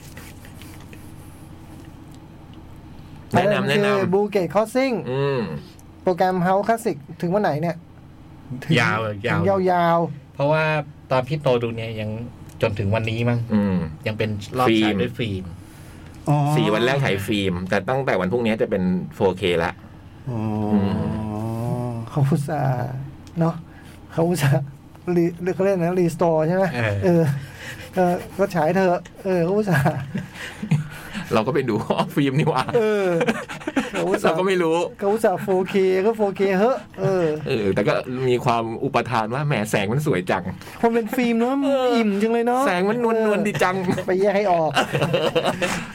แนะนำแนะน บูเกตคอสซิง ำอืม โปรแกรมเฮาส์คลาสสิกถึงวันไหนเนี่ยถึง ยาวอะยาว ถึงยาว เพราะว่าตอนพี่โตดูเนี่ยยังจนถึงวันนี้มั้ง อืม ยังเป็นรอบ ฟิล์ ฉาม ยด้วยฟิล์ม อ๋อ สี่วันแรกถ่ายฟิล์ม แต่ตั้งแต่วันพรุ่งนี้จะเป็น 4K ละ อ๋อ ๆ เขาอุตส่าห์เนาะเขาอุตส่าห์รีเขาเรียกนะรีสตอร์ใช่ไหม เออ เออเออก็ฉายเธอะเออเขาอุตส่าห์ เราก็ไปดู ออฟฟิล์มนี่หว่า เออเขาอุตส่า เรา ห์ ก็ไม่รู้ เขาอุตส่าห์ 4K ก็ 4K เฮ้อะเออ เออ แต่ก็มีความอุปทานว่าแหมแสงมันสวยจัง คนเป็นฟิล์มเนาะมันอิ่มจังเลยเนาะ แสงมันนวลนวลๆดีจั ง ไปแยกให้ออก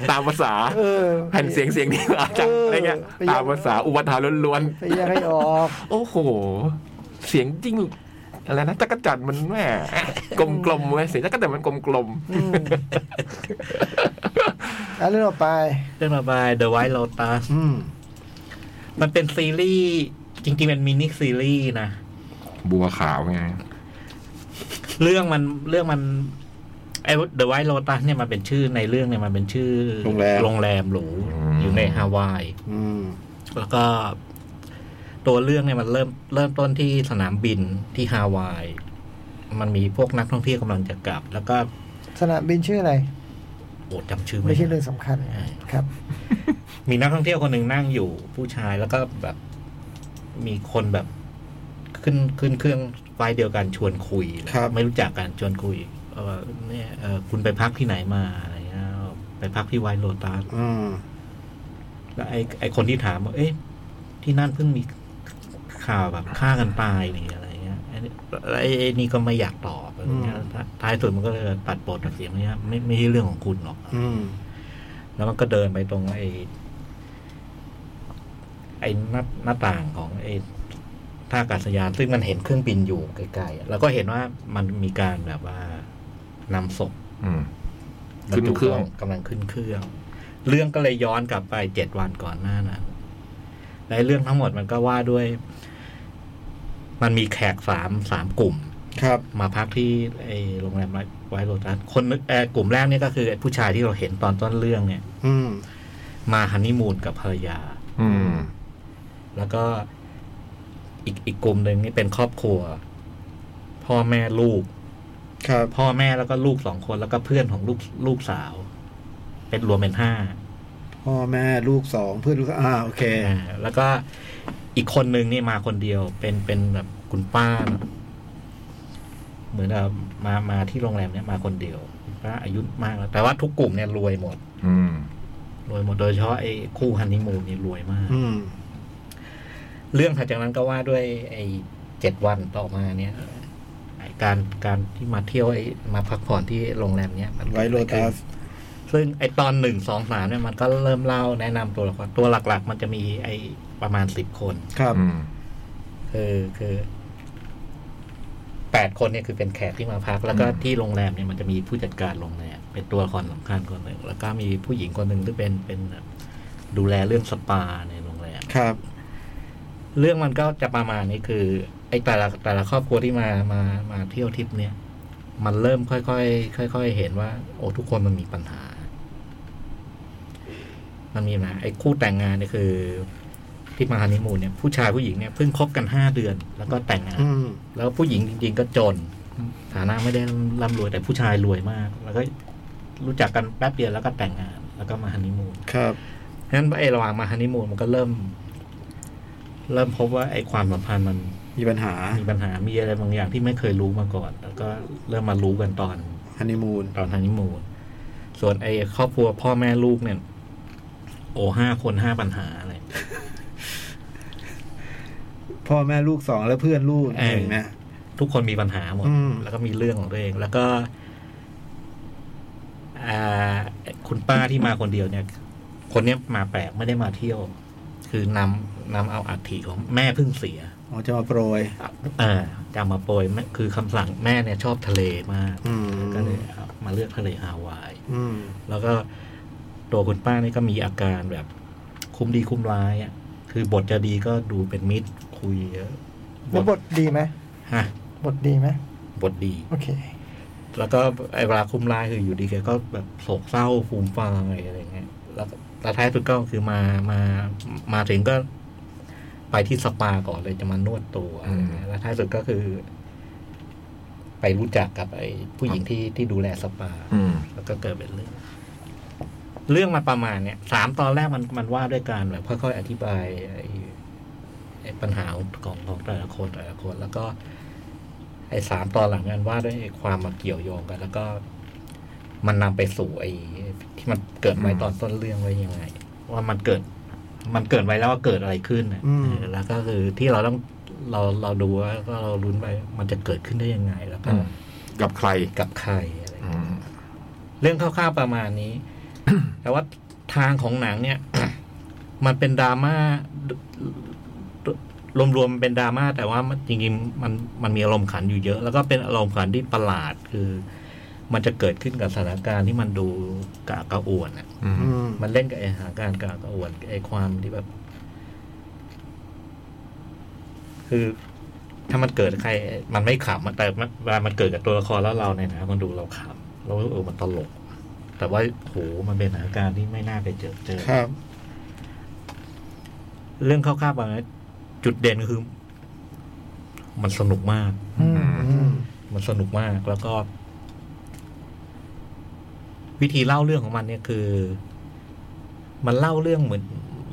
ตามภาษา เออ แผ่นเสียงเสียงดีกว่าจัง เออ อะไรเงี้ย ไปยัง ตามภาษาอุปทานล้วน ไปแยกให้ออก ๆ โอ้โห เสียงจริง อะไรนะจักรจันทร์มันแหมกลมๆเว้ยเสียงจักรจันทร์มันกลมๆ อืมอ่ะเรื่องต่อไป เรื่องระบาย The White Lotus อืม มันเป็นซีรีส์ จริงๆเป็นมินิซีรีส์นะ บัวขาวไง เรื่องมันเรื่องมันไอ้ The White Lotus เนี่ยมันเป็นชื่อในเรื่องเนี่ยมันเป็นชื่อ โรงแรม โรงแรมหรู อืม อยู่ในฮาวาย อืม แล้วก็ตัวเรื่องเนี่ยมันเริ่มเริ่มต้นที่สนามบินที่ฮาวาย มันมีพวกนักท่องเที่ยวกำลังจะกลับ แล้วก็ สนามบินชื่ออะไร โอดจำชื่อ ไม่ ไม่ ใช่ ได้ เรื่องสำคัญครับ มีนักท่องเที่ยวคนหนึ่งนั่งอยู่ผู้ชายแล้วก็แบบมีคนแบบขึ้นขึ้นเครื่องไฟล์เดียวกันชวนคุย ครับ ไม่รู้จักกันชวนคุยเออเนี่ยเออคุณไปพักที่ไหนมาอะไรเงี้ย ไปพักที่ไวโรตัส อ่า แล้วไอ้ไอ้คนที่ถามว่าเอ๊ะที่นั่นเพิ่งมีข่าวแบบฆ่ากันตายนี่อะไรเงี้ยไอ้นี่แล้วไอ้ไอ้นี่ก็ไม่อยากตอบอะไรเงี้ยท้ายสุดมันก็เลยตัดบทตัดเสียงเนี้ยไม่ไม่ใช่เรื่องของคุณหรอก อืม แล้วมันก็เดินไปตรงไอ้ไอ้หน้าหน้าต่างของไอ้ท่าอากาศยาน ซึ่งมันเห็นเครื่องบินอยู่ไกลๆอะแล้วก็เห็นว่ามันมีการแบบว่านำศพ อืม บ ขึ้น จุ เครื่อง กำลังขึ้นเครื่อง เรื่องก็เลยย้อนกลับไปเจ็ดวันก่อนหน้านั้นและเรื่องทั้งหมดมันก็ว่าด้วย มันมีแขกสามสามกลุ่ม ครับ มาพักที่ไอ้โรงแรมไวท์โรตัสคนเอ่อกลุ่มแรกเนี่ยก็คือไอ้ผู้ชายที่เราเห็นตอนต้นเรื่องเนี่ย อืม มาฮันนีมูนกับภรรยา อืม แล้วก็อีกอีกกลุ่มหนึ่งนี่เป็นครอบครัว พ่อแม่ลูก ครับ พ่อแม่แล้วก็ลูกสองคนแล้วก็เพื่อนของลูกลูกสาว เป็นรวมเป็นห้า พ่อแม่ลูกสองเพื่อนลูกสาวอ่าโอเค อ่าแล้วก็อีกคนหนึ่งนี่มาคนเดียว เป็นเป็นแบบคุณป้า เหมือนแบบมามาที่โรงแรมเนี่ยมาคนเดียวคุณป้าอายุมากแล้วแต่ว่าทุกกลุ่มเนี่ยรวยหมด อืม รวยหมดโดยเฉพาะไอ้คู่ฮันนีมูนนี่รวยมาก อืม เรื่องถัดจากนั้นก็ว่าด้วยไอ้เจ็ดวันต่อมาเนี่ยไอ้การการที่มาเที่ยวไอ้มาพักผ่อนที่โรงแรมเนี้ยมัน ไวโรตัส ซึ่งไอ้ตอนหนึ่งสองสามเนี่ยมันก็เริ่มเล่าแนะนำตัวละครตัวหลัก ๆ มันจะมีไอ้ประมาณสิบคน ครับ อืม คือคือแปดคนเนี่ยคือเป็นแขกที่มาพัก แล้วก็ อืม ที่โรงแรมเนี่ยมันจะมีผู้จัดการโรงแรมเป็นตัวละครสำคัญคนหนึ่งแล้วก็มีผู้หญิงคนหนึ่งที่เป็นเป็นแบบดูแลเรื่องสปาในโรงแรม ครับ เรื่องมันก็จะประมาณนี้คือ ไอ้แต่ละแต่ละครอบครัวที่มามามาเที่ยวทริปเนี่ย มันเริ่มค่อยๆค่อยๆเห็นว่า โอ้ทุกคนมันมีปัญหา มันมีปัญหาไอ้คู่แต่งงานเนี่ยคือ ที่มาฮันนีมูนเนี่ยผู้ชายผู้หญิงเนี่ยเพิ่งคบกันห้าเดือน แล้วก็แต่งงาน อืม แล้วผู้หญิงจริงๆก็จน ฐานะไม่ได้ร่ำรวยแต่ผู้ชายรวยมาก แล้วก็รู้จักกันแป๊บเดียวแล้วก็แต่งงาน แล้วก็มาฮันนีมูน ครับ เพราะฉะนั้นไอ้ระหว่างมาฮันนีมูนมันก็เริ่ม เริ่มพบว่าไอ้ความสัมพันธ์มัน มีปัญหา มีปัญหามีอะไรบางอย่างที่ไม่เคยรู้มาก่อน แล้วก็เริ่มมารู้กันตอน ฮันนีมูน ตอนฮันนีมูนส่วนไอ้ครอบครัวพ่อแม่ลูกเนี่ย โอ้ห้าคนห้าปัญหาอะไร พ่อแม่ลูกสองแล้วเพื่อนลูก เออ หนึ่งนะ ทุกคนมีปัญหาหมด อืม แล้วก็มีเรื่องของตัวเอง แล้วก็อ่าคุณป้าที่มาคนเดียวเนี่ย คนเนี้ยมาแปลกไม่ได้มาเที่ยว คือนำนำเอาอัฐิของแม่เพิ่งเสีย อ๋อจะมาโปรย อ่าจำมาโปรยแม่คือคำสั่งแม่เนี่ยชอบทะเลมาก อืม ก็เลยเอามาเลือกทะเลฮาวาย อืม แล้วก็ตัวคุณป้านี่ก็มีอาการแบบ คุ้มดีคุ้มร้ายอ่ะคือบทจะดีก็ดูเป็นมิตรคุยเยอะ แล้วบทดีไหม ฮะ บทดีไหม บทดี โอเค แล้วก็ไอ้เวลาคุ้มร้ายคืออยู่ดีแกก็แบบโศกเศร้าฟูมฟายอะไรเงี้ยแล้วแต่ท้ายสุดก็คือมามามาถึงก็ ไปที่สปาก่อนเลยจะมานวดตัวอะไรเงี้ยแล้วท้ายสุดก็คือ ไปรู้จักกับไอ้ผู้หญิงที่ที่ดูแลสปา อืม แล้วก็เกิดเป็นเรื่อง เรื่องมันประมาณเนี่ยสามตอนแรกมันมันว่าด้วยการแบบค่อยๆอธิบายไอ้ไอ้ปัญหาของของแต่ละคนแต่ละคน แล้วก็ ไอ้สามตอนหลังมันว่าด้วยไอ้ความมาเกี่ยวโยงกัน แล้วก็มันนำไปสู่ไอ้ที่มันเกิดไว้ อืม ตอนต้นเรื่องไว้ยังไง ว่ามันเกิด มันเกิดไว้แล้วว่าเกิดอะไรขึ้นน่ะ อืม เออแล้วก็คือที่เราต้องเราเราดูว่าเราลุ้นไปมันจะเกิดขึ้นได้ยังไง แล้วก็ อืมกับใคร กับใครอะไรอย่างเงี้ย อืม เรื่องคร่าวๆประมาณนี้ แต่ว่าทางของหนังเนี่ย มันเป็นดราม่ารวมๆเป็นดราม่าแต่ว่ามันจริงๆมันมันมีอารมณ์ขันอยู่เยอะ แล้วก็เป็นอารมณ์ขันที่ประหลาดคือ มันจะเกิดขึ้นกับสถานการณ์ที่มันดูกากระอ่วนอะ อืม อืม มันเล่นกับไอ้สถานการณ์กากระอ่วนไอ้ความที่แบบ คือ ถ้ามันเกิดใคร มันไม่ขำอะแต่มันเวลามันเกิดกับตัวละครแล้วเราเนี่ยนะมันดูเราขำเราเออมันตลก แต่ว่าโหมันเป็นสถานการณ์ที่ไม่น่าไปเจอเจอ ครับ เรื่องคร่าวๆประมาณนี้จุดเด่นก็คือ มันสนุกมาก อืม อืม มันสนุกมากแล้วก็ วิธีเล่าเรื่องของมันเนี่ยคือ มันเล่าเรื่องเหมือน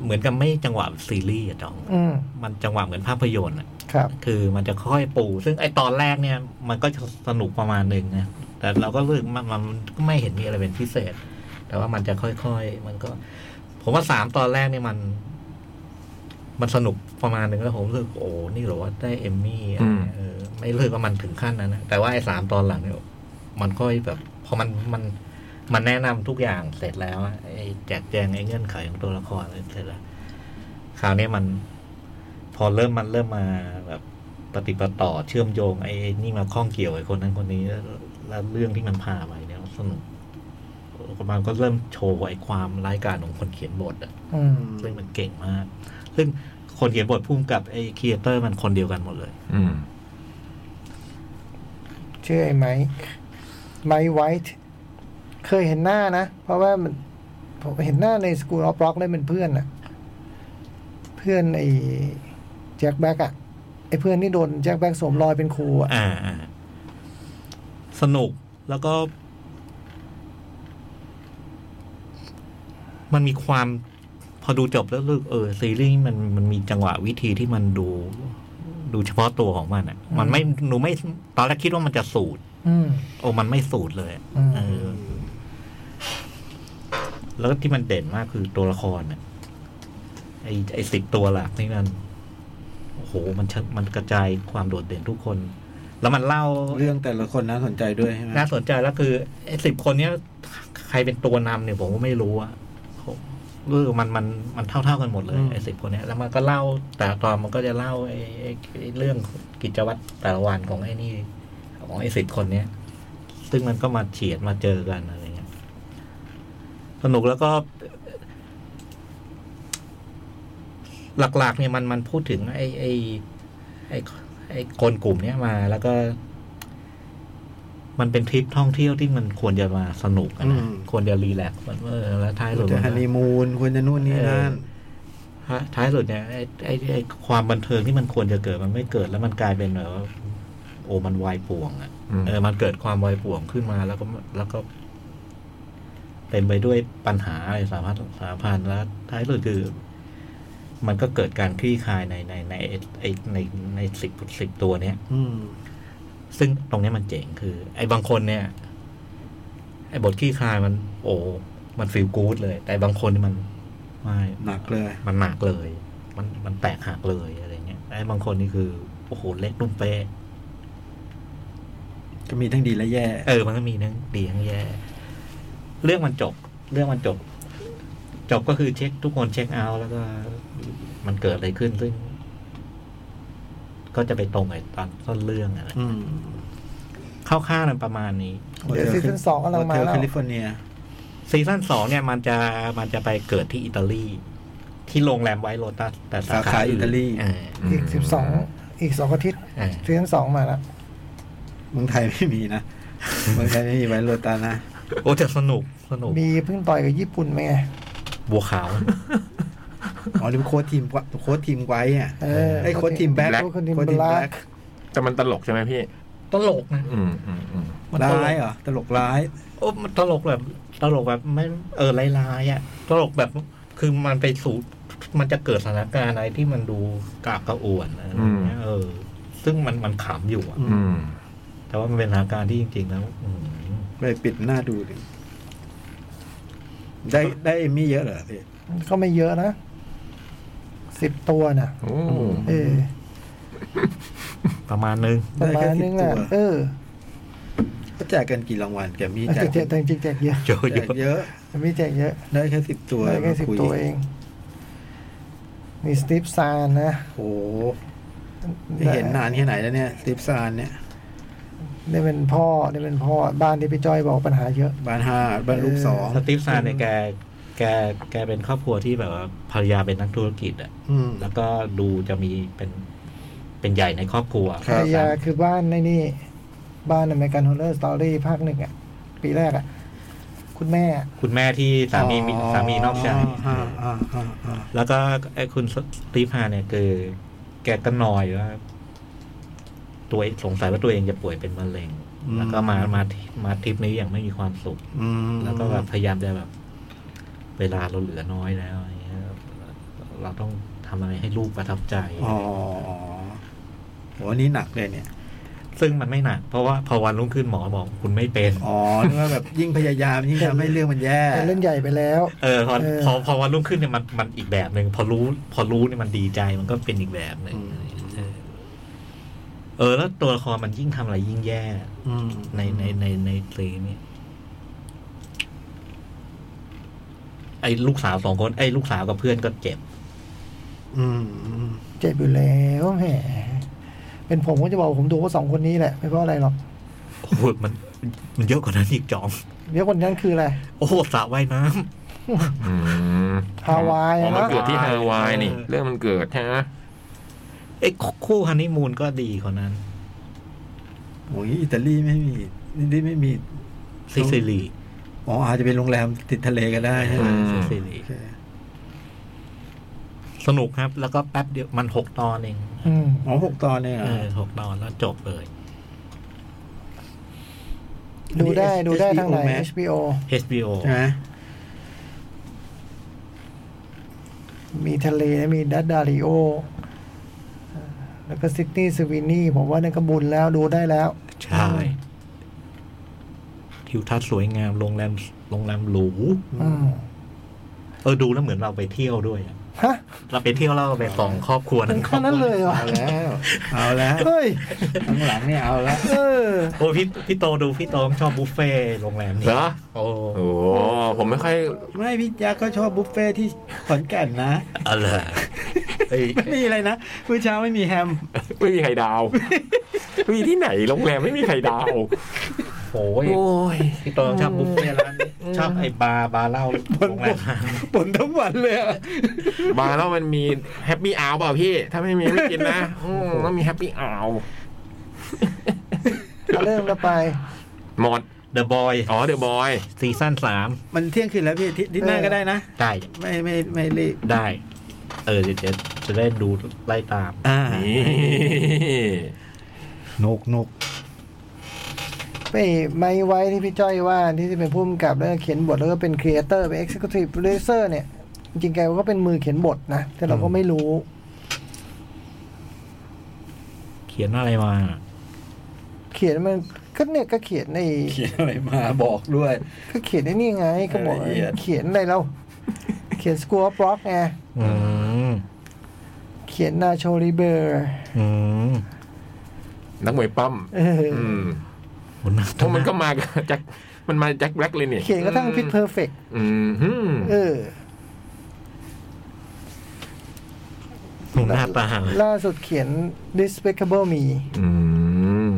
เหมือนกับไม่จังหวะซีรีส์อะจอง อืม มันจังหวะเหมือนภาพยนตร์อะ ครับ คือมันจะค่อยปู ซึ่งไอตอนแรกเนี่ย มันก็จะสนุกประมาณหนึ่งนะ แต่เราก็รู้สึกมันมันมันก็ไม่เห็นมีอะไรเป็นพิเศษ แต่ว่ามันจะค่อยๆ มันก็ ผมว่าสามตอนแรกเนี่ยมัน มันสนุกประมาณหนึ่งแล้วผมรู้สึกโอ้นี่เหรอว่าได้เอมมี่อะอืไรม เออไม่เลิกกับมันถึงขั้นนั้นนะแต่ว่าไอ้สามตอนหลังเนี่ย มันค่อยแบบพอมันมันมันแนะนำทุกอย่างเสร็จแล้วอะไอ้แจกแจงไอ้เงื่อนไขของตัวละครอะไรเสร็จแล้วคราวนี้มัน พอเริ่มมันเริ่มมาแบบปฏิปต่อเชื่อมโยงไอ้นี่มาข้องเกี่ยวไอ้คนนั้นคนนี้แล้วแล้วเรื่องที่มันพาไปเนี่ยมันสนุกมันก็เริ่มโชว์ไอ้ความร้ายกาจของคนเขียนบทอะ อืม ซึ่งมันเก่งมาก ซึ่งคนเขียนบทพุ่มกับไอ้ครีเอเตอร์มันคนเดียวกันหมดเลย อืม ชื่อไอ้ไมค์ไมค์ไวท์เคยเห็นหน้านะ เพราะว่ามันผมเห็นหน้าในสกูลออฟร็อกเลยเป็นเพื่อนอะเพื่อนไอ้แจ็คแบ็กอะไอ้เพื่อนที่โดนแจ็คแบ็กสวมรอยเป็นครูอะ อ่าอ่าสนุกแล้วก็ มันมีความพอดูจบแล้วรู้สึกเออ ซีรีส์มันมันมีจังหวะวิธีที่มันดู ดูเฉพาะตัวของมันอ่ะ มันไม่หนูไม่ตอนแรกคิดว่ามันจะสูตร อืม โอ้มันไม่สูตรเลยอะ อืม เออ แล้วที่มันเด่นมากคือตัวละครเนี่ยไอไอสิบตัวหลักนี่มันโอ้โห มันชัดมันกระจายความโดดเด่นทุกคน แล้วมันเล่า เรื่องแต่ละคนน่าสนใจด้วยใช่ไหม น่าสนใจแล้วคือไอ้สิบคนเนี้ย ใครเป็นตัวนำเนี่ยผมก็ไม่รู้อะผมรู้สึกมันมันมันเท่าเท่าๆกันหมดเลยไอ้สิบคนเนี้ยแล้วมันก็เล่าแต่ละตอนมันก็จะเล่าไอ้ไอ้ไอ้เรื่องกิจวัตรแต่ละวันของไอ้นี่ ของไอ้สิบคนเนี้ย ซึ่งมันก็มาเฉียดมาเจอกันอะไรเงี้ยสนุกแล้วก็ หลักๆ เนี่ยมันมันพูดถึงไอ้ไอ้ไอ้ไอ้คนกลุ่มเนี้ยมา แล้วก็ มันเป็นทริปท่องเที่ยวที่มันควรจะมาสนุกอะนะควรจะรีแลกซ์มันเออแล้วท้ายสุด จะ มัน ฮัน ก็ นีมูนควรจะนู่นนี่นั่น ท้ายท้ายสุดเนี่ยไอ้ไอ้ไอ้ความบันเทิงที่มันควรจะเกิดมันไม่เกิดแล้วมันกลายเป็นแบบว่าโอ้มันวายป่วงอะ อืม เออมันเกิดความวายป่วงขึ้นมาแล้วก็แล้วก็เต็มไปด้วยปัญหาอะไรสารพัดสารพันแล้ว ท้ายสุดคือ มันก็เกิดการคลี่คลายในในในไอ้ไอ้ในในสิบสิบตัวเนี้ย อืม ซึ่งตรงเนี้ยมันเจ๋งคือ ไอ้บางคนเนี่ย ไอ้บทคลี่คลายมัน โอ้มันฟีลกู๊ดเลย แต่บางคนนี่มันไม่ หนักเลย มันหนักเลย มันมันแตกหักเลยอะไรเงี้ย ไอ้บางคนนี่คือ โอ้โห เล็กนุ่มเป๊ะ ก็มีทั้งดีและแย่ เออ มันก็มีทั้งดีทั้งแย่ เรื่องมันจบ เรื่องมันจบ จบก็คือเช็คทุกคนเช็คเอาท์แล้วก็ มันเกิดอะไรขึ้นซึ่ง ก็จะไปตรงกับตอนต้นเรื่องอะไร อืม คร่าวๆมันประมาณนี้ เดี๋ยวซีซั่นสองกำลังมา โฮเทล แล้ว แคลิฟอร์เนีย ซีซั่นสองเนี่ยมันจะมันจะไปเกิดที่อิตาลี ที่โรงแรมไวท์โรตัสแต่สา สาขา ขา อิตาลี นเออ อีกสิบสองอีกสองอาทิตย์ เออ ซีซั่นสองมาแล้ว เมืองไทยไม่มีนะ เมืองไทยไม่มีไวโรตานะ โอ้แต่สนุกสนุก มีเพิ่งต่อยกับญี่ปุ่นไหมไง บัวขาว อ๋อนี่มันโค้ชทีมกวโค้ชทีมไว้อ่ะ เออ ไอ้ยโค้ชทีมแบ็ค โค้ชทีมแบ็ค แต่มันตลกใช่ไหมพี่ ตลกนะ อืมอืมอืม มันตลก ร้ายเหรอ ตลกร้าย โอ้มันตลกแบบ ตลกแบบไม่เออร้ายๆอ่ะ ตลกแบบคือมันไปสู่มันจะเกิดสถานการณ์อะไรที่มันดูกากกระอ่วนอะไรอย่างเงี้ยเออ ซึ่งมันมันขำอยู่อะ อืม แต่ว่ามันเป็นสถานการณ์ที่จริง ๆ แล้วอืม ไปปิดหน้าดูดิได้ได้เอมมี่เยอะเหรอพี่ ก็ไม่เยอะนะสิบตัวน่ะ โอ้ เออ ประมาณนึง ประมาณนึงแหละเออ ก็แจกกันกี่รางวัลแกมมี่แจ แต่ ก แจกแต่จริงๆแจกเยอะ เจอ แจ เย ก อะ เยอะ แต่ไม่แจกเยอะ ได้แค่สิบตัว ได้แค่สิบ คุย ตัวเองมีสตีฟซานนะ โอ้โหนี่เห็นนานแค่ไหนแล้วเนี่ยสติฟซานเนี่ย ได้เป็นพ่อได้เป็นพ่อบ้านที่พี่จ้อยบอกปัญหาเยอะ บ้านห้าบ้านลูกสอง สตีฟซานเนี่ยแกแกแกเป็นครอบครัวที่แบบว่าภรรยาเป็นนักธุรกิจอ่ะ อืม แล้วก็ดูจะมีเป็นเป็นใหญ่ในครอบครัวภครั ร บ รยาคือบ้านในนี่ บ้านอเมริกันฮอลเลอร์สตอรี่ภาคหนึ่งอ่ะ ปีแรกอ่ะ คุณแม่อะ คุณแม่ที่สามีมีสามีนอกใจ อ่าอ่าอ่าอ่า แล้วก็ไอ้คุณสตีฟฮาเนี่ยคือ แกก็นอยว่าตัวเองสงสัยว่าตัวเองจะป่วยเป็นมะเร็ง แล้วก็มามามาทริปนี้อย่างไม่มีความสุข อืม แล้วก็แบบพยายามจะแบบ เวลาเราเหลือน้อยแล้วอย่างเงี้ยเราต้องทำอะไรให้ลูกประทับใจ อ๋อโหอันนี้หนักเลยเนี่ย ซึ่งมันไม่หนัก เพราะว่าพอวันรุ่งขึ้นหมอบอกคุณไม่เป็น อ๋อนึกว่าแบบยิ่งพยายามยิ่งทำให้เรื่องมันแย่ เล่นใหญ่ไปแล้ว เออพอ เออ พอพอวันรุ่งขึ้นเนี่ยมันมันอีกแบบหนึ่งพอรู้ พอรู้เนี่ยมันดีใจมันก็เป็นอีกแบบหนึ่ง อืม เออเออ แล้วตัวละครมันยิ่งทำอะไรยิ่งแย่ อืม ในในในในเพลงเนี่ยไอ้ลูกสาวสองคนไอ้ลูกสาวกับเพื่อนก็เจ็บ อืมอืม เจ็บอยู่แล้วแหมเป็นผมก็จะบอกผมดูว่าสองคนนี้แหละไม่เพราะอะไรหรอก โอ้โหมันมันเยอะกว่านั้นอีกจอม เดี๋ยวคนนั้นคืออะไร โอ้โหสระว่ายน้ำ อืม ฮาวาย อ๋อ นะ มันเกิดที่ฮาวายนี่ เออ เรื่องมันเกิดใช่ไหม ไอ้คู่ฮันนีมูนก็ดีกว่านั้น โอ้ยอิตาลีไม่มีนี่นี่ไม่มี ซิซิลี อ๋ออาจจะเป็นโรงแรมติดทะเลก็ได้ใช่ไหม ซิซิลี โอเค สนุกครับ แล้วก็แป๊บเดียวมันหกตอนเอง อืม อ๋อหกตอนเนี่ยเหร เอ อ อหกตอนแล้วจบเลย ดูได้ อันนี้ ดูได้ HBO ทางไหน Max HBO HBO ใช่ไหม มีทะเลนะมีดัตดาริโอ แล้วก็ซิดนีย์สวินนี่ผมว่านั่นก็บุญแล้วดูได้แล้ว ใช่ทิวทัศน์สวยงามโรงแรมโรงแรมหรู อืม เออดูแล้วเหมือนเราไปเที่ยวด้วยอะ ฮะ เราไปเที่ยวแล้วเราไปสองครอบครัว ถึ นั้ ง นครอ ขั้ บ น ค นั้น รัว เลยเหรอ เอาแล้วเอาแล้ว เฮ้ย ข้างหลังเนี่ยเอาแล้ว เออ โอ้ยพี่พี่โตดูพี่โตชอบบุฟเฟ่ต์โรงแรม เหร นี้ อ โอ้ โอ้โหผมไม่ค่อย ไม่พี่ยักษ์ก็ชอบบุฟเฟ่ที่ขอนแก่นนะ อะไรไอ้ ไม่มีอะไรนะมื้อเช้าไม่มีแฮม ไม่มีใครดาวมีที่ไหนโรงแรมไม่มีใครดาว โอ้ย โอ้ย พี่โตชอบบุฟเฟ่ต์ร้านนี้ชอบไอ้บาร์บาร์เหล้าโรงแรมนั้น ปนทั้งวันเลยอะ บาร์แล้วมันมีแฮปปี้อ r เปล่าพี่ ถ้าไม่มีไม่กินนะอืมต้องมีแฮปปี้อ r เริ่มแล้วไป หมด The Boy อ๋อเดอะบอย ซีซั่นสาม มันเที่ยงคืนแล้วพี่อาทิตย์อาทิตย์หน้าก็ได้นะ ได้ ไม่ไม่ไม่รีบ ได้ เออเดี๋ยวจะจะได้ดูไล่ตาม อ่า นี่ นกนก ไปไม่ไว้ที่พี่จ้อยว่าที่จะเป็นผู้กำกับแล้วก็เขียนบทแล้วก็เป็นครีเอเตอร์เป็น Executive Producer เนี่ย จริงๆแกก็เป็นมือเขียนบทนะ แต่เราก็ไม่รู้ เขียนอะไรมา เขียนมันก็เนี่ยก็เขียนใน เขียนอะไรมาบอกด้วย ก็เขียนได้นี่ไงก็บอก ละเอียด เขียนอะไรเรา เขียนสกูปบล็อกไง อืม เขียนนาโชริเบอร์ อืม นักมวยปั้ม เออ อืม โหนัก เพราะมันก็มากับแจ็คมันมาจากแจ็คแบล็กเลยนี่ เขียนกระทั่งพิทเพอร์เฟก อืมอืม เออ โหหน้าตา ล่าสุดเขียน Despicable Me อืม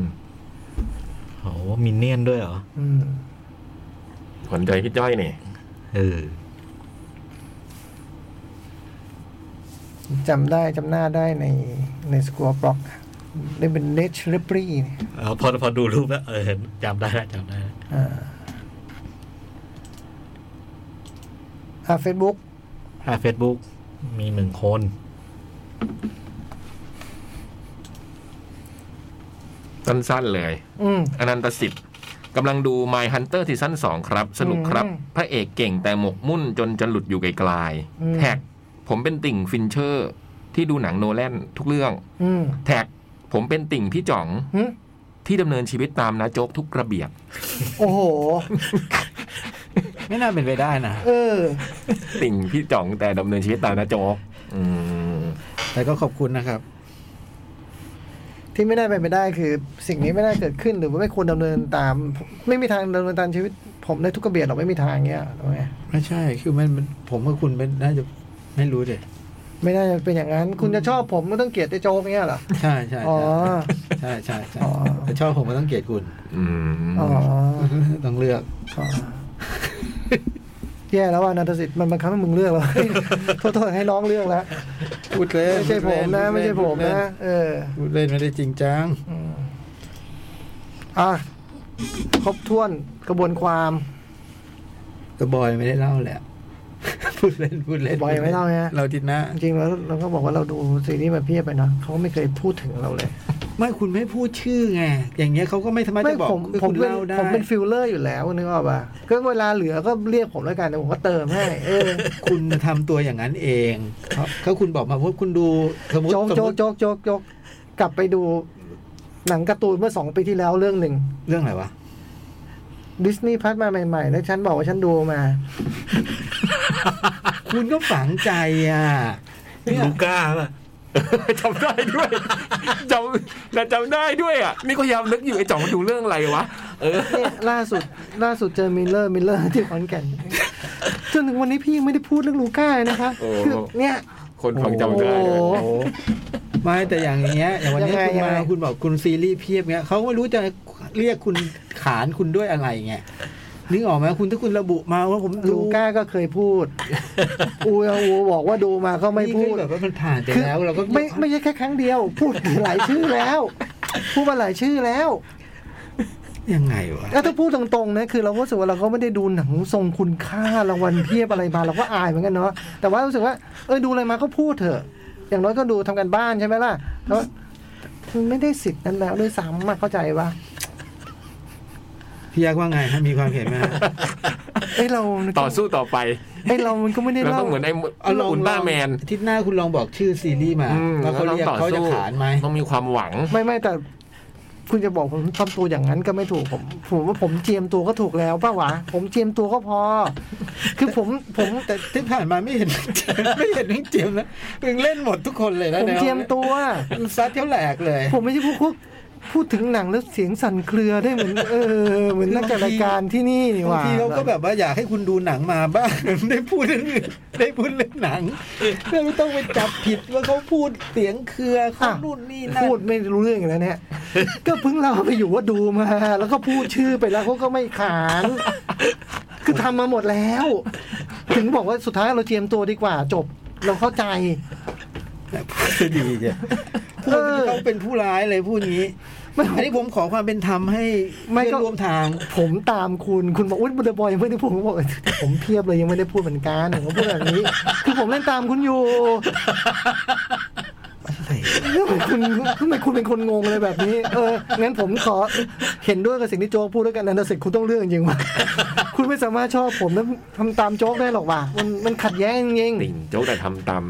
โอ้มินเนี่ยนด้วยเหรอ อืม ขวัญใจพี่จ้อยนี่ เออ จำได้จำหน้าได้ในในสกูปบล็อกได้เป็นเนชเรปรีย เอาพอพอดูรูปแล้วเออเห็นจำได้แล้วจำได้แล้ว อ่าอ่าเฟซบุ๊ก อ่าเฟซบุ๊กมีหนึ่งคน สั้นๆเลย อืม อนันตสิทธิ์กำลังดู My Hunter ซีซั่น2ครับ สนุกครับ อืม พระเอกเก่งแต่หมกมุ่นจนจนหลุดอยู่ไกล อืม ๆแท็ก ผมเป็นติ่งฟินเชอร์ ที่ดูหนังโนแลนทุกเรื่อง อืม แท็ก ผมเป็นติ่งพี่จ๋อง หึ ที่ดำเนินชีวิตตามนาโจ๊กทุกระเบียบ โอ้โห ไม่น่าเป็นไปได้นะ เออ ติ่งพี่จ๋องแต่ดำเนินชีวิตตามนาโจ๊กอืม แต่ก็ขอบคุณนะครับ ที่ไม่น่าเป็นไปได้คือสิ่งนี้ไม่น่าเกิดขึ้นหรือว่าไม่ควรดำเนินตาม ไม่มีทางดำเนินตามชีวิต ผมในทุกกระเบียดหรอกไม่มีทางเงี้ยหรอกไง ไม่ใช่ คือมันมันผมกับคุณเป็นน่าจะไม่รู้เด็ ไม่น่าจะเป็นอย่างนั้น คุณจะชอบผมก็ต้องเกลียดไอ้โจ๊กเงี้ยเหรอ ใช่ใช่ อ๋อ ใช่ใช่ใช่ อ๋อ แต่ชอบผมก็ต้องเกลียดคุณ อืม อ๋อ ต้องเลือก อ๋อแย่แล้วว่านันทสิทธิ์มันบังคับให้มึงเลือกแล้ว โทษโทษให้น้องเลือกแล้ว พูดเล่น ไม่ใช่ผมนะ พูดเล่ ไม่ใช่ผมนะเออ พูดเล่นพูดเล่นไม่ได้จริงจัง อ่ะครบถ้วนกระบวนความ ก็บอยไม่ได้เล่าแหละ พูดเล่นพูดเล่น บอยไม่เล่าฮะ เราติดหนะ จริงๆแล้วเราก็บอกว่าเราดูซีรีส์มาเพียบไปนะเขาก็ไม่เคยพูดถึงเราเลย ไม่คุณไม่พูดชื่อไง อย่างเงี้ยเขาก็ไม่สามารถ ไม่ จะบอก ผม คือ ผม คุณ เป็น เล่าได้ ผมเป็นฟิลเลอร์อยู่แล้วนึกออกป่ะก็เวลาเหลือก็เรียกผมแล้วกันเดี๋ยวผมก็เติม ให้เออ คุณทำตัวอย่างนั้นเองเขาคุณบอกมาว่าคุณดูสมมติ โจ๊ก สม โจ๊ ม ก ติ โจ๊กโจ๊กโจ๊กกลับไปดู หนังการ์ตูนเมื่อสองปีที่แล้วเรื่องหนึ่ง เรื่องอะไรวะ ดิสนีย์พัดมาใหม่ๆ แล้วฉันบอกว่าฉันดูมา คุณก็ฝังใจอ่ะเนี่ย ลูก้าป่ะ จำได้ด้วย จำแต่จำได้ด้วยอ่ะนี่ก็พยายามนึกอยู่ไอ้จ่องมันดูเรื่องอะไรวะเออ เนี่ยล่าสุดล่าสุดเจอมิลเลอร์มิลเลอร์ที่ขอนแก่นจนถึงวันนี้พี่ยังไม่ได้พูดเรื่องลูก้าเลยนะคะ โอ้ คือเนี่ย คนฟังจำได้เล โอ้ ย โห ไม่แต่อย่างเงี้ย อย่างวันนี้ ยังไง คุณมา ยังไง คุณบอกคุณซีรีส์เพียบเงี้ยเขาก็ไม่รู้จะเรียกคุณขานคุณด้วยอะไรเงี้ยนึกออกไหมคุณถ้าคุณระบุมาว่าผมดู ลูก้าก็เคยพู ด อูอูบอกว่าดูมาก็ไม่ นี่ พูด คือแบบว่ามันผ่านไป คือ แล้วเราก็ ไม่ไม่ใช่แค่ครั้งเดียว พูดหลายชื่อแล้ว พูดมาหลายชื่อแล้ว ยังไงวะ แล้วถ้าพูดตรงๆนะคือเราก็รู้สึกว่าเราก็ไม่ได้ดูหนังทรงคุณค่ารางวัลเพียบอะไรมาเราก็อายเหมือนกันเนาะแต่ว่ารู้สึกว่าเออดูอะไรมาก็พูดเถอะ อย่างน้อยก็ดูทำกันบ้านใช่ไหมล่ะแล้วมันไม่ได้สิทธิ์นั้นแล้วด้วยซ้ำอะเข้าใจปะ พี่ยักษ์ว่าไงฮะมีความเห็นไหมฮะ เอ้ยเรา ต่อสู้ต่อไป เอ้ยเรามันก็ไม่ได้ เรา เล่า ต้องเหมือนไอ้ เอาลอง อุลตร้าแมน อาทิตย์หน้าคุณลองบอกชื่อซีรีส์มา อืม ว่าเขา แล้วต้อง เรียก ต่อ เขาจะ สู้ ขานไหม ต้องมีความหวัง ไม่ไม่แต่ คุณจะบอกผมทำตัวอย่างนั้นก็ไม่ถูกผม ผมว่าผมเจียมตัวก็ถูกแล้วป้าวะผมเจียมตัวก็พอ คือผมผม แต่ที่ผ่านมาไม่เห็น ไม่เห็นน้องเจียมนะมึงเล่นหมดทุกคนเลยนะ ผม แนว เจียมตัว มันซัดเท่าแหลกเลย ผมไม่ใช่ผู้พูดพูดถึงหนังแล้วเสียงสั่นเครือได้เหมือน เออ เหมือนนักจัดรายการที่นี่นี่ห บาง ว่า ทีเขาก็แบบว่าอยากให้คุณดูหนังมาบ้าง ได้พูดเรื่องอื่นได้พูดเรื่องหนังไม่ต้องไปจับผิดว่าเขาพูดเสียงเครือเขานู่นนี่นั่น พูดไม่รู้เรื่องอย่างนั้นเนี่ย ก็เพิ่งเราไปอยู่ว่าดูมา แล้วก็พูดชื่อไปแล้วเขาก็ไม่ขาน คือทำมาหมดแล้ว ถึงบอกว่าสุดท้ายเราเจียมตัวดีกว่าจบ เราเข้าใจ พูดดีจ้ะพู เอ ด อ เขาเป็นผู้ร้ายเลยพูดงี้ ไม่ อันนี้ผมขอความเป็นธรรมให้ ไม่ เพื่อ ก็ นร่วมทาง ผมตามคุณคุณบอกอุ้ยบุตรบอยยังไม่ได้พูดผมบอกผมเพียบเลยยังไม่ได้พูดเหมือนกันผมก็พูดแบบนี้ คือผมเล่นตามคุณอยู่ทำไมคุณทำไมคุณเป็นคนงงเลยแบบนี้ เอองั้นผมขอเห็นด้วยกับสิ่งที่โจ๊กพูดแล้วกันนะแต่สิ่งคุณต้องเลือกจริงๆว่ะคุณไม่สามารถชอบผมแล้วทำตามโจ๊กได้หรอกว่ะมันมันขัดแย้งจริง ติ่งโจ๊กแต่ทำตาม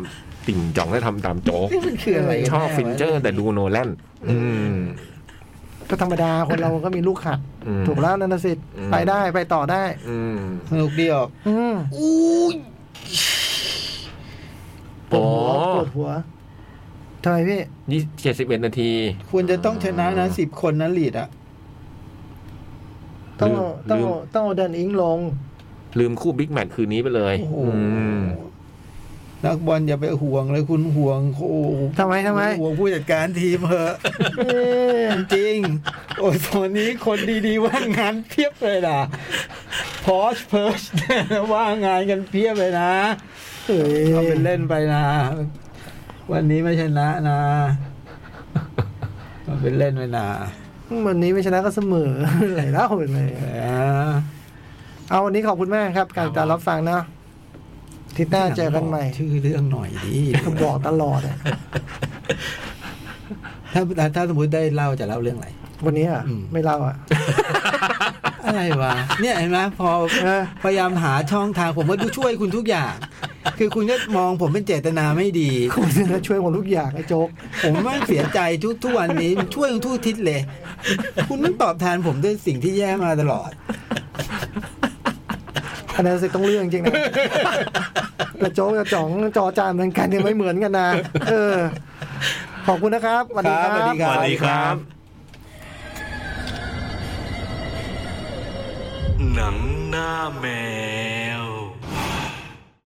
ติ่งจ่องแต่ทำตามโจ๊ก นี่มันคืออะไรกันแน่ ชอบฟินเจอร์แต่ดูโนแลนอืม ๆก็ธรรมดาคนเราก็มีลูกขัด อืม ถูกแล้วนันทสิทธิ์ อืม ไปได้ไปต่อได้ อืม สนุกดีออก อืมปว โอ้ ดหัวปวดหัวทำไมพี่ ยี่เจ็ดสิบเอ็ดนาที ควรจะต้องชนะนะสิบคนนะลีดอะ ต้อง ลืม เอาต้อง ลืม เอาต้องเอาแดนอิงลง ลืมคู่บิ๊กแมตช์คืนนี้ไปเลย โอ้โห อืม นักบอลอย่าไปห่วงเลยคุณห่วงโอ้โห ทำไมทำไม ห่วงผู้จัดการทีมเหอะ จริงๆโอ้ยตอนนี้คนดีๆว่างงานเพียบเลยนะพอชเพิร์ชว่างงานกันเพียบเลยนะ เอ้ย เอาเป็นเล่นไปนะ วันนี้ไม่ชนะนะเอาเป็นเล่นไปนะ วันนี้ไม่ชนะก็เสมอ ไหลายเล่าเลย เออ เอาวันนี้ขอบคุณมากครับการตามรับฟังเนาะอาทิศหน้าเจอกันใหม่ ชื่อเรื่องหน่อยดิ ก็บอกตลอดอะ ถ้าถ้าสมมติได้เล่าจะเล่าเรื่องอะไร วันนี้อ่ะ อืม ไม่เล่าอ่ะ อะไรวะเนี่ยเห็นไหมพอ เออ พยายามหาช่องทางผมว่าดูช่วยคุณทุกอย่าง คือคุณก็มองผมเป็นเจตนาไม่ดี คุณจะช่วยผมทุกอย่างไอ้โจ๊ก ผมแม่งเสียใจทุกทุกวันนี้ช่วยคุณทุกอาทิศเลย คุณไม่ตอบแทนผมด้วยสิ่งที่แย่มาตลอด อันนั้นสิต้องเรื่องจริง นะแต่โจ๊กกับจ่องจอจานเหมือนกันเนี่ยไม่เหมือนกันนะเออ ขอบคุณนะครับสวัสดีค ครับสวัส รั ดี บสครับ วัสดีครับ หนังหน้าแมว